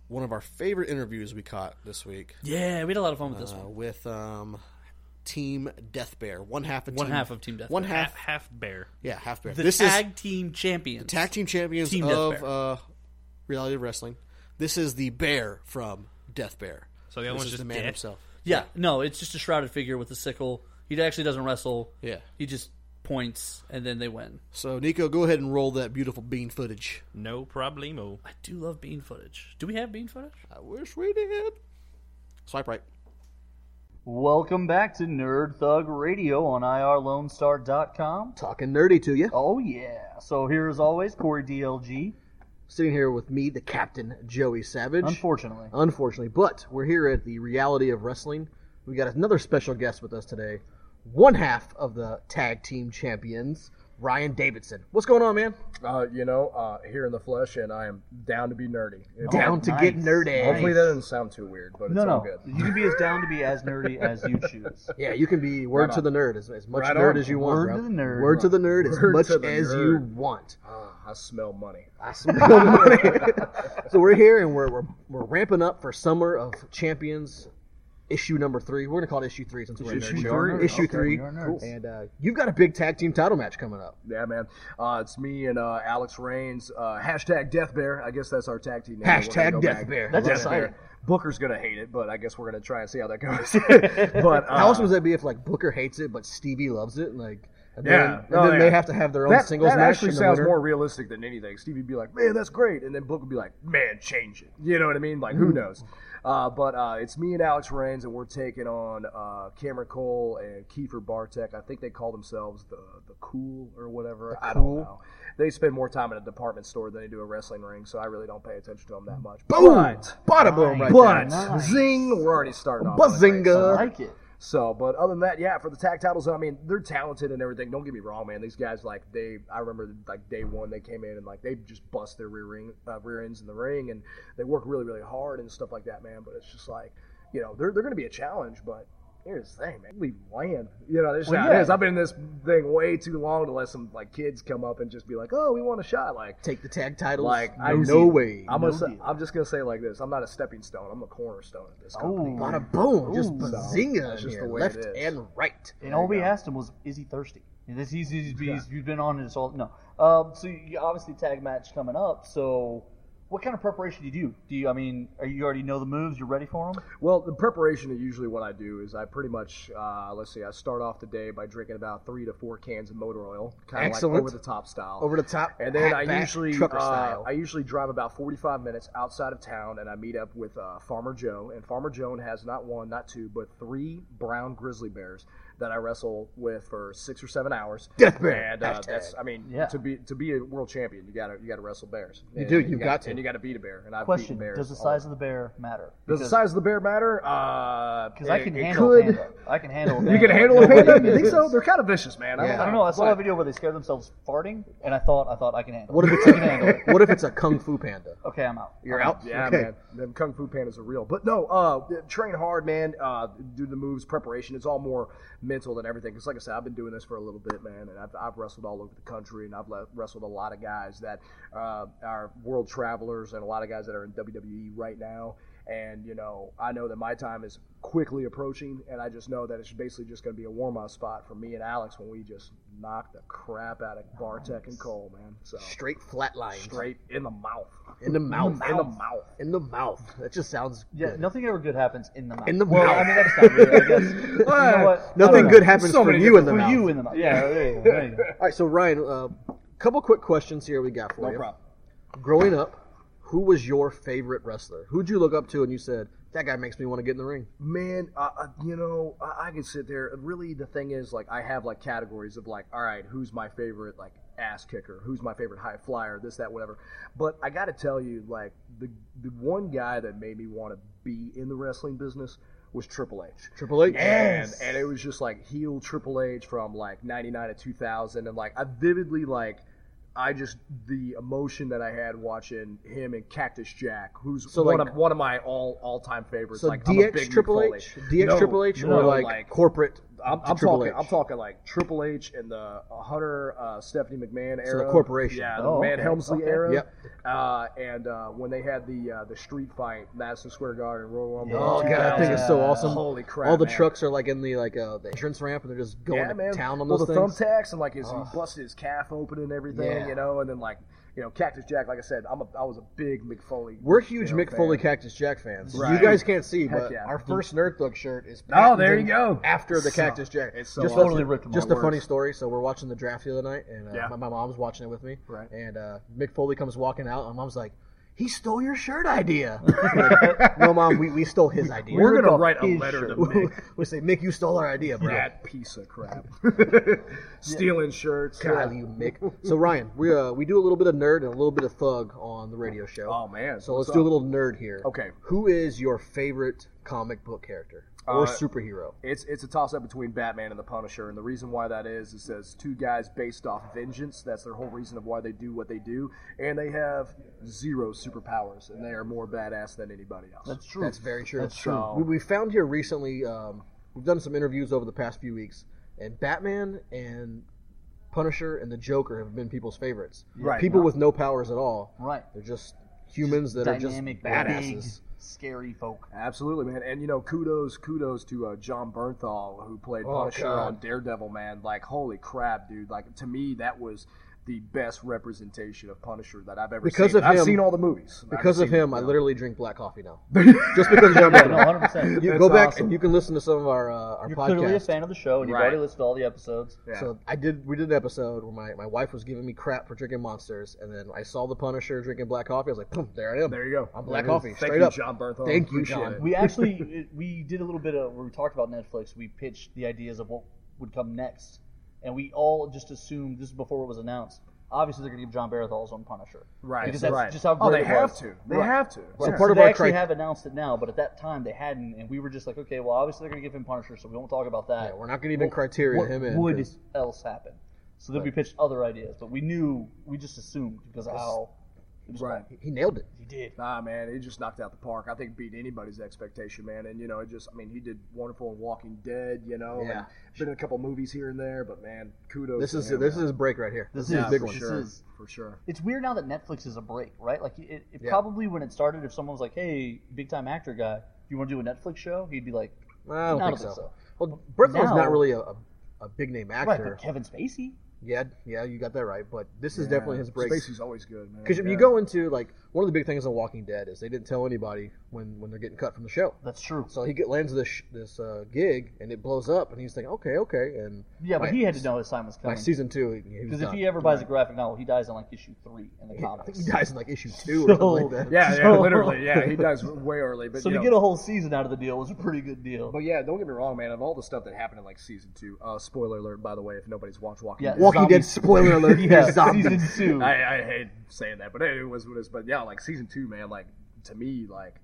one of our favorite interviews we caught this week. Yeah, we had a lot of fun with this uh, one. with um, Team Death Bear, one half of One team, half of Team Death one Bear. half, Ha- half bear. yeah, half bear. The this tag is team champions. the tag team champions Team Death of Bear. uh, reality of wrestling. This is the bear from Death Bear. So the other This one's is just the man death? himself. yeah, no, it's just a shrouded figure with a sickle. He actually doesn't wrestle. Yeah. He just points, and then they win. So Nico, go ahead and roll that beautiful bean footage. No problemo. I do love bean footage. Do we have bean footage? I wish we did. Swipe right. Welcome back to Nerd Thug Radio on IRLoneStar.com. Talking nerdy to you. Oh, yeah. So here, as always, Corey DLG. Sitting here with me, the captain, Joey Savage. Unfortunately. Unfortunately, but we're here at the reality of wrestling. We got another special guest with us today. One half of the tag team champions, Ryan Davidson. What's going on, man? Uh, you know, uh, here in the flesh, and I am down to be nerdy. It's Down all- to get Nice. nerdy. Hopefully, Nice. that doesn't sound too weird, but it's No, all no. good. You can be as down to be as nerdy as you choose. Yeah, you can be word Right to the on. nerd as, as much Right nerd on. as you want. Word bro. to the nerd. Word to the nerd Word as to much the as nerd. you want. Ah, I smell money. I smell money. so we're here and we're, we're we're ramping up for Summer of Champions issue number three. We're gonna call it issue three since we're a Issue nerd show. three. Issue Okay, three. we are nerds. And uh, you've got a big tag team title match coming up. Yeah, man. Uh, it's me and uh, Alex Reigns. Uh, hashtag Death Bear. I guess that's our tag team name. We're Hashtag gonna go Death back. Bear. That's Death exciting. Bear. Booker's gonna hate it, but I guess we're gonna try and see how that goes. but uh, How awesome would that be if like Booker hates it but Stevie loves it? and, Like and Yeah. then, and Oh, then yeah. they have to have their own that, singles that match. actually and the sounds winner- more realistic than anything. Stevie'd be like, "Man, that's great," and then Book would be like, "Man, change it." You know what I mean? Like, Mm-hmm. who knows? Uh, but uh, it's me and Alex Reigns, and we're taking on uh, Cameron Cole and Kiefer Bartek. I think they call themselves the the Cool or whatever. I don't Cool. know. They spend more time in a department store than they do a wrestling ring, so I really don't pay attention to them Mm. that much. Boom! But, Bada boom right but there. zing! We're already starting off. on a great Bazinga! start. like it. So, but other than that, yeah, for the tag titles, I mean, they're talented and everything. Don't get me wrong, man. These guys, like, they, I remember, like, day one, they came in and, like, they just bust their rear, ring, uh, rear ends in the ring and they work really, really hard and stuff like that, man. But it's just like, you know, they're, they're going to be a challenge, but here's the thing, man. We land. You know, this is Well, how it yeah. is. I've been in this thing way too long to let some, like, kids come up and just be like, oh, we want a shot. Like, Take the tag titles. like no, I was- no way. I'm no gonna say, deal. I'm just gonna say it like this. I'm not a stepping stone. I'm a cornerstone at this company. Oh. Ooh, bada boom, just Ooh. bazinga That's just in here, the way left it is. and right. And all we asked him was, is he thirsty? And this he's, he's, he's, you've been on this all no. Um, so you, obviously tag match coming up. So what kind of preparation do you do? Do you? I mean, are you already know the moves? You're ready for them? Well, the preparation is usually what I do is I pretty much uh, let's see, I start off the day by drinking about three to four cans of motor oil, kind of like Excellent. over the top style, Over the top, and then hat I back, usually trucker uh, style. I usually drive about 45 minutes outside of town, and I meet up with uh, Farmer Joe. And Farmer Joe has not one, not two, but three brown grizzly bears that I wrestle with for six or seven hours. Death bear, And uh, hashtag. that's I mean Yeah. to be to be a world champion, you gotta you gotta wrestle bears. You And do, you've got to. and you gotta beat a bear. And I've Question: beaten bears. Does the all size of the bear matter? does the size of the bear matter? uh, Because Because I can handle a panda. I can handle. A You can panda. handle a Nobody panda? can You think do so? this. They're kind of vicious, man. I don't I don't know. know. I saw But- a video where they scared themselves farting, and I thought, I thought I can handle. What if it. it's I can handle it. a, what if it's a kung fu panda? Okay, I'm out. You're out. Yeah, okay. man. Them kung fu pandas are real. But no, uh, train hard, man. Uh, do the moves, preparation. It's all more mental than everything. Because like I said, I've been doing this for a little bit, man, and I've, I've wrestled all over the country, and I've le- wrestled a lot of guys that uh, are world travelers, and a lot of guys that are in WWE right now. And you know, I know that my time is quickly approaching, and I just know that it's basically just going to be a warm up spot for me and Alex when we just knock the crap out of Bartek and Cole, man. So Straight flat lines. straight in the mouth, In the mouth. in the mouth. In the mouth. That just sounds Yeah, good. nothing ever good happens in the mouth. In the well, mouth. I mean, that's not good, I guess. You know what? I Nothing don't know. good happens from you in the for mouth. you in the mouth. Yeah, there you go. There you go. All right, so Ryan, a uh, couple quick questions here we got for No you. problem. Growing up, who was your favorite wrestler? Who'd you look up to and you said, that guy makes me want to get in the ring? Man, uh, uh, you know, I, I can sit there. Really, the thing is, like, I have like categories of like, all right, who's my favorite like ass kicker? Who's my favorite high flyer? This, that, whatever. But I got to tell you, like, the the one guy that made me want to be in the wrestling business was Triple H. Triple H? and Yes. and it was just like heel Triple H from like '99 to 2000, and like I vividly like. I just the emotion that I had watching him and Cactus Jack, who's So, one like- of one of my all all time favorites. So like, I'm a DX big Triple Foley. H? DX No, Triple H no, or like, corporate I'm, I'm Triple talking. H? I'm talking like Triple H and the Hunter uh, Stephanie McMahon So the era, corporation. yeah, the Oh, McMahon okay. Helmsley Okay. era, Yep. Uh, and uh, when they had the uh, the street fight, Madison Square Garden, Royal Rumble. Oh god, that thing is so 2000. awesome! Holy crap! All the man. trucks are like in the like uh, the entrance ramp, and they're just going to town on well, those the things. thumbtacks and like his, Ugh. he busted his calf open and everything, Yeah. you know, and then like you know Cactus Jack. Like I said, I'm a I was a big McFoley. We're huge you know, Mick Foley fan. Cactus Jack fans. Right. You guys can't see, Heck but yeah. our first Nerd Thug shirt is Oh, there you patented go. After the So- Cactus Jack, it's so just awesome. a- Totally ripped my Just a funny words. story. So we're watching the draft the other night, and uh, Yeah. my, my mom was watching it with me. Right. And uh, Mick Foley comes walking out, and my mom's like. He stole your shirt idea. We're like, no, mom, we, we stole his idea. We're gonna Stole write a his letter to shirt. we say, Mick, you stole our idea, bro. That piece of crap, stealing shirts. God, you Mick. So Ryan, we uh, we do a little bit of nerd and a little bit of thug on the radio show. Oh man! So let's what's do a up? little nerd here. Okay. Who is your favorite comic book character or Uh, superhero? It's it's a toss up between Batman and the Punisher, and the reason why that is is says two guys based off vengeance. That's their whole reason of why they do what they do, and they have zero superpowers, and they are more badass than anybody else. That's true. That's very true. That's true. We, we found here recently. Um, we've done some interviews over the past few weeks, and Batman and Punisher and the Joker have been people's favorites. Right. People with no powers at all. Right. They're just humans that Dynamic, are just badasses. big, scary folk. Absolutely, man. And you know, kudos, kudos to uh, John Bernthal who played Oh, Punisher God. on Daredevil, man. Like, holy crap, dude! Like to me, that was the best representation of Punisher that I've ever Because seen. of I've him- seen all the movies. Because I've of seen- him, I literally drink black coffee now. Just because of John Yeah, Bernthal. no, 100%. You That's go back awesome. and you can listen to some of our uh, our You're clearly a podcasts. fan of the show, and you've Right. already listened to all the episodes. Yeah. So I did. We did an episode where my, my wife was giving me crap for drinking monsters, and then I saw the Punisher drinking black coffee. I was like, boom, there I am. There you go. I'm black There it is. coffee. Thank straight you, up, John Bernthal. Thank you, Appreciate John. it. We actually it- we did a little bit of when we talked about Netflix. We pitched the ideas of what would come next, and we all just assumed this is before it was announced. obviously they're going to give John Barathal's on Punisher, Right, Because that's right. just how Oh, great they it have was. to. They have to. So Yeah. part of they our actually cri- have announced it now, but at that time they hadn't, and we were just like, okay, well, obviously they're going to give him Punisher, so we won't talk about that. Yeah, we're not gonna even criteria what him in, Would 'cause- else happen? So then we Right. pitched other ideas, but we knew we just assumed because of This- how Right. He nailed it. He did. Nah, man, he just knocked out the park. I think beat anybody's expectation, man. And you know, it just I mean, he did wonderful in Walking Dead, you know. Yeah. And been in a couple movies here and there, but man, kudos. This to is him, this man. is break right here. Yeah, a big for one. Sure, for sure. It's weird now that Netflix is a break, right? Like it, it Yeah. probably when it started, if someone was like, "Hey, big time actor guy, do you want to do a Netflix show?" He'd be like, I don't think so. Well, Bertha Berthel's not really a, a, a big name actor. Right, but Kevin Spacey. Yeah, yeah, you got that right. But this is Yeah. definitely his break. Spacey's always good, man. Because if you Yeah. go into like one of the big things on Walking Dead is they didn't tell anybody when, when they're getting cut from the show. That's true. So he get, lands this sh- this uh, gig and it blows up and he's thinking, okay, okay, and Yeah, but by- he had to know his time was By coming. season two, he, he was Because Hmm. if done. he ever buys a graphic novel, he dies in like issue three in the Yeah, I think comics. he dies in like issue two or something like that. Yeah, yeah, so- literally, yeah, he dies way early. But so you to know, get a whole season out of the deal was a pretty good deal. But yeah, don't get me wrong, man. Of all the stuff that happened in like season two, uh, spoiler alert, by the way, if nobody's watched Walking Yeah, Dead. Walking Dead, zombies. spoiler alert, Yeah, zombies. season two. I, I hate saying that, but it was what it is. But yeah, like season two, man. Like to me, like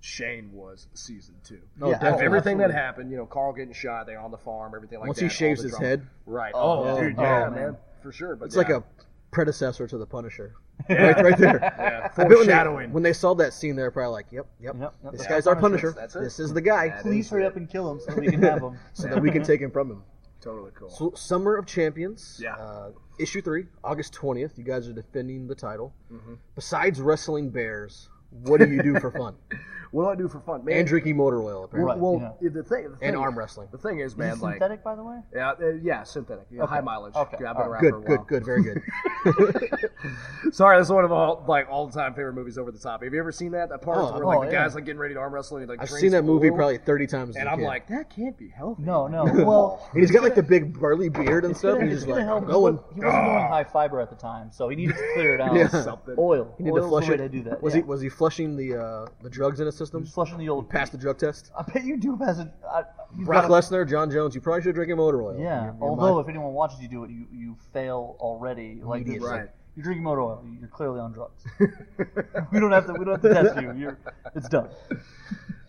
Shane was season two. Oh, Yeah, After everything that absolutely. happened, you know, Carl getting shot, they're on the farm, everything like Once that. he all shaves the his drama. head. right? Oh, Oh, yeah. dude, yeah, Oh, man. man. for sure. But it's like yeah. a predecessor to the Punisher. Yeah. Right, right there. Yeah. I bet when they, Foreshadowing. when they saw that scene, they were probably like, "Yep, yep, Yep, yep, this that's guy's our our Punisher. Punisher. That's it. This is the guy." Please hurry up and kill him so we can have him. so that we can take him from him. Totally cool. So, Summer of Champions, Yeah. uh, issue three, August twentieth. You guys are defending the title. Mhm. Besides wrestling bears, what do you do for fun? what do I do for fun, man? and drinking motor oil, Well, apparently. well, the thing, the thing And arm wrestling. The thing is, Is man, he like synthetic, by the way? yeah, uh, yeah, synthetic, yeah, Okay. high mileage. Okay. Yeah, I've been All around right. for a good, while. good, good, very good. Sorry, that's one of all like all time favorite movies. Over the top. Have you ever seen that? That part Oh, where like oh, the yeah. guy's like getting ready to arm wrestle. And, he, like I've drinks seen that movie oil, probably thirty times. as and a I'm kid. like, that can't be healthy. No, no. Well, and he's got like the big burly beard and it's stuff. gonna, and he's it's just gonna help. like, I'm He going. wa- He wasn't doing high fiber at the time, so he needed to clear it out. Yeah. Something. Oil. He needed Oil's to flush the way it. to do that. Was yeah. he was he flushing the uh, the drugs in his system? Just flushing the old Pass the drug test. I bet you do uh, pass it. I, he's Brock got Lesnar, John Jones. You probably should drink him motor oil. a, yeah. Your- your Although mind- if anyone watches you do it, you, you fail already. Like this, Immediately. like, you're drinking motor oil. You're clearly on drugs. we don't have to. We don't have to test you. You're, it's done.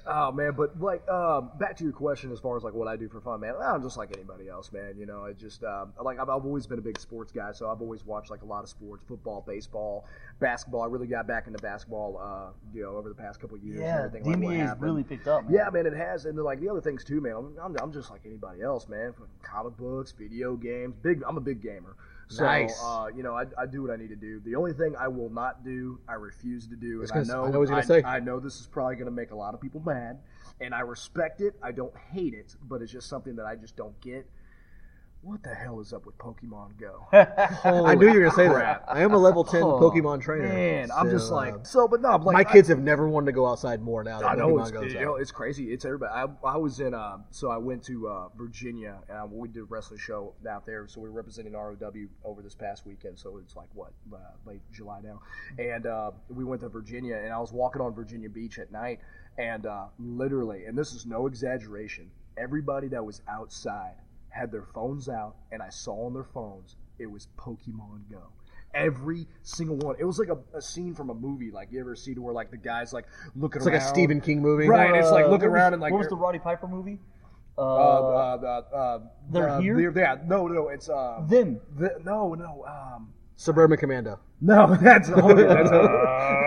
Oh man, but like um, back to your question as far as like what I do for fun, man. I'm just like anybody else, man. You know, I just um, like I've, I've always been a big sports guy, so I've always watched like a lot of sports, football, baseball, basketball. I really got back into basketball, uh, you know, over the past couple years. and Yeah, E the everything, like, what NBA has happened. really picked up. Man. Yeah, man, it has, and then, like the other things too, man. I'm, I'm, I'm just like anybody else, man. Fucking comic books, video games, big. I'm a big gamer. So, Nice. Uh, you know, I, I do what I need to do. The only thing I will not do, I refuse to do. was And I gonna s- know, I know what I, he's gonna say. I know this is probably going to make a lot of people mad, and I respect it. I don't hate it, but it's just something that I just don't get. What the hell is up with Pokemon Go? I knew you were gonna say that. crap. I am a level ten Oh, Pokemon trainer. Man, I'm just so, like uh, so, but no, I'm like my I- kids have never wanted to go outside more now. That I know Pokemon it's, goes you out. know, it's crazy. It's everybody. I, I was in, um, so I went to uh, Virginia and I, we did a wrestling show out there. So we were representing ROW over this past weekend. So it's like what uh, late July now, and uh, we went to Virginia and I was walking on Virginia Beach at night, and uh, literally, and this is no exaggeration, everybody that was outside had their phones out, and I saw on their phones it was Pokemon Go every single one. It was like a, a scene from a movie. Like you ever see to where like the guys like looking It's like around. a Stephen King movie. Right. It's like Uh, looking what was- around and like what was the they're- Roddy Piper movie? Uh, uh, uh, uh, uh, They're uh, here? yeah. No. No. It's uh. them. The, no. No. Um. Suburban Commando. No. That's. Oh, yeah, that's uh,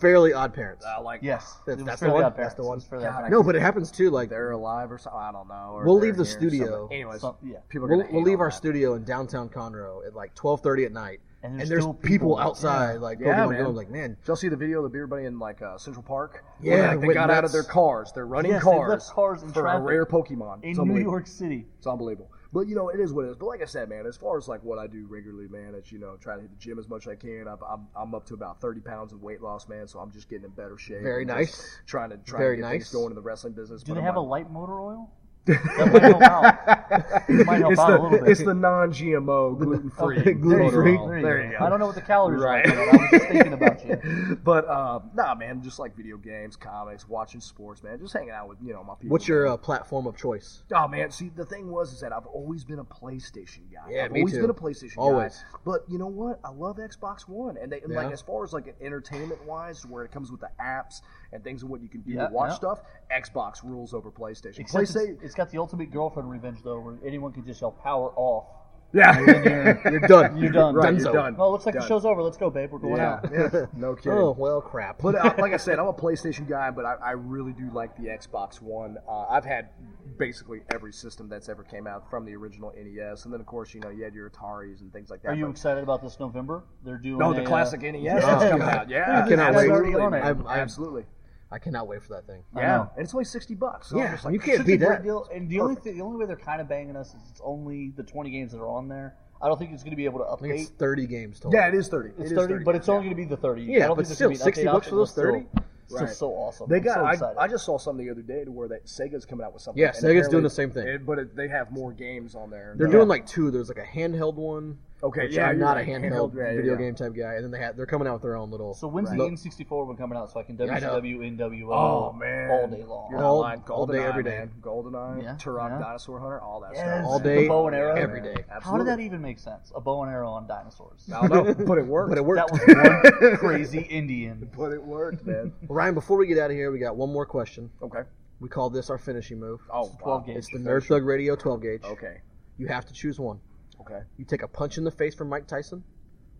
Fairly Odd Parents. like Yes, That's- It was that's for the one? Odd Parents. That's the one. It was for the Odd God, I Parents. no, but it happens too. Like they're alive or something. I don't know. or We'll they're leave here the or something. studio. Anyways, Some- yeah. people are we'll, gonna we'll hate leave on our that. studio in downtown Conroe at like twelve thirty at night, And and there's there's, still people, people out- outside like Yeah, Pokemon man. Go. I'm like, man, Did y'all see the video of the beer bunny in like uh, Central Park? Yeah, Where, like, went they got out nuts. of their cars. They're running Yes, they cars, left cars in for traffic a rare Pokemon It's in New unbelievable. York City. It's unbelievable. But you know, it is what it is. But like I said, man, as far as like what I do regularly, man, it's you know, try to hit the gym as much as I can. I'm, I'm, I'm up to about 30 pounds in weight loss, man. So I'm just getting in better shape. Very and just nice. Trying to try Very to get nice. things going in the wrestling business. Do but they I'm have a like- light motor oil? That might help out. It might help it's out the, a little bit. It's the non-GMO, gluten-free, Okay, there you go. gluten-free. There you There go. you go. I don't know what the calories are, right. but I was just thinking about you. But uh, nah, man, just like video games, comics, watching sports, man, just hanging out with you know my people. What's your man. uh, platform of choice? Oh man, see the thing was is that I've always been a PlayStation guy. Yeah, I've me always too. been a PlayStation Always. guy. But you know what? I love Xbox One, and they and like Yeah. as far as like an entertainment wise, where it comes with the apps and things and what you can do Yeah, to watch yeah. stuff. Xbox rules over PlayStation. Except it's- PlayStation. it's got the ultimate girlfriend revenge though, where anyone can just yell "power off." Yeah. And then you're, You're done. You're done. Right, you're Dunzo. done. Well, it looks like Done. the show's over. Let's go, babe. We're going Yeah, out. yeah. No kidding. Oh well, crap. But uh, like I said, I'm a PlayStation guy, but I, I really do like the Xbox One. Uh, I've had basically every system that's ever came out from the original NES, and then of course you know you had your Ataris and things like that. Are you but- excited about this November? They're doing No, Oh, the a, classic uh, NES that's coming out. Yeah, I cannot wait. absolutely, I'm- man. I'm- absolutely. I cannot wait for that thing. Yeah, and it's only sixty bucks. So I'm Yeah, just like, you can't such beat a that. great Deal, and the only th- the only way they're kind of banging us is it's only the 20 games that are on there. I don't think it's going to be able to I think update. it's 30 games total. Yeah, it is thirty. It's It is 30, but it's yeah. only going to be the 30. Yeah, I but don't think there's still, gonna be an 60 update bucks option, for those but still- 30? Still, so awesome. They I'm got. so excited. I, I just saw something the other day to where that Sega's coming out with something. Yeah, and Sega's doing apparently- the same thing. it- but it, they have more games on there. They're Yeah. doing like two. There's like a handheld one. Okay, which yeah, I'm you're not right. a handheld, Handheld, yeah, yeah, video yeah. game type guy. And then they have, they're coming out with their own little. so when's the Look, N64 one coming out so I can I know. WCW, NWO Oh man, all day long? You're All- all, lying. all day, GoldenEye, every day. man. Goldeneye, Yeah, Turok, yeah. Dinosaur Hunter, all that Yes, stuff. All the day, bow and arrow. every day. How did Absolutely. that even make sense? A bow and arrow on dinosaurs. I don't know, but it worked. But it worked. That was one crazy Indian. But it worked, man. Ryan, before we get out of here, we got one more question. Okay. We call this our finishing move. Oh, wow. 12 games. It's the Nerd Thug Radio 12 gauge. Okay. You have to choose one. Okay. You take a punch in the face from Mike Tyson,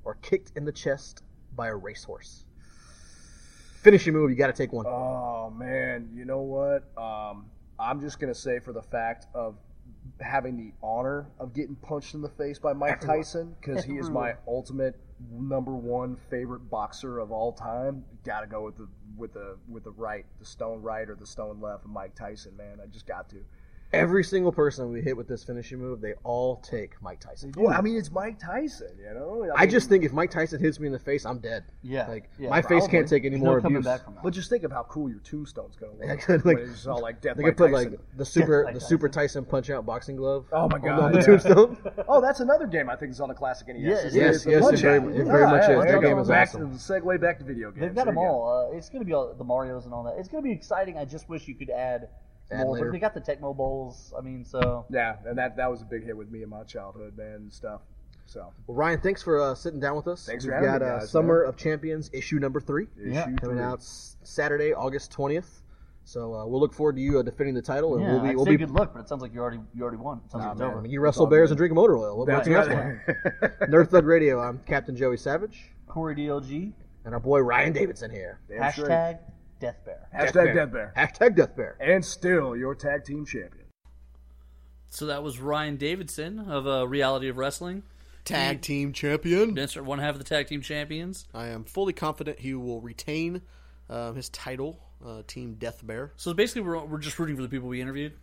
or kicked in the chest by a racehorse. Finishing move. You got to take one. Uh, Oh man, you know what? Um, I'm just gonna say for the fact of having the honor of getting punched in the face by Mike Tyson because he is my ultimate number one favorite boxer of all time. Gotta go with the with the with the right, the stone right or the stone left of Mike Tyson, man. I just got to. Every single person we hit with this finishing move, they all take Mike Tyson. Well, I mean, it's Mike Tyson, you know. I mean- just think if Mike Tyson hits me in the face, I'm dead. Yeah, Like yeah, my face probably. can't take any There's more no coming abuse. back from that. uh, But just think of how cool your tombstone's gonna look. I could, when like- it's all like death. They Mike could put Tyson. like the super Mike the Tyson. super Tyson punch out boxing glove. Oh my on god! the- on the yeah. tombstone. Oh, that's another game I think is on the classic NES. Yes, It's- yes, it's the yes, it Punch-Out. very- it very much is. there That you go. game is back awesome. To, segue back to video games. They've got There them you go. all. Uh, it's going to be all the Mario's and all that. It's going to be exciting. I just wish you could add, Add more. later. But they got the Tecmo Bowls. I mean, so Yeah, and that that was a big hit with me in my childhood, man, and stuff. So Well, Ryan, thanks for uh, sitting down with us. Thanks We've for having got me, uh, guys, Summer of Champions issue number three Yeah. issue coming three. out s- Saturday, August twentieth. So uh, we'll look forward to you uh, defending the title, and yeah, we'll be I'd we'll say be good luck, but it sounds like you already you already won. It sounds like it's man, over. I mean, you wrestle bears and drink motor oil. What about That's the next one? Nerf Thug Radio. I'm Captain Joey Savage, Corey DLG. and our boy Ryan Davidson here. Damn straight. Hashtag Death Bear. hashtag Death Bear, Hashtag Death Bear. and still your tag team champion. So that was Ryan Davidson of uh, Reality of Wrestling. Tag team champion. Vince, one half of the tag team champions. I am fully confident he will retain um, his title, uh, Team Death Bear. So basically, we're, we're just rooting for the people we interviewed,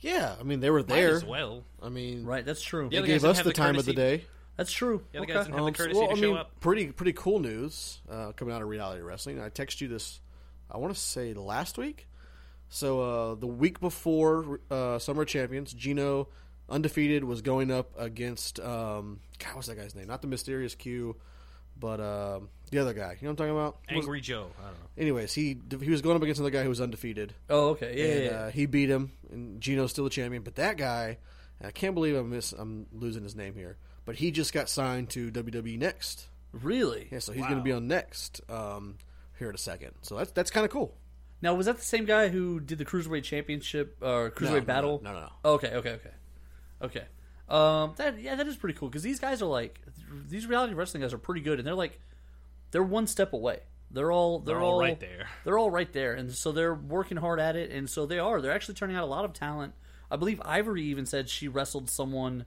Yeah, I mean they were Might there. as well. I mean, right? That's true. they other gave guys didn't us have the, the time of the courtesy. day. That's true. The other guys didn't have the Um, so- courtesy well, to I show mean, up. pretty pretty cool news uh, coming out of reality wrestling. I texted you this, I want to say last week. So uh, the week before uh, Summer Champions, Gino undefeated was going up against um, God, what's that guy's name? Not the Mysterious Q, but um the other guy. You know what I'm talking about? Angry Joe. I don't know. Anyways, he he was going up against another guy who was undefeated Oh, okay. Yeah, and yeah, yeah. uh, he beat him. And Gino's still the champion, but that guy, and I can't believe I'm miss, I'm losing his name here, but he just got signed to WWE Next. really? Yeah, so he's going to be on Next um, here in a second. So that's that's kind of cool. Now, was that the same guy who did the cruiserweight championship or cruiserweight No, no, battle? no, no, no. Oh, okay, okay, okay, okay. Um, that yeah, that is pretty cool because these guys are like these reality wrestling guys are pretty good, and they're like they're one step away. They're all they're, They're all right there. They're all right there, and so they're working hard at it, and so they are. They're actually turning out a lot of talent. I believe Ivory even said she wrestled someone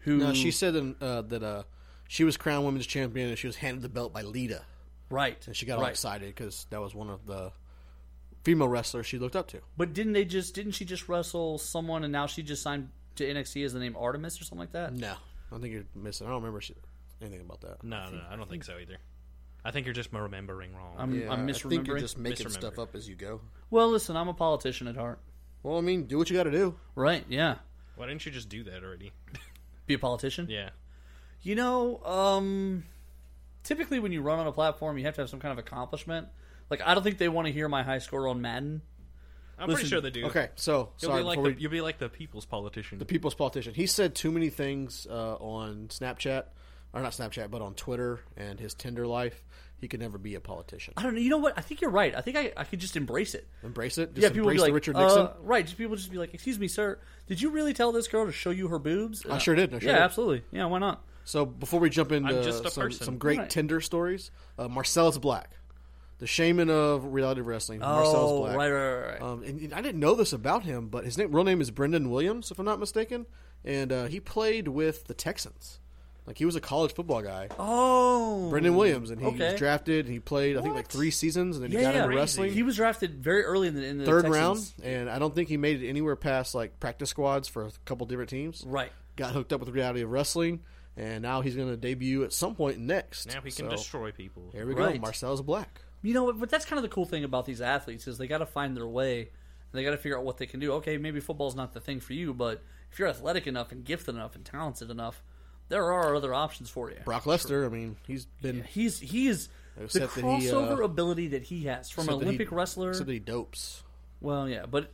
who No, she said in, uh, that uh, she was crowned women's champion and she was handed the belt by Lita, right, and she got all right. excited because that was one of the female wrestlers she looked up to. But didn't they just didn't she just wrestle someone, and now she just signed to NXT as the name Artemis or something like that? No, I think you're missing. I don't remember she, anything about that. No, no, I don't think so either. I think you're just remembering wrong. I'm, Yeah, I'm I think misremembering. you're just making Misremembering. stuff up as you go. Well, listen, I'm a politician at heart. Well, I mean, do what you got to do. Right? Yeah. Why didn't you just do that already? Be a politician. Yeah. You know, um, typically when you run on a platform, you have to have some kind of accomplishment. Like, I don't think they want to hear my high score on Madden. I'm Listen- pretty sure they do. okay, so, you'll sorry, be like before the, we- you'll be like the people's politician. The people's politician. He said too many things uh, on Snapchat, or not Snapchat, but on Twitter and his Tinder life. He could never be a politician. I don't know. You know what? I think you're right. I think I, I could just embrace it. Embrace it. Just yeah, people would embrace be the like, Richard uh, Nixon. right? Just people just be like, "Excuse me, sir, did you really tell this girl to show you her boobs?" Uh, I sure did. I sure yeah, did. absolutely. Yeah, why not? So before we jump into I'm just a some, person. some great Right. Tinder stories, uh, Marcellus Black, the shaman of reality wrestling. Oh, Marcellus Black. right, right, right, right. Um, and, and I didn't know this about him, but his name, real name is Brendan Williams, if I'm not mistaken, and uh, he played with the Texans. Like he was a college football guy. Oh, Brendan Williams, and he okay. was drafted. And he played, I think, like three seasons, and then he got into wrestling. He was drafted very early in the, in the third Texans. round, and I don't think he made it anywhere past like practice squads for a couple different teams. Right. Got hooked up with the reality of wrestling, and now he's going to debut at some point next. Now he can So, destroy people. Here we Right. go. Marcel's black. You know, but that's kind of the cool thing about these athletes is they got to find their way and they got to figure out what they can do. Okay, maybe football's not the thing for you, but if you're athletic enough and gifted enough and talented enough, there are other options for you. Brock Lesnar. I mean, he's been he's he is the Except that he, uh, crossover ability that he has from except that he- Olympic wrestler. except that he dopes. Well, yeah, but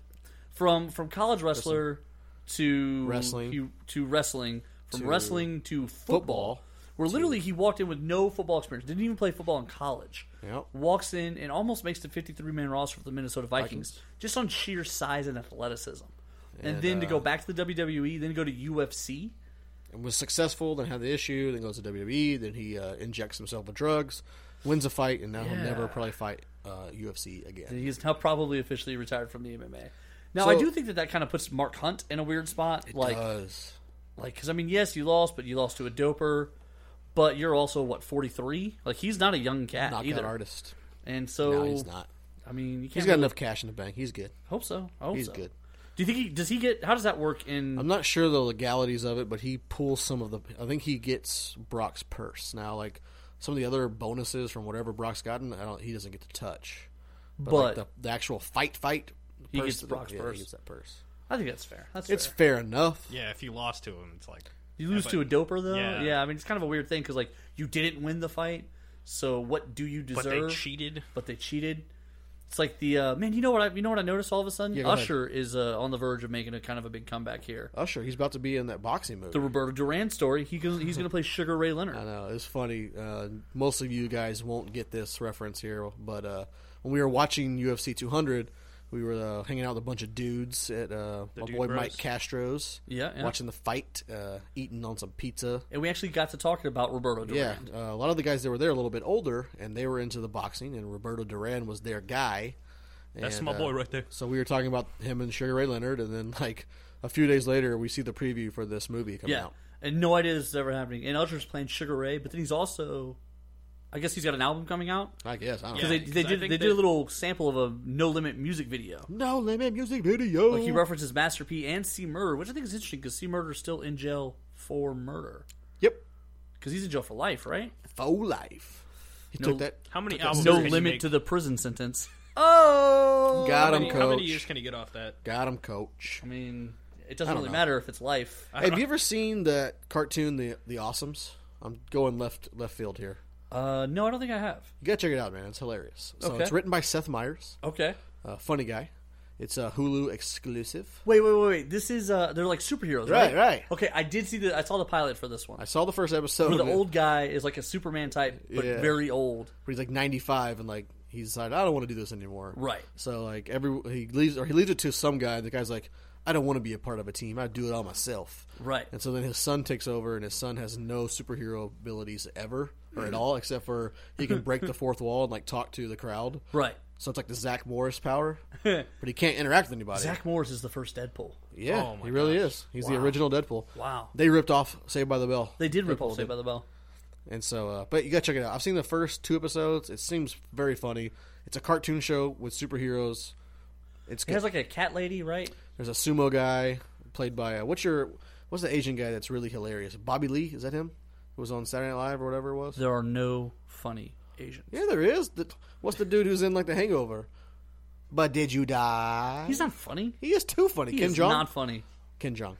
from from college wrestler to Wrestling. he- to wrestling from To wrestling to football, football. where literally he walked in with no football experience, didn't even play football in college. Yep. Walks in and almost makes the 53 man roster for the Minnesota Vikings, Vikings. just on sheer size and athleticism. And, And, then to go uh, back to the WWE, then go to UFC. and was successful, then had the issue, then goes to WWE, then he uh, injects himself with drugs, wins a fight, and now he'll Yeah. never probably fight uh, UFC again. And he's now probably officially retired from the MMA. Now, So- I do think that that kind of puts Mark Hunt in a weird spot. like, does. Like, because I mean, yes, you lost, but you lost to a doper. But you're also what 43? Like, he's not a young cat Knockout either. artist. And so No, he's not. I mean, you can't He's got really- enough cash in the bank. He's good. Hope so. I hope he's so. good. Do you think he does? He get how does that work in? I'm not sure the legalities of it, but he pulls some of the. I think he gets Brock's purse now. Like some of the other bonuses from whatever Brock's gotten, I don't. He doesn't get to touch. like, But- the, the actual fight, fight. He purse- gets Brock's yeah, purse. He gets that purse. I think that's fair. That's it's fair. fair enough. Yeah, if you lost to him, it's like You lose Yeah, to a but- doper though. Yeah. I mean, it's kind of a weird thing because like you didn't win the fight, so what do you But deserve? they cheated. But they cheated. It's like the uh, man. You know what? I, you know what I noticed all of a sudden? Yeah, go ahead. Usher is uh, on the verge of making a kind of a big comeback here. Usher, Oh, he's about to be in that boxing movie. The Roberto Duran story. He goes, he's going to play Sugar Ray Leonard. I know it's funny. Uh, most of you guys won't get this reference here, but uh, when we were watching UFC 200, we were uh, hanging out with a bunch of dudes at uh, The my dude boy bros. Mike Castro's. Yeah, yeah. watching the fight, uh, eating on some pizza. And we actually got to talking about Roberto Yeah, Duran. uh, a lot of the guys that were there a little bit older, and they were into the boxing, and Roberto Duran was their guy. That's And, my uh, boy right there. So we were talking about him and Sugar Ray Leonard, and then like a few days later, we see the preview for this movie coming yeah. out. And no idea this is ever happening. And Usher's playing Sugar Ray, but then he's also, I guess he's got an album coming out. I guess I don't Because know. they, they did they, did a little sample of a No Limit music video. No limit music video. Like he references Master P and C Murder, which I think is interesting because C Murder is still in jail for murder. Yep. Because he's in jail for life, right? For life. He took that- How many took that albums No can you limit make? to the prison sentence. Oh, got how him, many, coach. How many years can he get off that? Got him, coach. I mean, it doesn't I don't really know. matter if it's life. Have you ever seen that cartoon, the the Awesomes? I'm going left left field here. Uh, no, I don't think I have. You gotta check it out, man. It's hilarious. So Okay. it's written by Seth Meyers. Okay. uh, funny guy. It's a Hulu exclusive. Wait, wait, wait, wait. This is uh, they're like superheroes, Right, right? right. Okay, I did see the. I saw the pilot for this one. I saw the first episode. Where the of it, old guy is like a Superman type, but Yeah. very old. where he's like 95 and like he's like, I don't want to do this anymore. Right. So like every he leaves or he leaves it to some guy. and The guy's like, I don't want to be a part of a team. I do it all myself. Right. And so then his son takes over, and his son has no superhero abilities ever or at all, except for he can break the fourth wall and like talk to the crowd. Right. So it's like the Zach Morris power, but he can't interact with anybody. Zach Morris is the first Deadpool. Yeah, Oh, my he really is. He's the Wow. original Deadpool. Wow. They ripped off Saved by the Bell. They did rip off pulled Saved it. by the Bell. And so, uh, but you gotta check it out. I've seen the first two episodes. It seems very funny. It's a cartoon show with superheroes. It's He good. has like a cat lady, right? There's a sumo guy played by uh, what's your what's the Asian guy that's really hilarious? Bobby Lee is that him? Who was on Saturday Night Live or whatever it was? There are no funny Asians. Yeah, there is. The, what's the dude who's in like The Hangover? But did you die? He's not funny. He is too funny. He Kim is Jong. not funny. Kim Jong.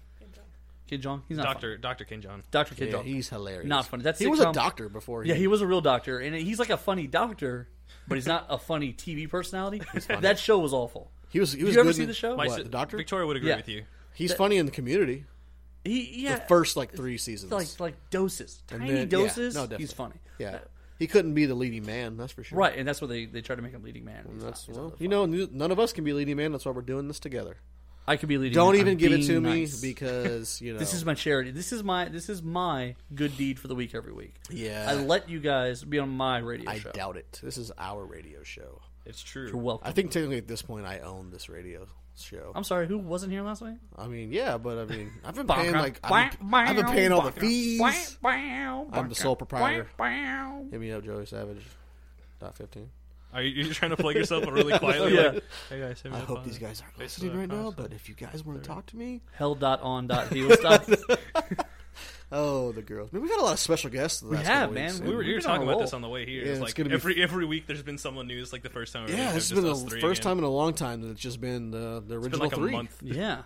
Kid Jong. He's not Doctor Doctor King John. Doctor Kid Yeah, Jong. he's hilarious. Not funny. That's He was a sitcom- doctor before he- Yeah, he was a real doctor, and he's like a funny doctor, but he's not a funny TV personality. funny. that show was awful. He was. He was you ever good see in- the show? What, the doctor? Yeah. He's That- funny in the community. He yeah. The first like three seasons. Like like doses, And tiny then- yeah, doses. no, he's definitely. funny. Yeah. He couldn't be the leading man. That's for sure. Right, and that's what they they try to make him leading man. and he's not. That's, well, you know, n- none of us can be leading man. That's why we're doing this together. I could be leading. Don't man. even I'm give it being to nice. me because you know this is my charity. This is my this is my good deed for the week every week. Yeah. I let you guys be on my radio I show. doubt it. This is our radio show. It's true. You're welcome. I think technically at this point I own this radio show. I'm sorry, who wasn't here last week? I mean, yeah, but I mean, I've been Bonker. paying like I've been, I've been paying all the fees. I'm the sole proprietor. Hit me up, Joey Savage. Dot fifteen. Are you, you're trying to plug yourself really quietly? Like, hey guys, hit me I up hope on these guys aren't Facebook listening right or now, something." but if you guys want to talk to me, Hell dot on dot he was dot- oh, the girls. Man, we got a lot of special guests. The We last have, couple weeks, man. and We were, you were we've been talking a about roll. this on the way here. Yeah, it's it's like gonna be every every week there's been someone new. It's like the first time. Yeah, it's this has been the first time in a long time that it's just been the, the been original like a three. month. Yeah.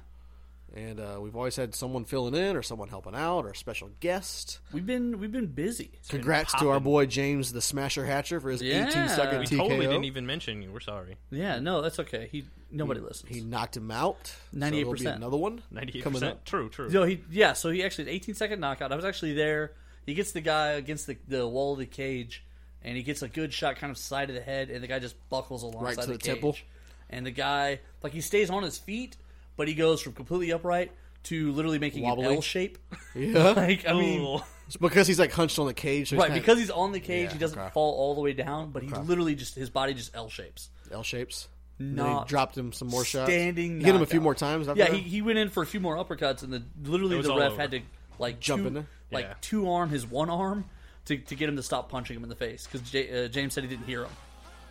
And uh, we've always had someone filling in or someone helping out or a special guest. We've been we've been busy. Congrats to our boy James the Smasher Hatcher for his Yeah. 18 second We TKO. Totally didn't even mention you. We're sorry. Yeah, no, that's okay. He nobody listens. He knocked him out. So he'll be 98%. another one. 98%. Coming up. True, true. No, he yeah. So he actually an 18 second knockout. I was actually there. He gets the guy against the, the wall of the cage, and he gets a good shot, kind of side of the head, and the guy just buckles alongside Right to the, the temple. cage. And the guy, like he stays on his feet, but he goes from completely upright to literally making an Wobbly. L shape. Yeah. like I mean, It's because he's like hunched on the cage. So right kinda- because he's on the cage, Yeah, he doesn't okay. fall all the way down, but he Okay. literally just his body just L shapes. L shapes. Not Not dropped him some more shots. standing. He hit him a knockout. few more times. After yeah, that? he, he went in for a few more uppercuts, and the It literally was the all ref over. had to like Jump two, in there? like Yeah. two arm his one arm to, to get him to stop punching him in the face because J- uh, James said he didn't hear him.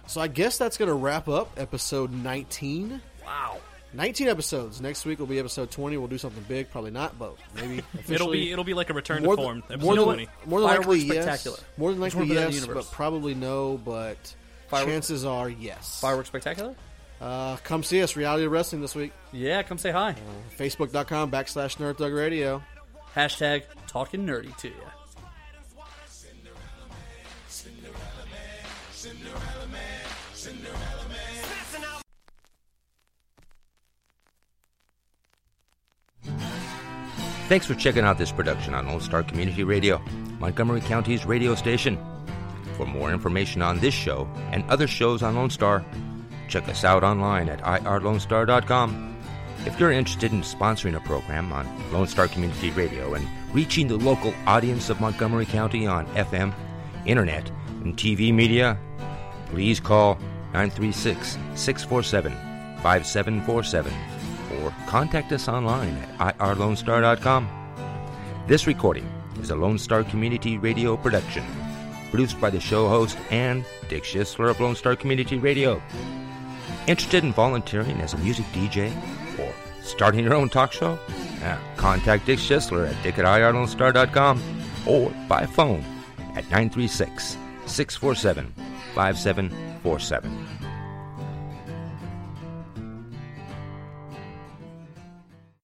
So I guess that's going to wrap up episode 19. Wow. 19 episodes. Next week will be episode 20. We'll do something big. Probably not, but maybe. It'll officially- be it'll be like a return More to than- form. episode more than, 20. More than likely, Fireworks yes. spectacular. More than Just wanna likely, put that in the yes, universe. but probably no. But Fireworks- chances are, yes. Fireworks spectacular. Uh, come see us, Reality of Wrestling, this week. Yeah, come say hi. Facebook.com backslash Nerd Thug Radio. Hashtag talking nerdy to you. Thanks for checking out this production on Lone Star Community Radio, Montgomery County's radio station. For more information on this show and other shows on Lone Star, check us out online at irlonestar.com. If you're interested in sponsoring a program on Lone Star Community Radio and reaching the local audience of Montgomery County on FM, internet, and TV media, please call 936 647 5747 or contact us online at irlonestar.com. This recording is a Lone Star Community Radio production, produced by the show host and Dick Schisler of Lone Star Community Radio. Interested in volunteering as a music DJ or starting your own talk show? Yeah, contact Dick Schisler at dick at irlonestar.com or by phone at 936 647 5747.